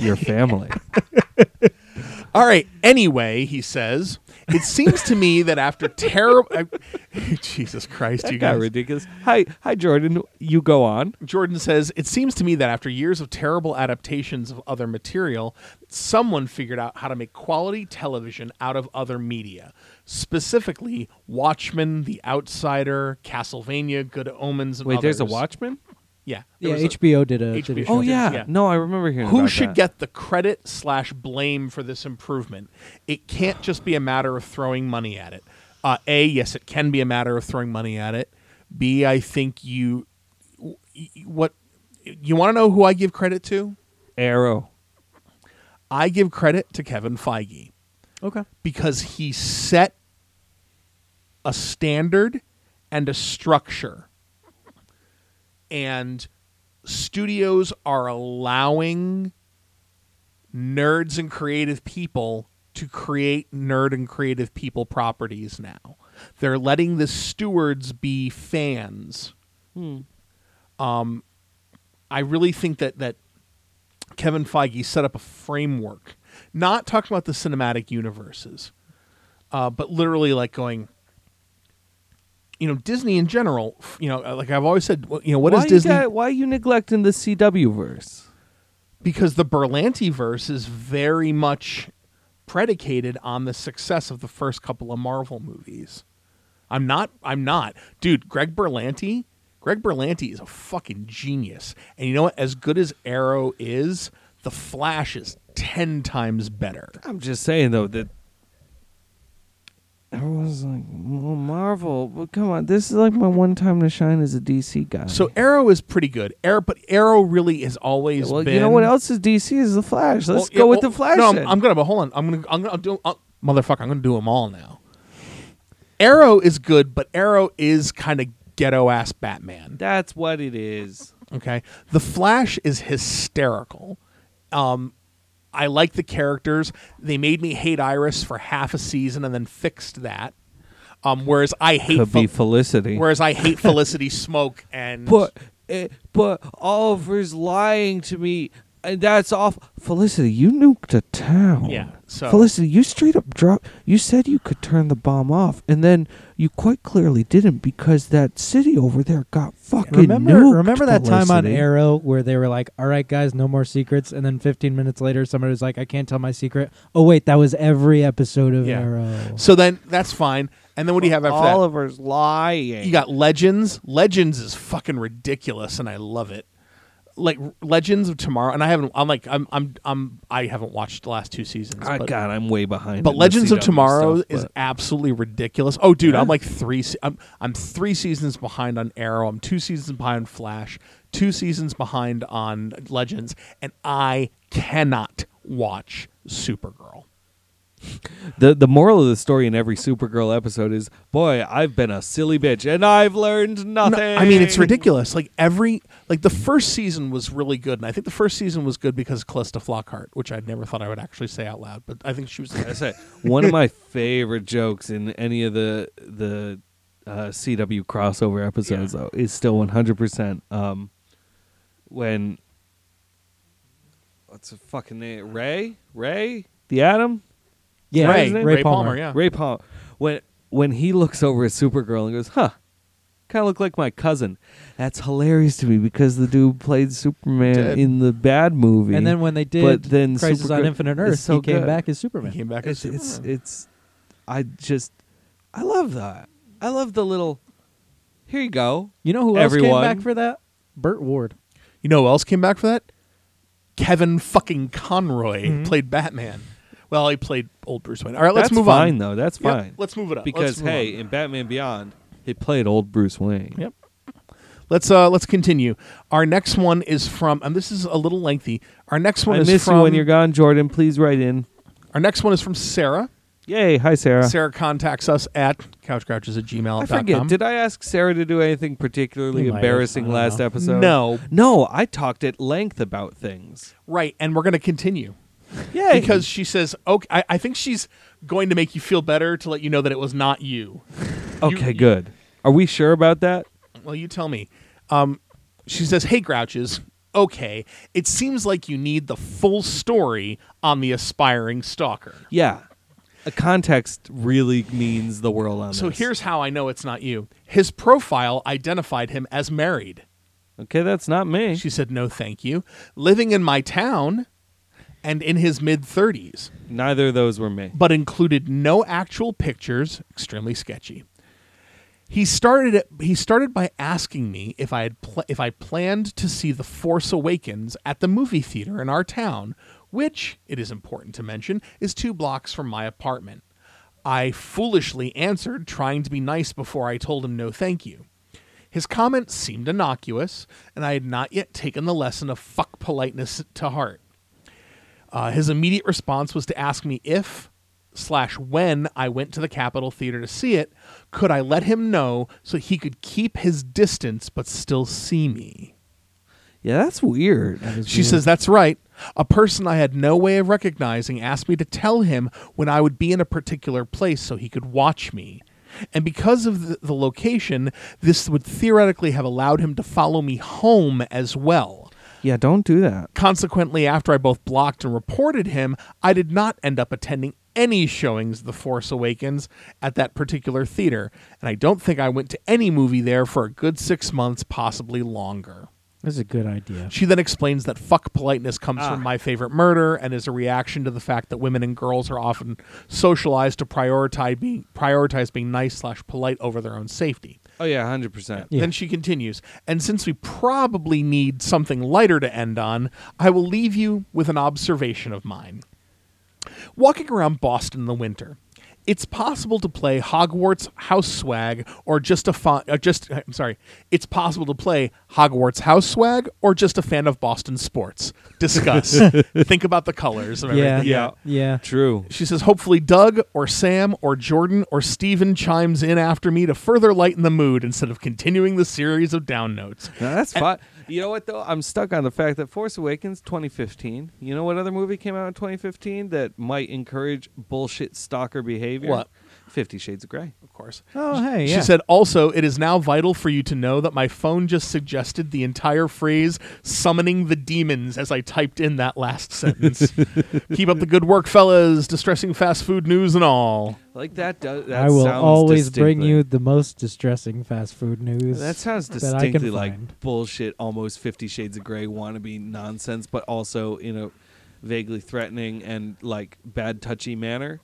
your family.
All right. Anyway, he says, it seems to me that
*laughs*
after terrible, *laughs* Jesus Christ, *laughs* you
You got
guys.
ridiculous. Hi, hi, Jordan. You go on.
Jordan says, it seems to me that after years of terrible adaptations of other material, someone figured out how to make quality television out of other media. Specifically, Watchmen, The Outsider, Castlevania, Good Omens. And
Wait, there's a
others.
Watchman.
Yeah. there
*laughs* Yeah,
was a-
HBO did a.
HBO
Did a
Oh
Sure.
yeah.
Yeah.
no, I remember hearing.
Who
about
should
that.
get the credit slash blame for this improvement? It can't just be a matter of throwing money at it. Uh, a, yes, it can be a matter of throwing money at it. B, I think you y- y- what you want to know who I give credit to?
Arrow?
I give credit to Kevin Feige
Okay.
because he set a standard and a structure. And studios are allowing nerds and creative people to create nerd and creative people properties
Hmm.
now. They're letting the stewards be fans Um, I really think that that Kevin Feige set up a framework, not talking about the cinematic universes, uh, but literally like going, you know, Disney in general. f- You know, uh, like I've always said, you know, what is
why you
Disney?
got- why are you neglecting the CW verse?
because the Berlanti verse is very much predicated on the success of the first couple of Marvel movies. I'm not. I'm not, dude. Greg Berlanti. Greg Berlanti is a fucking genius, and you know what? As good as Arrow is, The Flash is ten times better.
I'm just saying though that everyone's like, well, Marvel. Well, come on, this is like my one time to shine as a DC guy.
So Arrow is pretty good. Arrow, but Arrow really has always
well,
been.
you know what else is DC is the Flash.
Well,
Let's
yeah,
go with
well,
the Flash.
No, I'm,
then.
I'm gonna. But hold on. I'm gonna. I'm gonna I'll do. I'll, motherfucker, I'm gonna do them all now. Arrow is good, but Arrow is kind of ghetto ass Batman.
That's what it is.
Okay, the Flash is hysterical. Um, I like the characters. They made me hate Iris for half a season and then fixed that. Um, whereas I hate
Could be
Fel-
Felicity.
whereas I
*laughs*
hate Felicity Smoke and
But eh, but Oliver's lying to me, and that's off. Felicity, you nuked a town.
Yeah, so-
Felicity, you straight up dropped. You said you could turn the bomb off, and then you quite clearly didn't because that city over there got fucking
Remember,
nuked,
remember that time on
Felicity.
Arrow where they were like, "All right, guys, no more secrets," and then 15 minutes later, somebody was like, "I can't tell my secret." Oh wait, that was every episode of
Yeah.
Arrow.
So then that's fine. And then what do you have after that?
Oliver's lying.
You got Legends. Legends is fucking ridiculous, and I love it. Like Legends of Tomorrow, and I haven't. I'm like, I'm, I'm, I'm. I haven't watched the last two seasons.
Ah,
but,
God, I'm way behind.
but
in the
Legends of
CW
Tomorrow
stuff,
is
but-
absolutely ridiculous. Oh, dude, I'm like three. se- I'm, I'm three seasons behind on Arrow. I'm two seasons behind on Flash. Two seasons behind on Legends, and I cannot watch Supergirl.
the the moral of the story in every Supergirl episode is, boy, I've been a silly bitch and I've learned nothing.
No, I mean, it's ridiculous. Like every like the first season was really good, and I think the first season was good because Calista Flockhart, which I never thought I would actually say out loud, but I think she was.
I say one of my favorite jokes in any of the the uh, CW crossover episodes though is still one hundred percent um, when what's the fucking name Ray Ray the Atom
Yeah,
Ray-
Ray,
Ray
Palmer, yeah.
Ray Paul when when he looks over at Supergirl and goes huh kind of look like my cousin that's hilarious to me because the dude played Superman
Did.
in the bad movie
And then when they did
But then
Crisis on
Supergirl-
Infinite
it's
Earth,
so
he came
good.
back as
He
Superman.
came back
it's
as
it's
Superman.
it's I just I love that. I love the little here you go.
You know who else
Everyone.
came back for that? Burt Ward.
you know who else came back for that? Kevin fucking Conroy played Batman. Well, he played old Bruce Wayne. Mm-hmm. All right, let's
That's
move
fine
on.
though. That's
Yep,
fine.
let's move it up.
because
Let's move
hey,
on.
in Batman Beyond, he played old Bruce Wayne.
Yep. Let's uh let's continue. Our next one is from, and this is a little lengthy. Our next one
I
is
miss
from
you when you're gone, Jordan. Please write in.
our next one is from Sarah.
Yay, hi Sarah.
Sarah contacts us at couchcrouches at gmail.
I forget. Did I ask Sarah to do anything particularly
You might have. I
embarrassing
don't
last
know.
episode?
No.
No, I talked at length about things.
Right, and we're going to continue
Yay.
because she says, "Okay, I, I think she's going to make you feel better to let you know that it was not you."
Okay,
you-
good. Are we sure about that?
Well, you tell me. Um, she says, "Hey, grouches." Okay, it seems like you need the full story on the aspiring stalker.
Yeah. A context really means the world on
So
this.
here's how I know it's not you. His profile identified him as married.
Okay, that's not me.
She said, "No, thank you." Living in my town, and in his mid 30s.
Neither of those were me.
but included no actual pictures, extremely sketchy. He started it, he started by asking me if I had pl- if I planned to see The Force Awakens at the movie theater in our town, which it is important to mention is 2 blocks from my apartment. I foolishly answered trying to be nice before I told him no thank you. His comment seemed innocuous, and I had not yet taken the lesson of fuck politeness to heart. Uh, his immediate response was to ask me if slash when I went to the Capitol Theater to see it, could I let him know so he could keep his distance but still see me?
Yeah, that's weird.
She says, That's right. A person I had no way of recognizing asked me to tell him when I would be in a particular place so he could watch me. And because of the, the location, this would theoretically have allowed him to follow me home as well.
Yeah, don't do that.
Consequently, after I both blocked and reported him, I did not end up attending any showings of The Force Awakens at that particular theater, and I don't think I went to any movie there for a good six months, possibly longer.
That's a good idea.
She then explains that fuck politeness comes from my favorite murder and is a reaction to the fact that women and girls are often socialized to prioritize being prioritize being nice slash polite over their own safety.
Oh yeah, hundred percent.
Yeah.
Then she continues, and since we probably need something lighter to end on, I will leave you with an observation of mine. Walking around Boston in the winter, it's possible to play Hogwarts House Swag or just a fan. Uh, just I'm sorry, it's possible to play Hogwarts House Swag or just a fan of Boston sports.
*laughs*
Discuss. Think about the colors. Of
Yeah.
everything.
Yeah.
Yeah.
True.
She says, hopefully Doug or Sam or Jordan or Steven chimes in after me to further lighten the mood instead of continuing the series of down notes.
No, that's fine. You know what though? I'm stuck on the fact that Force Awakens 2015. You know what other movie came out in 2015 that might encourage bullshit stalker behavior?
What?
Fifty Shades of Grey.
Of course.
Oh, hey, yeah.
She said, also, it is now vital for you to know that my phone just suggested the entire phrase summoning the demons as I typed in that last *laughs* sentence. Keep up the good work, fellas. Distressing fast food news and all.
Like that does. That
I will
sounds
always
Bring
distinctly-
you the most distressing fast food news.
That sounds
that I can
distinctly like
find.
bullshit, almost Fifty Shades of Grey wannabe nonsense, but also in a vaguely threatening and like bad touchy manner.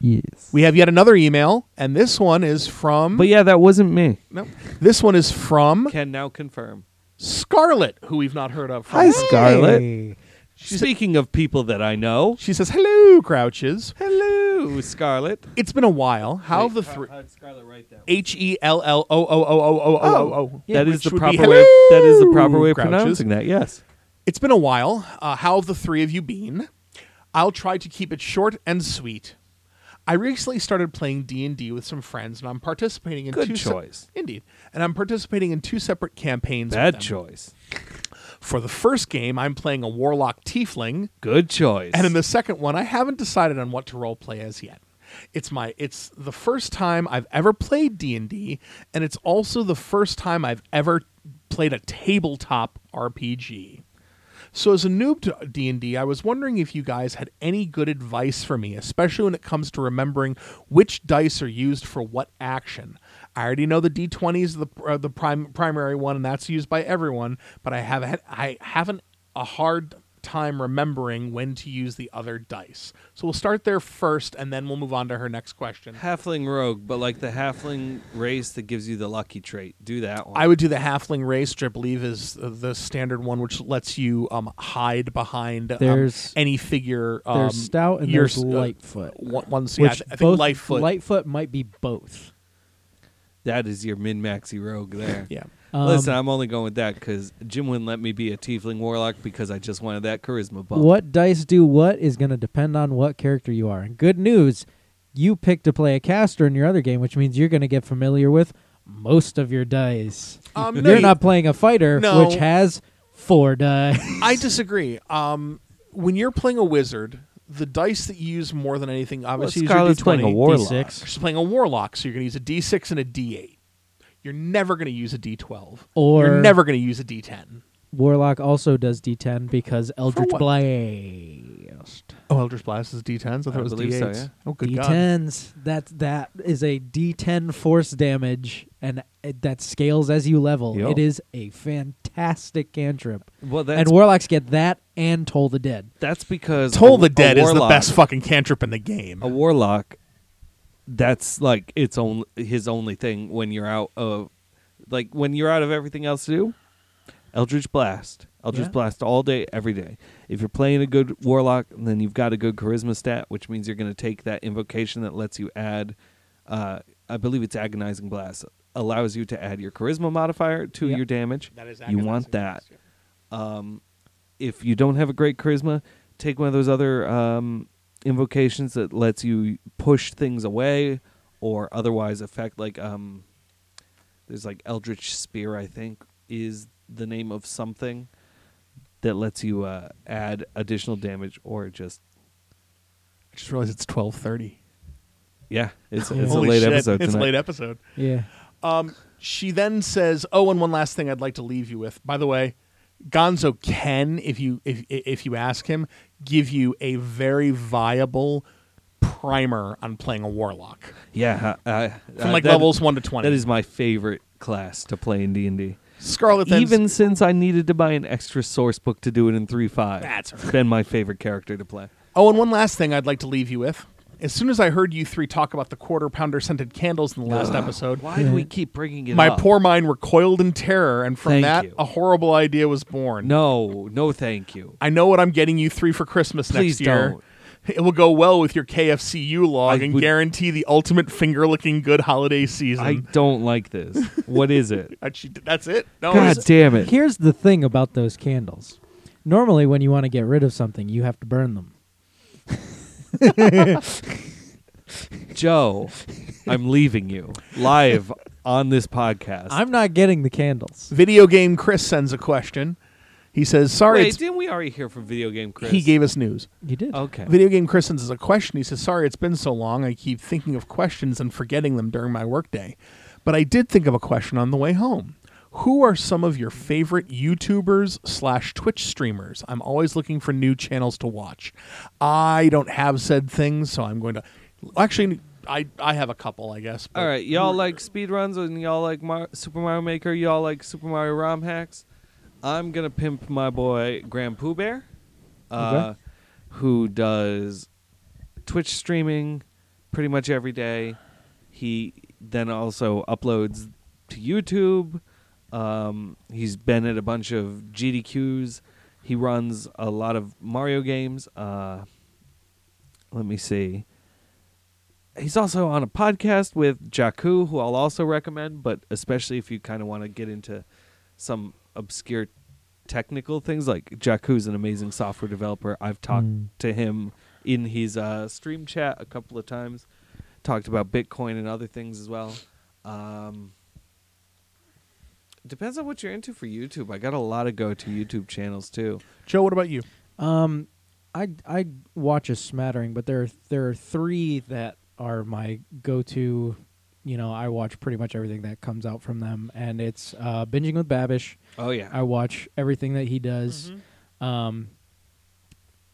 yes.
We have yet another email, and this one is from.
But yeah, that wasn't me.
no, this one is from
Can now confirm.
Scarlet, who we've not heard of. From
Hi, Scarlet.
Hey.
Speaking of people that I know,
She says, hello, Crouches.
hello, Scarlet.
It's been a while. How the three?
Scarlet uh, write that?
H e l l o o o o o o o o.
that is
which
the
would
proper
be
way. That is the proper
hello,
way of
Grouches.
pronouncing that. Yes.
It's been a while. Uh, how have the three of you been? I'll try to keep it short and sweet. I recently started playing D and D with some friends, and I'm participating in
Good
two se-
choice.
indeed, and I'm participating in two separate campaigns. with
Bad
them.
choice.
For the first game, I'm playing a warlock tiefling,
Good choice.
and in the second one, I haven't decided on what to roleplay as yet. It's my it's the first time I've ever played D&D and it's also the first time I've ever played a tabletop RPG. So as a noob to D&D, I was wondering if you guys had any good advice for me, especially when it comes to remembering which dice are used for what action. I already know the D20 is the uh, the prim- primary one and that's used by everyone, but I have had, I haven't a hard time remembering when to use the other dice. So we'll start there first and then we'll move on to her next question.
halfling rogue, but like the halfling race that gives you the lucky trait. Do that one.
I would do the halfling race, which I believe is uh, the standard one, which lets you um, hide behind um,
There's-
any figure. Um,
there's stout and
your
there's
s- uh,
Lightfoot.
one, one's- yeah, I
Which
th- I think
both
Lightfoot.
Lightfoot might be both.
that is your min maxi rogue there.
yeah.
Um,
Listen, I'm only going with that because Jim wouldn't let me be a tiefling warlock because I just wanted that charisma bump.
What dice do what is going to depend on what character you are. And good news, you picked to play a caster in your other game, which means you're going to get familiar with most of your dice.
Um, no,
you're
you-
not playing a fighter,
No.
which has four dice.
I disagree. Um, when you're playing a wizard, the dice that you use more than anything,
Well,
obviously,
Scarlet's
is your D20.
playing a warlock.
D6.
She's playing a warlock, so you're going to use a d6 and a d8. You're never going to use a d12.
Or-
*laughs* you're never going to use a d10.
Warlock also does D10 because Eldritch
what?
Blast.
Oh, Eldritch Blast is D10s. I thought
I
it was
believe
D8s.
so, yeah.
Oh, good God.
D10s. That that is a D10 force damage, and it, that scales as you level.
Yo.
It is a fantastic cantrip.
Well,
and
that's
warlocks get that and Toll the Dead.
that's because
Toll
a-
the
a
Dead is the
warlock-
best fucking cantrip in the game.
A warlock, that's like its own his only thing when you're out of, like when you're out of everything else to do. Eldritch Blast, Eldritch
Yeah.
Blast all day, every day. If you're playing a good warlock, then you've got a good charisma stat, which means you're going to take that invocation that lets you add. Uh, I believe it's agonizing blast allows you to add your charisma modifier to
Yep.
your damage.
That is
you want
agonizing
that
blast, yeah.
if you don't have a great charisma, take one of those other um, invocations that lets you push things away or otherwise affect like um there's like eldritch spear I think is the name of something that lets you uh, add additional damage or just
I just realized it's 1230.
Yeah, it's it's a
Holy
late
shit,
episode
It's a
tonight.
late episode.
Yeah.
Um, she then says, "Oh, and one last thing I'd like to leave you with. By the way, Gonzo can, if you if if you ask him, give you a very viable primer on playing a warlock
Yeah, I, I,
e- from
I-
like
Uh, that-
levels one to twenty.
That is my favorite class to play in D and D.
Scarlet. Then
Even since I needed to buy an extra source book to do it in three five,
That's all
it's been my favorite character to play.
Oh, and one last thing I'd like to leave you with. As soon as I heard you three talk about the quarter pounder scented candles in the last episode,
Why do we keep bringing it
my
up?
poor mind recoiled in terror, and from
Thank
that,
you.
a horrible idea was born.
No, no, thank you.
I know what I'm getting you three for Christmas
Please
next year.
don't.
It will go well with your KFCU log
I
and
would-
guarantee the ultimate finger licking good holiday
I
season.
don't like this. What is
*laughs*
it?
Actually, that's it. No,
God
it's-
damn it!
Here's the thing about those candles. Normally, when you want to get rid of something, you have to burn them.
Joe, I'm leaving you live on this podcast.
I'm not getting the candles.
video game Chris sends a question. He says, "Sorry,
Wait,
it's-
didn't we already hear from Video Game Chris?
he gave us news."
*laughs* You did.
Okay.
Video game Chris sends us a question. He says, "Sorry, it's been so long. I keep thinking of questions and forgetting them during my workday, but I did think of a question on the way home. Who are some of your favorite YouTubers slash Twitch streamers? I'm always looking for new channels to watch. I don't have said things, so I'm going to actually." I, I have a couple, I guess. but-
All right, y'all like speedruns and y'all like Mar- Super Mario Maker, y'all like Super Mario ROM hacks. I'm going to pimp my boy Graham Pooh Bear, uh, who does Twitch streaming pretty much every day. He then also uploads to YouTube. Um, he's been at a bunch of GDQs. He runs a lot of Mario games. Uh, let me see he's also on a podcast with Jakku, who I'll also recommend, but especially if you kind of want to get into some obscure technical things, like Jakku's an amazing software developer. I've talked
Mm.
to him in his uh, stream chat a couple of times, talked about Bitcoin and other things as well. Um, depends on what you're into for YouTube. I got a lot of go to YouTube channels too.
Joe, what about you?
Um, I I watch a smattering, but there are, there are three that are my go-to. You know, I watch pretty much everything that comes out from them, and it's uh, binging with Babish.
Oh yeah, Mm-hmm.
I watch everything that he does. Um,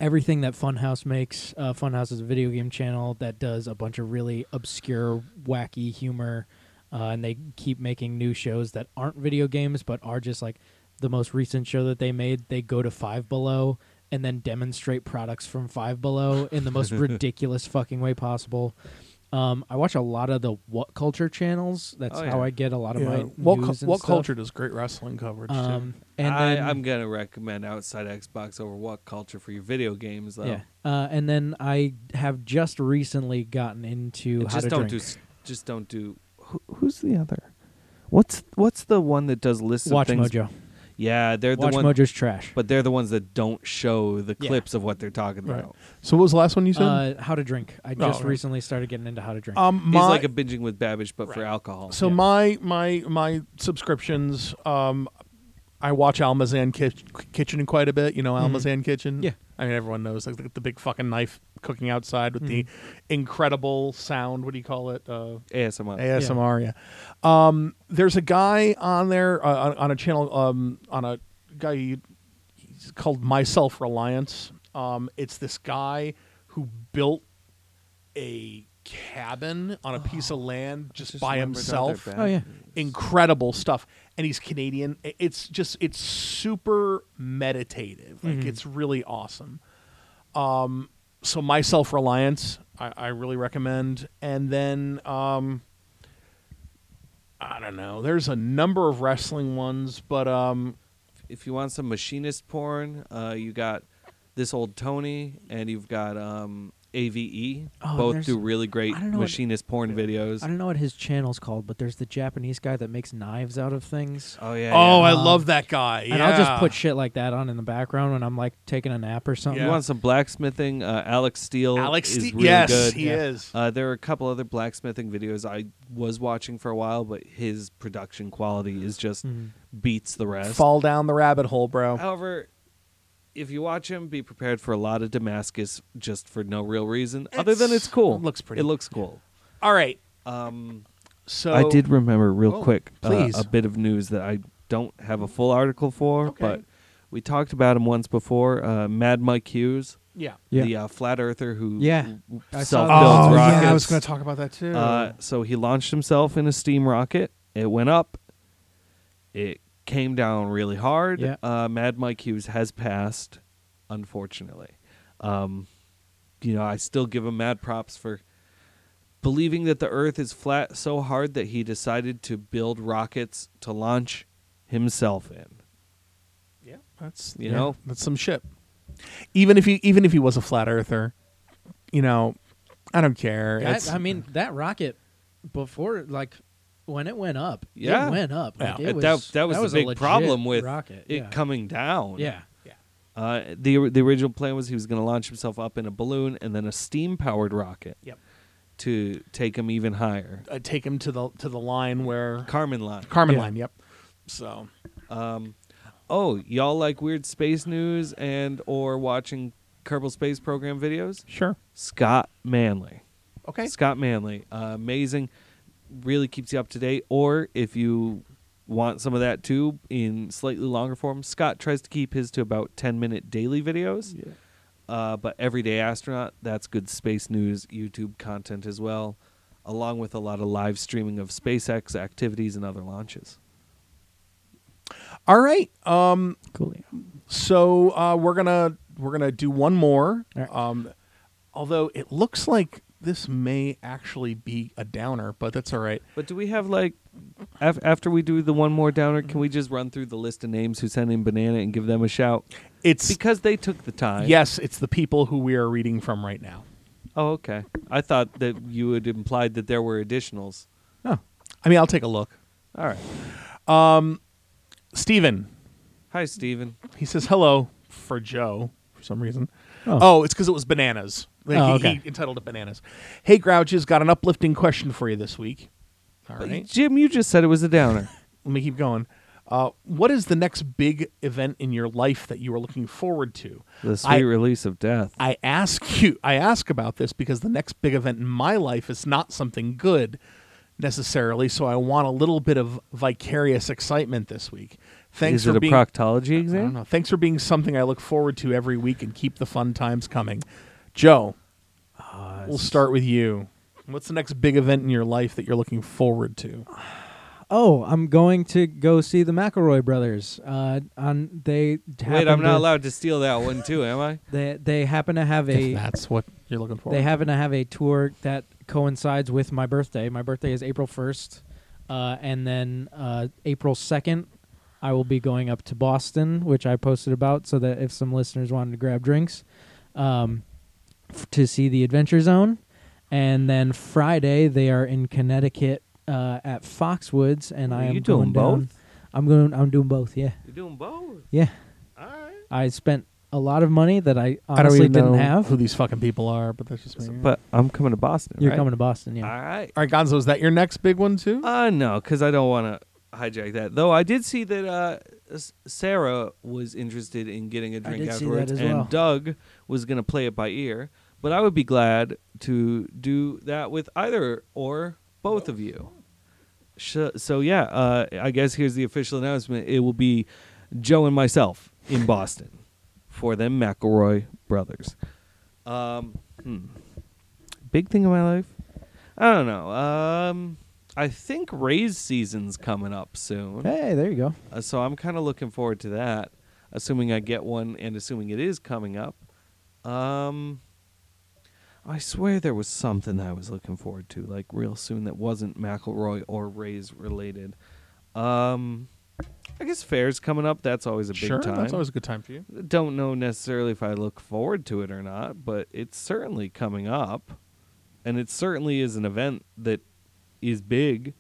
everything that Funhouse makes. Uh, Funhouse is a video game channel that does a bunch of really obscure, wacky humor, uh, and they keep making new shows that aren't video games but are just like the most recent show that they made. They go to Five Below and then demonstrate products from Five Below in the
*laughs*
most ridiculous fucking way possible. Um, I watch a lot of the What Culture channels. That's
Oh,
how
yeah.
I get a lot of my
what
news
cu-
and
what
stuff.
culture does great wrestling coverage? too?
Um, and
I,
then,
I'm gonna recommend Outside Xbox over What Culture for your video games though.
Yeah. Uh, and then I have just recently gotten into
And
how
just
to
don't
drink.
do s- just don't do who, who's the other what's what's the one that does lists
Watch
of things
Mojo.
yeah they're the
Watch
one
Mojo's trash.
but they're the ones that don't show the
Yeah.
clips of what they're talking
Right.
about
so, what was the last one you said?
uh, how to drink.
Oh,
I just
right.
recently started getting into how to drink.
um,
he's
my,
like a binging with babbage but for alcohol
So
Yeah.
my my my subscriptions. Um, I watch Almazan Kitch- Kitchen quite a bit. You know Almazan Kitchen.
Mm-hmm. Yeah.
I mean everyone knows like the, the big fucking knife cooking outside with the
Mm-hmm.
incredible sound. What do you call it? Uh,
asmr
ASMR. Yeah. Um, there's a guy on there uh, on, on a channel um, on a guy you- he's called Myself Reliance. Um, it's this guy who built a cabin on a piece of land just,
Oh, Just
by
remembered
himself
other
oh yeah.
bad-
incredible stuff and he's canadian I- it's just it's super meditative
Mm-hmm.
like it's really awesome um so my self-reliance i, I really recommend and then um i don't know there's a number of wrestling ones but um
if you want some machinist porn uh you got this old tony and you've got um ave
Oh,
both
there's-
do really great
I don't know what-
machinist porn videos
I don't know what his channel's called, but there's the Japanese guy that makes knives out of things.
oh yeah
oh
yeah.
i love that guy
And I'll just
yeah.
put shit like that on in the background when I'm like taking a nap or something.
you want some blacksmithing uh alex steele
alex
is
Ste-
really
yes
good.
he
Yeah.
is
Uh, there are a couple other blacksmithing videos I was watching for a while, but his production quality is just
Mm-hmm.
beats the rest.
fall down the rabbit hole bro
However, if you watch him, be prepared for a lot of Damascus just for no real reason, other
It's-
than it's cool.
it looks pretty.
It looks cool.
All right.
Um,
So
I did remember real
Oh,
quick uh,
please.
a bit of news that I don't have a full article for,
Okay.
but we talked about him once before. Uh, Mad Mike Hughes,
Yeah.
Yeah.
the uh, flat earther who
Yeah. I saw
self
that.
builds
Oh,
rockets.
yeah, I was going to talk about that too.
Uh, so he launched himself in a steam rocket. It went up. It came down really hard.
Yeah.
Uh, Mad Mike Hughes has passed, unfortunately. Um, you know, I still give him mad props for believing that the Earth is flat so hard that he decided to build rockets to launch himself in.
yeah, that's
you
yeah,
know?
that's some shit. Even if he even if he was a flat earther, you know, I don't care.
That,
It's-
I mean, that rocket before, like, when it went up,
Yeah.
it went up. Like,
Yeah.
it
Uh,
was,
that, that was the
a
big
legit
problem with
rocket.
it
yeah.
coming down.
Yeah.
Uh, the the original plan was he was going to launch himself up in a balloon and then a steam powered rocket
Yep.
to take him even higher.
Uh, take him to the to the line where
Carmen line.
Carmen
Yeah.
line. Yep. So
Um, oh, y'all like weird space news and or watching Kerbal Space Program videos?
sure.
Scott Manley.
Okay.
Scott Manley, uh, amazing, really keeps you up to date. Or if you want some of that too in slightly longer form, Scott tries to keep his to about ten minute daily videos. Uh, but everyday astronaut, that's good space news, YouTube content as well, along with a lot of live streaming of SpaceX activities and other launches.
All right. Um,
Cool.
so uh, we're gonna we're gonna do one more.
All right.
Um, although it looks like this may actually be a downer, but that's all right.
But do we have like af- after we do the one more downer, can we just run through the list of names who sent in banana and give them a shout
It's
because they took the time?
yes, it's the people who we are reading from right now.
Oh, okay. I thought that you had implied that there were additionals.
Oh, I mean, I'll take a look.
All right.
Steven,
Hi, Steven.
he says hello for Joe for some reason. Oh,
Oh.
it's because it was bananas. Like,
Oh,
he,
okay.
he entitled it bananas. Hey, Grouches, got an uplifting question for you this week. All
But
right,
Jim, you just said it was a downer.
let me keep going. Uh, what is the next big event in your life that you are looking forward to?
The sweet
I-
release of death.
I ask you, I ask about this because the next big event in my life is not something good necessarily. So I want a little bit of vicarious excitement this week. Thanks
Is
for
it a
being.
proctology
I don't
exam?
know. Thanks for being something I look forward to every week and keep the fun times coming. Joe, we'll start with you. What's the next big event in your life that you're looking forward to?
Oh, I'm going to go see the McElroy brothers. Uh, on they
Wait,
happen
I'm
to-
not allowed to steal that one too, am I?
They they happen to have
*laughs* If
a
that's what you're looking for.
they happen to have a tour that coincides with my birthday. My birthday is April first, uh, and then uh, April second, I will be going up to Boston, which I posted about, so that if some listeners wanted to grab drinks, um, f- to see the Adventure Zone, and then Friday they are in Connecticut uh, at Foxwoods, and
Are
I am
you
going
doing
down-
both?
I'm going. I'm doing both. Yeah,
You're doing both.
yeah.
All right.
I spent a lot of money that I
I don't
honestly
even
didn't
know
have.
who these fucking people are, but that's just me.
But I'm coming to Boston.
You're
right?
coming to Boston, yeah.
All right.
All right, Gonzo, is that your next big one too?
Uh no, because I don't want to hijack that. Though I did see that uh, S- Sarah was interested in getting a drink
did see that
afterwards,
as
and
well.
Doug was going to play it by ear. But I would be glad to do that with either or both of you. Sh- so yeah, uh, I guess here's the official announcement. It will be Joe and myself in Boston for them McElroy brothers. Um, hmm. Big thing in my life. I don't know. Um, I think Rays season's coming up soon,
Hey, there you go.
uh, so I'm kind of looking forward to that. Assuming I get one, and assuming it is coming up. Um, I swear there was something that I was looking forward to, like real soon, that wasn't McElroy or Rays related. Um, I guess fair's coming up. That's always a big
sure,
time
that's always a good time for you.
don't know necessarily if I look forward to it or not, but it's certainly coming up, and it certainly is an event that is big.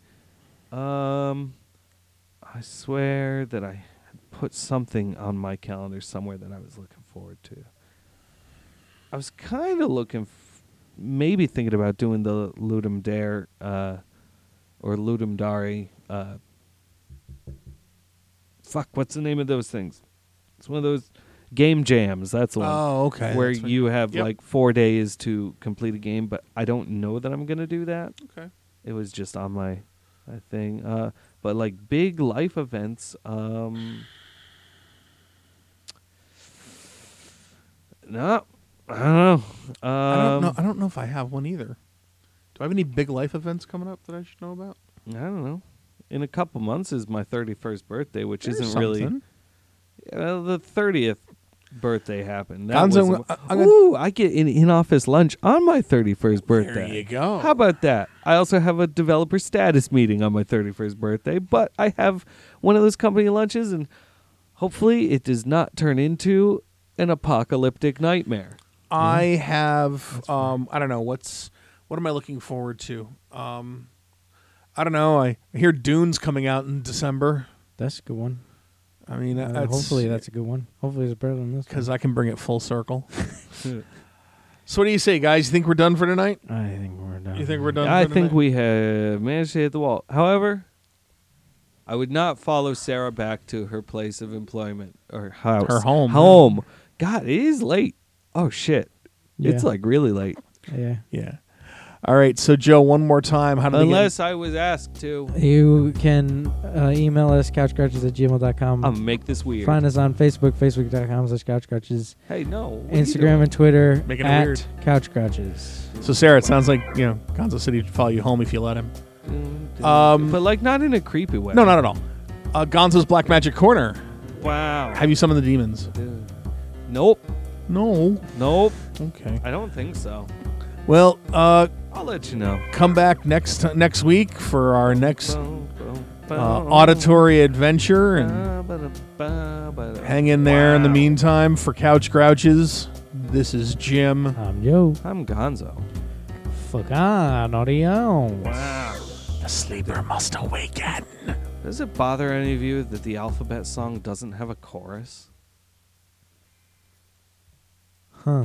Um, I swear that I had put something on my calendar somewhere that I was looking forward to. I was kind of looking, f- maybe thinking about doing the Ludum Dare uh, or Ludum Dare. Uh, fuck, what's the name of those things? It's one of those Game jams. That's the one.
Oh, okay,
Where
that's what-
you have
Yep.
like four days to complete a game, but I don't know that I'm gonna do that.
Okay.
It was just on my, my thing. Uh, but like big life events. Um, *sighs* no, I don't know. Um,
I don't know. I don't know if I have one either. Do I have any big life events coming up that I should know about?
I don't know. In a couple months is my 31st birthday, which
There's
isn't really.
something.
Well, the 30th birthday happened. That
Gonzo,
was a-
I- I'm gonna-
Ooh, I get an in office lunch on my 31st birthday.
There you go.
How about that? I also have a developer status meeting on my 31st birthday, but I have one of those company lunches, and hopefully it does not turn into an apocalyptic
*laughs*
nightmare.
I have. Um, I don't know what's. What am I looking forward to? Um, I don't know. I I hear Dune's coming out in December.
That's a good one.
I mean,
Uh,
that's, *laughs*
hopefully that's a good one. Hopefully it's better than this.
because I can bring it full circle.
I
So what do you say, guys? You think we're done for tonight?
one. I think we're done.
You think we're done? for
think
tonight?
we have managed to hit the wall. However, I would not follow Sarah back to her place of employment or house.
Her home.
Home. God, it is late. Oh, shit. It's
Yeah.
like really late.
Yeah.
Yeah. All right. So Joe, one more time. How do they get-
Unless I was asked to.
You can uh, email us couchcrouches at gmail.com.
I'm going to make this weird.
Find us on Facebook, facebook.com slash couchcrouches.
Hey, no. what are you doing?
Instagram and Twitter
Making it
at
weird.
couchcrouches.
So Sarah, it sounds like you know Gonzo said he'd follow you home if you let him. Um,
but like not in a creepy way.
No, not at all. Uh, Gonzo's Black Magic Corner.
Wow.
Have you summoned the demons?
nope.
No.
Nope.
Okay.
I don't think so.
Well, uh,
I'll let you know.
come back next next week for our next uh, auditory adventure and hang in there. In the meantime, for Couch Grouches, this is Jim.
I'm Um, Yo.
I'm Gonzo.
Fuck on, audio.
The sleeper must awaken.
Does it bother any of you that the alphabet song doesn't have a chorus?
Huh.